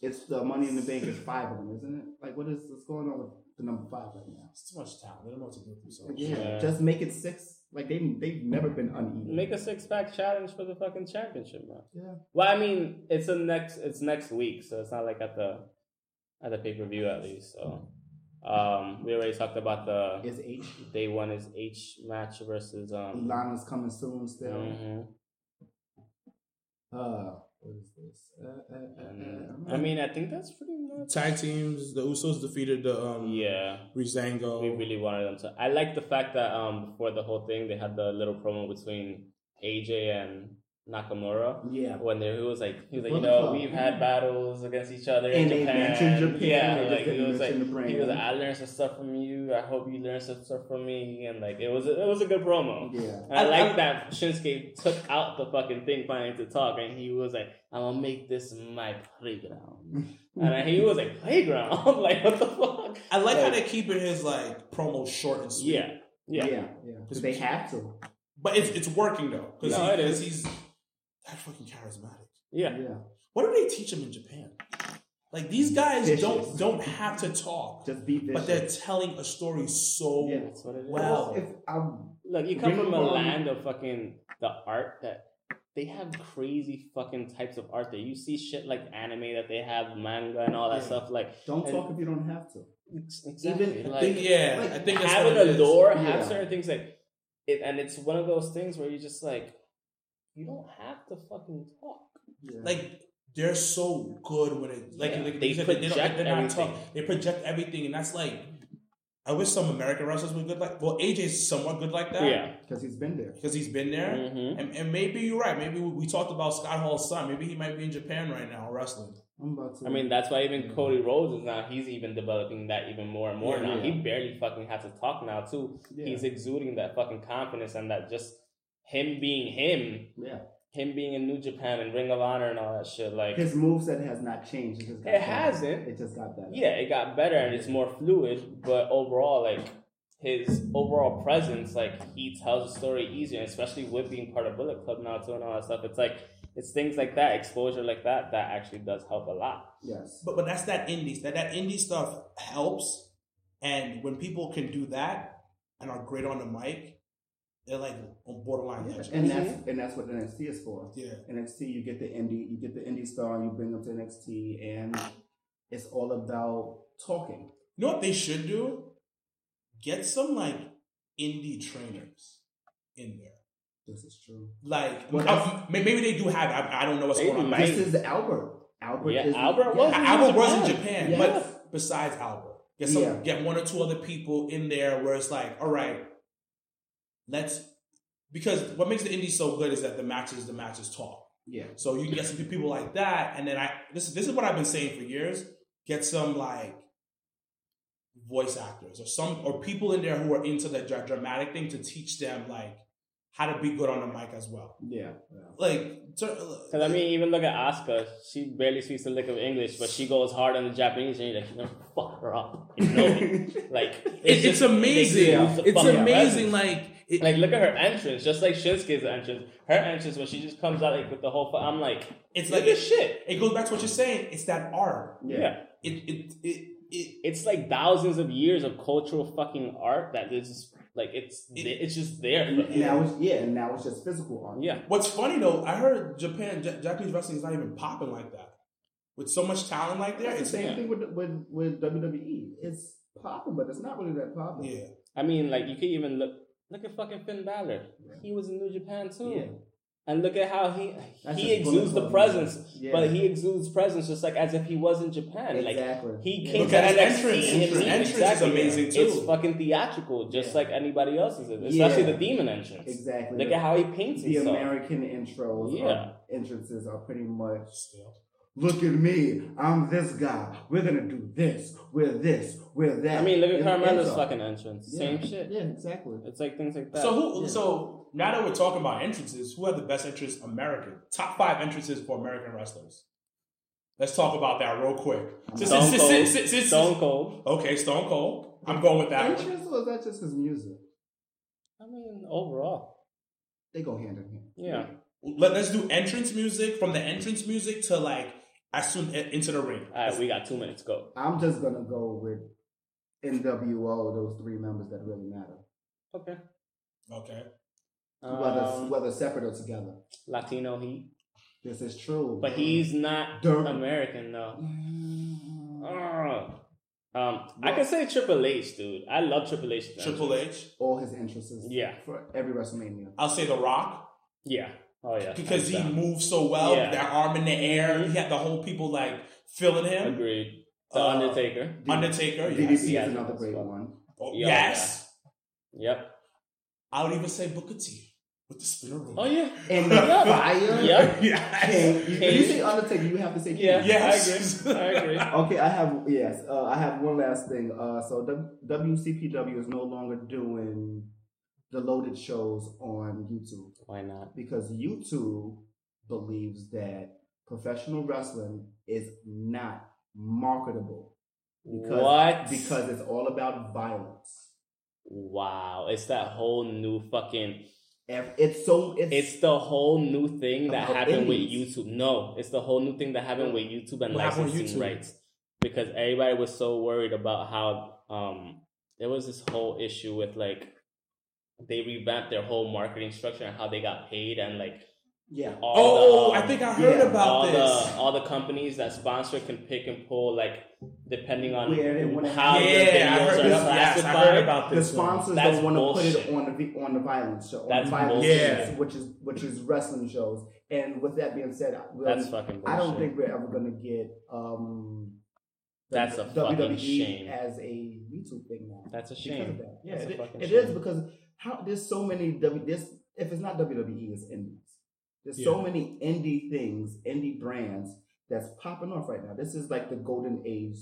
[SPEAKER 1] It's the money in the bank is five of them, isn't it? Like what is what's going on with the number five right now?
[SPEAKER 4] It's too much talent. They don't know what to do with themselves.
[SPEAKER 1] Like, yeah,
[SPEAKER 2] Yeah.
[SPEAKER 1] just make it six. Like they they've never been uneven.
[SPEAKER 2] Make a six pack challenge for the fucking championship, man.
[SPEAKER 1] Yeah.
[SPEAKER 2] Well, I mean, it's the next it's next week, so it's not like at the at the pay per view at least. So um we already talked about the
[SPEAKER 1] Is H
[SPEAKER 2] day one is H match versus um
[SPEAKER 1] Lana's coming soon still.
[SPEAKER 2] mhm.
[SPEAKER 1] Uh, what is this? Uh, uh,
[SPEAKER 2] And,
[SPEAKER 1] uh, uh,
[SPEAKER 2] I mean I think that's pretty much
[SPEAKER 3] Tag teams, the Usos defeated the um
[SPEAKER 2] Yeah.
[SPEAKER 3] Rizango.
[SPEAKER 2] We really wanted them to I like the fact that um before the whole thing they had the little promo between AJ and Nakamura.
[SPEAKER 1] uh. yeah.
[SPEAKER 2] when they, he was like, he was like, you
[SPEAKER 1] Bullet
[SPEAKER 2] know,
[SPEAKER 1] Club.
[SPEAKER 2] we've had battles against each other in
[SPEAKER 1] And they
[SPEAKER 2] Japan.
[SPEAKER 1] mentioned Japan, they
[SPEAKER 2] Yeah,
[SPEAKER 1] just
[SPEAKER 2] like he
[SPEAKER 1] didn't
[SPEAKER 2] was like,
[SPEAKER 1] mention the
[SPEAKER 2] he was like,
[SPEAKER 1] brand.
[SPEAKER 2] I learned some stuff from you. I hope you learned some stuff from me. And like, it was a, it was a good promo.
[SPEAKER 1] Yeah.
[SPEAKER 2] And I,
[SPEAKER 4] I-
[SPEAKER 2] like
[SPEAKER 4] I-
[SPEAKER 2] that Shinsuke took out the fucking thing planning to talk, and he was like, "I'm gonna make this my playground." and he was like, "Playground? like what the fuck?"
[SPEAKER 4] I like how
[SPEAKER 2] Like-
[SPEAKER 4] they're keeping his like promo short and sweet.
[SPEAKER 2] Yeah, yeah,
[SPEAKER 1] Yeah, yeah. 'Cause they have to.
[SPEAKER 3] But it's it's working though. Because
[SPEAKER 2] No, it is.
[SPEAKER 3] he's that fucking charismatic.
[SPEAKER 2] Yeah.
[SPEAKER 1] Yeah.
[SPEAKER 3] What do they teach him in Japan? Like these guys
[SPEAKER 1] Vicious.
[SPEAKER 3] don't don't have to talk,
[SPEAKER 1] Just be vicious.
[SPEAKER 3] but they're telling a story so
[SPEAKER 1] Yeah.
[SPEAKER 2] That's what it is.
[SPEAKER 3] Wow.
[SPEAKER 1] Well, if I'm
[SPEAKER 2] Look, you come
[SPEAKER 1] Bring
[SPEAKER 2] from a
[SPEAKER 1] along-
[SPEAKER 2] land of fucking the art that they have crazy fucking types of art that you see shit like anime that they have manga and all that
[SPEAKER 3] Yeah.
[SPEAKER 2] stuff. Like
[SPEAKER 1] don't
[SPEAKER 2] And-
[SPEAKER 1] talk if you don't have to.
[SPEAKER 2] exactly.
[SPEAKER 3] I
[SPEAKER 2] like,
[SPEAKER 3] think, yeah,
[SPEAKER 1] like,
[SPEAKER 3] I think that's
[SPEAKER 2] having
[SPEAKER 3] what
[SPEAKER 2] a
[SPEAKER 3] it is.
[SPEAKER 2] lore, have
[SPEAKER 1] Yeah.
[SPEAKER 2] certain things like it, and it's one of those things where you just like you don't have to fucking talk.
[SPEAKER 1] Yeah.
[SPEAKER 3] Like they're so good when it like,
[SPEAKER 2] Yeah,
[SPEAKER 3] like
[SPEAKER 2] they
[SPEAKER 3] you said, they
[SPEAKER 2] project
[SPEAKER 3] don't, they're not
[SPEAKER 2] everything.
[SPEAKER 3] talking. They project everything, and that's like I wish some American wrestlers were good like. Well, AJ's somewhat good like that.
[SPEAKER 1] because he's been there.
[SPEAKER 3] because he's been there.
[SPEAKER 2] Mhm.
[SPEAKER 3] And, and maybe you're right. Maybe we, we talked about Scott Hall's son. Maybe he might be in Japan right now wrestling.
[SPEAKER 1] I'm about to.
[SPEAKER 2] I mean, that's why even Cody Rhodes is now he's even developing that even more and more
[SPEAKER 1] Yeah,
[SPEAKER 2] now.
[SPEAKER 1] yeah.
[SPEAKER 2] He barely fucking has to talk now too.
[SPEAKER 1] yeah.
[SPEAKER 2] He's exuding that fucking confidence and that just him being him,
[SPEAKER 1] yeah.
[SPEAKER 2] him being in New Japan and Ring of Honor and all that shit. Like,
[SPEAKER 1] His moveset has not changed. It, just got
[SPEAKER 2] It
[SPEAKER 1] better.
[SPEAKER 2] hasn't.
[SPEAKER 1] It just got better.
[SPEAKER 2] yeah, it got better and it's more fluid, but overall, like his overall presence, like he tells the story easier, and especially with being part of Bullet Club now too and all that stuff. It's like it's things like that, exposure like that, that actually does help a lot.
[SPEAKER 1] Yes.
[SPEAKER 3] But but that's that indies. That that indie stuff helps. And when people can do that and are great on the mic, they're like on borderline
[SPEAKER 1] Yeah.
[SPEAKER 3] legends.
[SPEAKER 1] And that's and that's what NXT is for.
[SPEAKER 3] Yeah.
[SPEAKER 1] NXT, you get the indie, you get the indie star, you bring them to NXT, and it's all about talking.
[SPEAKER 3] You know what they should do? Get some like indie trainers in there.
[SPEAKER 1] This is true.
[SPEAKER 3] Like
[SPEAKER 1] Well,
[SPEAKER 3] uh, may- maybe they do have. it. I, I don't know what's
[SPEAKER 2] They
[SPEAKER 3] going on.
[SPEAKER 2] do.
[SPEAKER 3] Like,
[SPEAKER 1] This is Albert. Albert
[SPEAKER 2] Yeah,
[SPEAKER 1] is
[SPEAKER 2] Albert
[SPEAKER 1] yeah.
[SPEAKER 2] was-
[SPEAKER 3] Albert was in
[SPEAKER 2] Japan.
[SPEAKER 3] Japan,
[SPEAKER 1] Yeah.
[SPEAKER 3] but besides Albert, get some,
[SPEAKER 1] Yeah.
[SPEAKER 3] get one or two other people in there where it's like, all right, let's because what makes the indie so good is that the matches the matches talk.
[SPEAKER 1] Yeah.
[SPEAKER 3] So you can get some few people like that, and then I this this is what I've been saying for years. Get some like voice actors or some or people in there who are into the dra- dramatic thing to teach them like how to be good on the mic as well.
[SPEAKER 1] Yeah.
[SPEAKER 3] Like, uh, to,
[SPEAKER 2] Because I mean, even look at Asuka. She barely speaks a lick of English, but she goes hard on the Japanese, and you're like, you know, fuck her up. You know it. Like,
[SPEAKER 3] It- it's
[SPEAKER 2] just-
[SPEAKER 3] amazing.
[SPEAKER 2] they lose the
[SPEAKER 3] It's
[SPEAKER 2] fucking
[SPEAKER 3] amazing.
[SPEAKER 2] presence.
[SPEAKER 3] Like, it,
[SPEAKER 2] Like, look at her entrance, just like Shinsuke's entrance. Her entrance when she just comes out like with the whole. fu- I'm like,
[SPEAKER 3] it's
[SPEAKER 2] look
[SPEAKER 3] like
[SPEAKER 2] at shit.
[SPEAKER 3] it goes back to what you're saying. It's that art.
[SPEAKER 2] Yeah.
[SPEAKER 3] It it it it.
[SPEAKER 2] it's like thousands of years of cultural fucking art that is just, like it's
[SPEAKER 3] It-
[SPEAKER 2] it's just there.
[SPEAKER 1] And Now it's yeah, and now it's just physical art.
[SPEAKER 2] yeah,
[SPEAKER 3] What's funny though, I heard Japan Ja- Japanese wrestling is not even popping like that. With so much talent like there,
[SPEAKER 1] That's the
[SPEAKER 3] it's
[SPEAKER 1] same
[SPEAKER 2] yeah.
[SPEAKER 1] thing with, with with WWE. It's popping, but it's not really that popping.
[SPEAKER 3] yeah.
[SPEAKER 2] I mean, like you could even look look at fucking Finn Balor.
[SPEAKER 1] Yeah.
[SPEAKER 2] He was in New Japan too,
[SPEAKER 1] Yeah.
[SPEAKER 2] and look at how he
[SPEAKER 1] That's
[SPEAKER 2] he
[SPEAKER 1] just
[SPEAKER 2] exudes
[SPEAKER 1] bullet
[SPEAKER 2] the
[SPEAKER 1] club,
[SPEAKER 2] presence,
[SPEAKER 1] man. Yeah.
[SPEAKER 2] but he exudes presence just like as if he was in Japan. Like
[SPEAKER 1] exactly.
[SPEAKER 2] He
[SPEAKER 1] Yeah.
[SPEAKER 2] came
[SPEAKER 3] Look at
[SPEAKER 2] to
[SPEAKER 3] his
[SPEAKER 2] NXT
[SPEAKER 3] entrance.
[SPEAKER 2] and
[SPEAKER 3] Entrance.
[SPEAKER 2] he-
[SPEAKER 3] Entrance is amazing, too.
[SPEAKER 2] It's fucking theatrical, just
[SPEAKER 1] Yeah.
[SPEAKER 2] like anybody else's is.
[SPEAKER 1] Yeah.
[SPEAKER 2] Especially the demon entrance.
[SPEAKER 1] Exactly.
[SPEAKER 2] Look at how he paints
[SPEAKER 1] the
[SPEAKER 2] himself.
[SPEAKER 1] American intros,
[SPEAKER 2] Yeah.
[SPEAKER 1] yeah. entrances are pretty much
[SPEAKER 3] Still.
[SPEAKER 1] look at me, I'm this guy. We're gonna do this, we're this, we're that.
[SPEAKER 2] I mean, look at
[SPEAKER 1] It's
[SPEAKER 2] Carmelo's
[SPEAKER 1] intro.
[SPEAKER 2] fucking entrance.
[SPEAKER 1] Yeah.
[SPEAKER 2] Same shit.
[SPEAKER 1] Yeah, exactly.
[SPEAKER 2] It's like things like that.
[SPEAKER 3] So who?
[SPEAKER 1] Yeah.
[SPEAKER 3] So now that we're talking about entrances, who had the best entrance? American top five entrances for American wrestlers. Let's talk about that real quick. Since-
[SPEAKER 2] Stone
[SPEAKER 3] since-
[SPEAKER 2] Cold.
[SPEAKER 3] since- since- since-
[SPEAKER 2] Stone Cold.
[SPEAKER 3] Okay, Stone Cold. I'm going with that. one.
[SPEAKER 1] Entrance or is that just his music?
[SPEAKER 2] I mean, overall,
[SPEAKER 1] They go hand in hand.
[SPEAKER 2] yeah.
[SPEAKER 3] Let, us do entrance music from the entrance music to like as soon into the ring.
[SPEAKER 2] All right, we got two minutes. Go.
[SPEAKER 1] I'm just gonna go with NWO, those three members that really matter.
[SPEAKER 2] Okay.
[SPEAKER 3] okay.
[SPEAKER 1] Whether
[SPEAKER 2] Um,
[SPEAKER 1] whether separate or together.
[SPEAKER 2] Latino heat,
[SPEAKER 1] This is true.
[SPEAKER 2] but he's not
[SPEAKER 1] Dur-
[SPEAKER 2] American though.
[SPEAKER 1] Mm,
[SPEAKER 2] Ugh. Um, I can say Triple H, dude. I love Triple H.
[SPEAKER 3] Triple H.
[SPEAKER 1] all his entrances.
[SPEAKER 2] Yeah.
[SPEAKER 1] For every WrestleMania.
[SPEAKER 3] I'll say The Rock
[SPEAKER 2] Yeah. Oh yeah.
[SPEAKER 3] because he
[SPEAKER 2] Hands down.
[SPEAKER 3] moved so well.
[SPEAKER 2] Yeah.
[SPEAKER 3] That arm in the air. He had the whole people like feeling him.
[SPEAKER 2] Agreed. The
[SPEAKER 3] Uh,
[SPEAKER 2] Undertaker.
[SPEAKER 3] Undertaker.
[SPEAKER 1] DDP
[SPEAKER 3] Yes.
[SPEAKER 1] is
[SPEAKER 2] yes,
[SPEAKER 1] another
[SPEAKER 2] yes,
[SPEAKER 1] great
[SPEAKER 2] well.
[SPEAKER 1] one.
[SPEAKER 3] Oh,
[SPEAKER 2] Yeah.
[SPEAKER 3] yes.
[SPEAKER 2] Yep.
[SPEAKER 3] I would even say Booker T with the spinner room.
[SPEAKER 2] Oh yeah.
[SPEAKER 1] And the
[SPEAKER 2] Yeah.
[SPEAKER 1] fire.
[SPEAKER 2] Yep.
[SPEAKER 3] yes.
[SPEAKER 1] King. You,
[SPEAKER 2] King.
[SPEAKER 1] you say Undertaker, you have to say King.
[SPEAKER 2] Yeah.
[SPEAKER 3] Yes.
[SPEAKER 2] I agree. I agree.
[SPEAKER 1] Okay, I have yes. Uh, I have one last thing. Uh, so w- WCPW is no longer doing the loaded shows on YouTube
[SPEAKER 2] Why not?
[SPEAKER 1] because YouTube believes that professional wrestling is not marketable Because-
[SPEAKER 2] what?
[SPEAKER 1] because it's all about violence.
[SPEAKER 2] wow, it's that whole new fucking
[SPEAKER 1] Ev- It's so it's,
[SPEAKER 2] It's the whole new thing that
[SPEAKER 1] About
[SPEAKER 2] happened
[SPEAKER 1] indies.
[SPEAKER 2] with YouTube. No, it's the whole new thing that happened with YouTube and
[SPEAKER 3] What happened with
[SPEAKER 2] licensing
[SPEAKER 3] YouTube?
[SPEAKER 2] rights because everybody was so worried about how um there was this whole issue with like they revamped their whole marketing structure and how they got paid and like
[SPEAKER 1] yeah.
[SPEAKER 2] all
[SPEAKER 4] Oh,
[SPEAKER 2] the,
[SPEAKER 4] I
[SPEAKER 2] um,
[SPEAKER 4] think I heard
[SPEAKER 1] yeah,
[SPEAKER 2] all
[SPEAKER 4] about
[SPEAKER 2] the
[SPEAKER 4] this.
[SPEAKER 2] all the companies that sponsor can pick and pull like depending on
[SPEAKER 1] Where they wanna-
[SPEAKER 2] how your
[SPEAKER 4] yeah, I
[SPEAKER 2] videos
[SPEAKER 4] heard,
[SPEAKER 2] are
[SPEAKER 4] about- yes, I heard
[SPEAKER 2] classified.
[SPEAKER 4] about
[SPEAKER 1] The
[SPEAKER 4] this.
[SPEAKER 1] sponsors
[SPEAKER 2] That's
[SPEAKER 1] don't want to put
[SPEAKER 2] bullshit.
[SPEAKER 1] it on the vi- on the violence show, on
[SPEAKER 2] That's
[SPEAKER 1] violence
[SPEAKER 3] bullshit.
[SPEAKER 1] shows, which is which is wrestling shows. And with that being said, I- we'll-
[SPEAKER 2] That's fucking bullshit.
[SPEAKER 1] I don't think we're ever gonna get um. the
[SPEAKER 2] That's a fucking
[SPEAKER 1] WWE
[SPEAKER 2] shame.
[SPEAKER 1] as a YouTube thing now.
[SPEAKER 2] that's a
[SPEAKER 1] because of
[SPEAKER 2] shame.
[SPEAKER 1] that. Yeah,
[SPEAKER 2] That's a
[SPEAKER 1] it-
[SPEAKER 2] fucking
[SPEAKER 1] it
[SPEAKER 2] shame.
[SPEAKER 1] is because how there's so many W. This if it's not WWE, it's indies. There's so
[SPEAKER 3] Yeah.
[SPEAKER 1] many indie things, indie brands that's popping off right now. This is like the golden age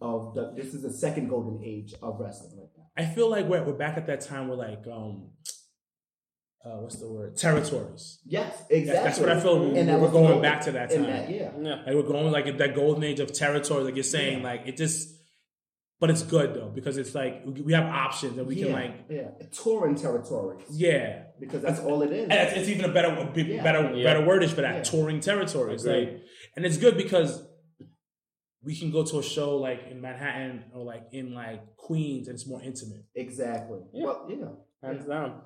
[SPEAKER 1] of the. This is the second golden age of wrestling right now.
[SPEAKER 3] I feel like we're, we're back at that time where like um uh what's the word? Territories.
[SPEAKER 1] Yes,
[SPEAKER 3] That's,
[SPEAKER 1] exactly.
[SPEAKER 3] that's what I feel
[SPEAKER 1] And that
[SPEAKER 3] we're
[SPEAKER 1] was
[SPEAKER 3] going
[SPEAKER 1] golden.
[SPEAKER 3] back to that
[SPEAKER 1] In
[SPEAKER 3] time.
[SPEAKER 1] that, yeah.
[SPEAKER 2] Yeah.
[SPEAKER 3] Like we're going like that golden age of territory, like you're saying, like it just but it's good though, because it's like we we have options and we
[SPEAKER 1] yeah,
[SPEAKER 3] can like
[SPEAKER 1] yeah, touring territories.
[SPEAKER 3] yeah.
[SPEAKER 1] because that's all it is.
[SPEAKER 3] And it's, it's even a better, a big,
[SPEAKER 1] Yeah.
[SPEAKER 3] better,
[SPEAKER 2] Yeah.
[SPEAKER 3] better wordish for that
[SPEAKER 1] Yeah.
[SPEAKER 3] touring territories.
[SPEAKER 2] Agreed.
[SPEAKER 3] Like, and it's good because we can go to a show like in Manhattan or like in like Queens, and it's more intimate.
[SPEAKER 1] Exactly.
[SPEAKER 2] Yeah.
[SPEAKER 1] Well, yeah.
[SPEAKER 2] Hands down.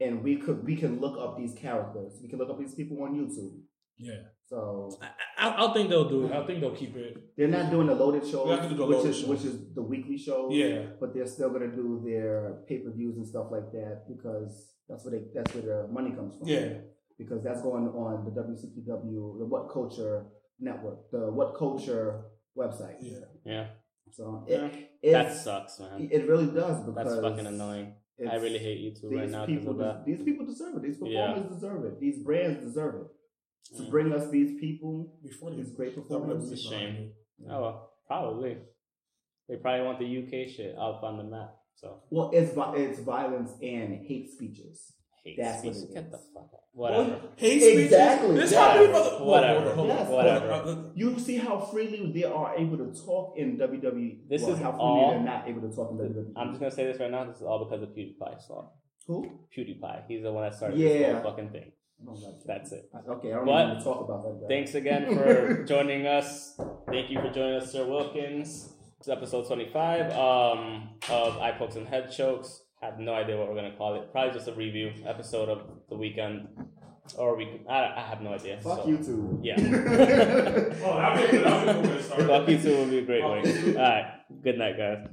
[SPEAKER 1] And we could we can look up these characters. We can look up these people on YouTube.
[SPEAKER 3] Yeah,
[SPEAKER 1] So
[SPEAKER 3] I, I, I'll think they'll do it. I think they'll keep it.
[SPEAKER 1] they're not doing the loaded shows,
[SPEAKER 4] They're not gonna do the
[SPEAKER 1] which
[SPEAKER 4] loaded
[SPEAKER 1] is
[SPEAKER 4] shows.
[SPEAKER 1] which is the weekly show.
[SPEAKER 4] Oh, Yeah.
[SPEAKER 1] But they're still gonna do their pay per views and stuff like that because that's where they that's where their money comes from.
[SPEAKER 4] Yeah.
[SPEAKER 1] Because that's going on the WCPW, the What Culture network, the What Culture website.
[SPEAKER 4] Yeah.
[SPEAKER 2] Yeah.
[SPEAKER 1] So
[SPEAKER 2] Yeah.
[SPEAKER 1] it, it's-
[SPEAKER 2] that sucks, man.
[SPEAKER 1] It really does because
[SPEAKER 2] That's fucking annoying. I
[SPEAKER 1] it's-
[SPEAKER 2] really hate YouTube
[SPEAKER 1] These
[SPEAKER 2] right now because
[SPEAKER 1] people,
[SPEAKER 2] of
[SPEAKER 1] des-
[SPEAKER 2] that.
[SPEAKER 1] these people deserve it. These
[SPEAKER 2] Yeah.
[SPEAKER 1] performers deserve it. These brands deserve it. To
[SPEAKER 2] Mm.
[SPEAKER 1] bring us these people,
[SPEAKER 4] Before
[SPEAKER 1] these
[SPEAKER 4] this,
[SPEAKER 1] great
[SPEAKER 4] WWE
[SPEAKER 1] performers.
[SPEAKER 2] It's a shame. Oh, well, probably. They probably want the UK shit up on the map. So
[SPEAKER 1] Well, it's vi- it's violence and hate speeches.
[SPEAKER 2] hate
[SPEAKER 1] That's
[SPEAKER 2] speech.
[SPEAKER 1] what it
[SPEAKER 2] Get
[SPEAKER 1] is.
[SPEAKER 2] the fuck out. Whatever.
[SPEAKER 4] Oh, Hate speech.
[SPEAKER 1] Exactly.
[SPEAKER 4] This
[SPEAKER 2] Whatever.
[SPEAKER 4] happening, mother. Hold on,
[SPEAKER 2] Whatever.
[SPEAKER 4] hold on, hold on,
[SPEAKER 2] Whatever.
[SPEAKER 4] hold on.
[SPEAKER 1] You see how freely they are able to talk in WWE.
[SPEAKER 2] This
[SPEAKER 1] well,
[SPEAKER 2] is
[SPEAKER 1] how freely
[SPEAKER 2] all-
[SPEAKER 1] they're not able to talk in E. WWE.
[SPEAKER 2] I'm just gonna say this right now. This is all because of PewDiePie. So
[SPEAKER 1] who?
[SPEAKER 2] PewDiePie, he's the one that started
[SPEAKER 1] Yeah.
[SPEAKER 2] this whole fucking thing.
[SPEAKER 1] I don't like that.
[SPEAKER 2] That's it.
[SPEAKER 1] Okay, I don't
[SPEAKER 2] But-
[SPEAKER 1] want to talk about that. guy.
[SPEAKER 2] Thanks again for joining us. Thank you for joining us, Sir Wilkins. This is episode 25 um, of Eye Pokes and Head Chokes. have no idea what we're going to call it. Probably just a review episode of the weekend. Or we could, I, I have no idea.
[SPEAKER 1] Fuck
[SPEAKER 2] so.
[SPEAKER 1] you too.
[SPEAKER 2] Yeah.
[SPEAKER 4] Oh, that would be, that would be a good way to start.
[SPEAKER 2] Fuck you too would be a great
[SPEAKER 4] Fuck
[SPEAKER 2] way.
[SPEAKER 4] you too.
[SPEAKER 2] All right. Good night, guys.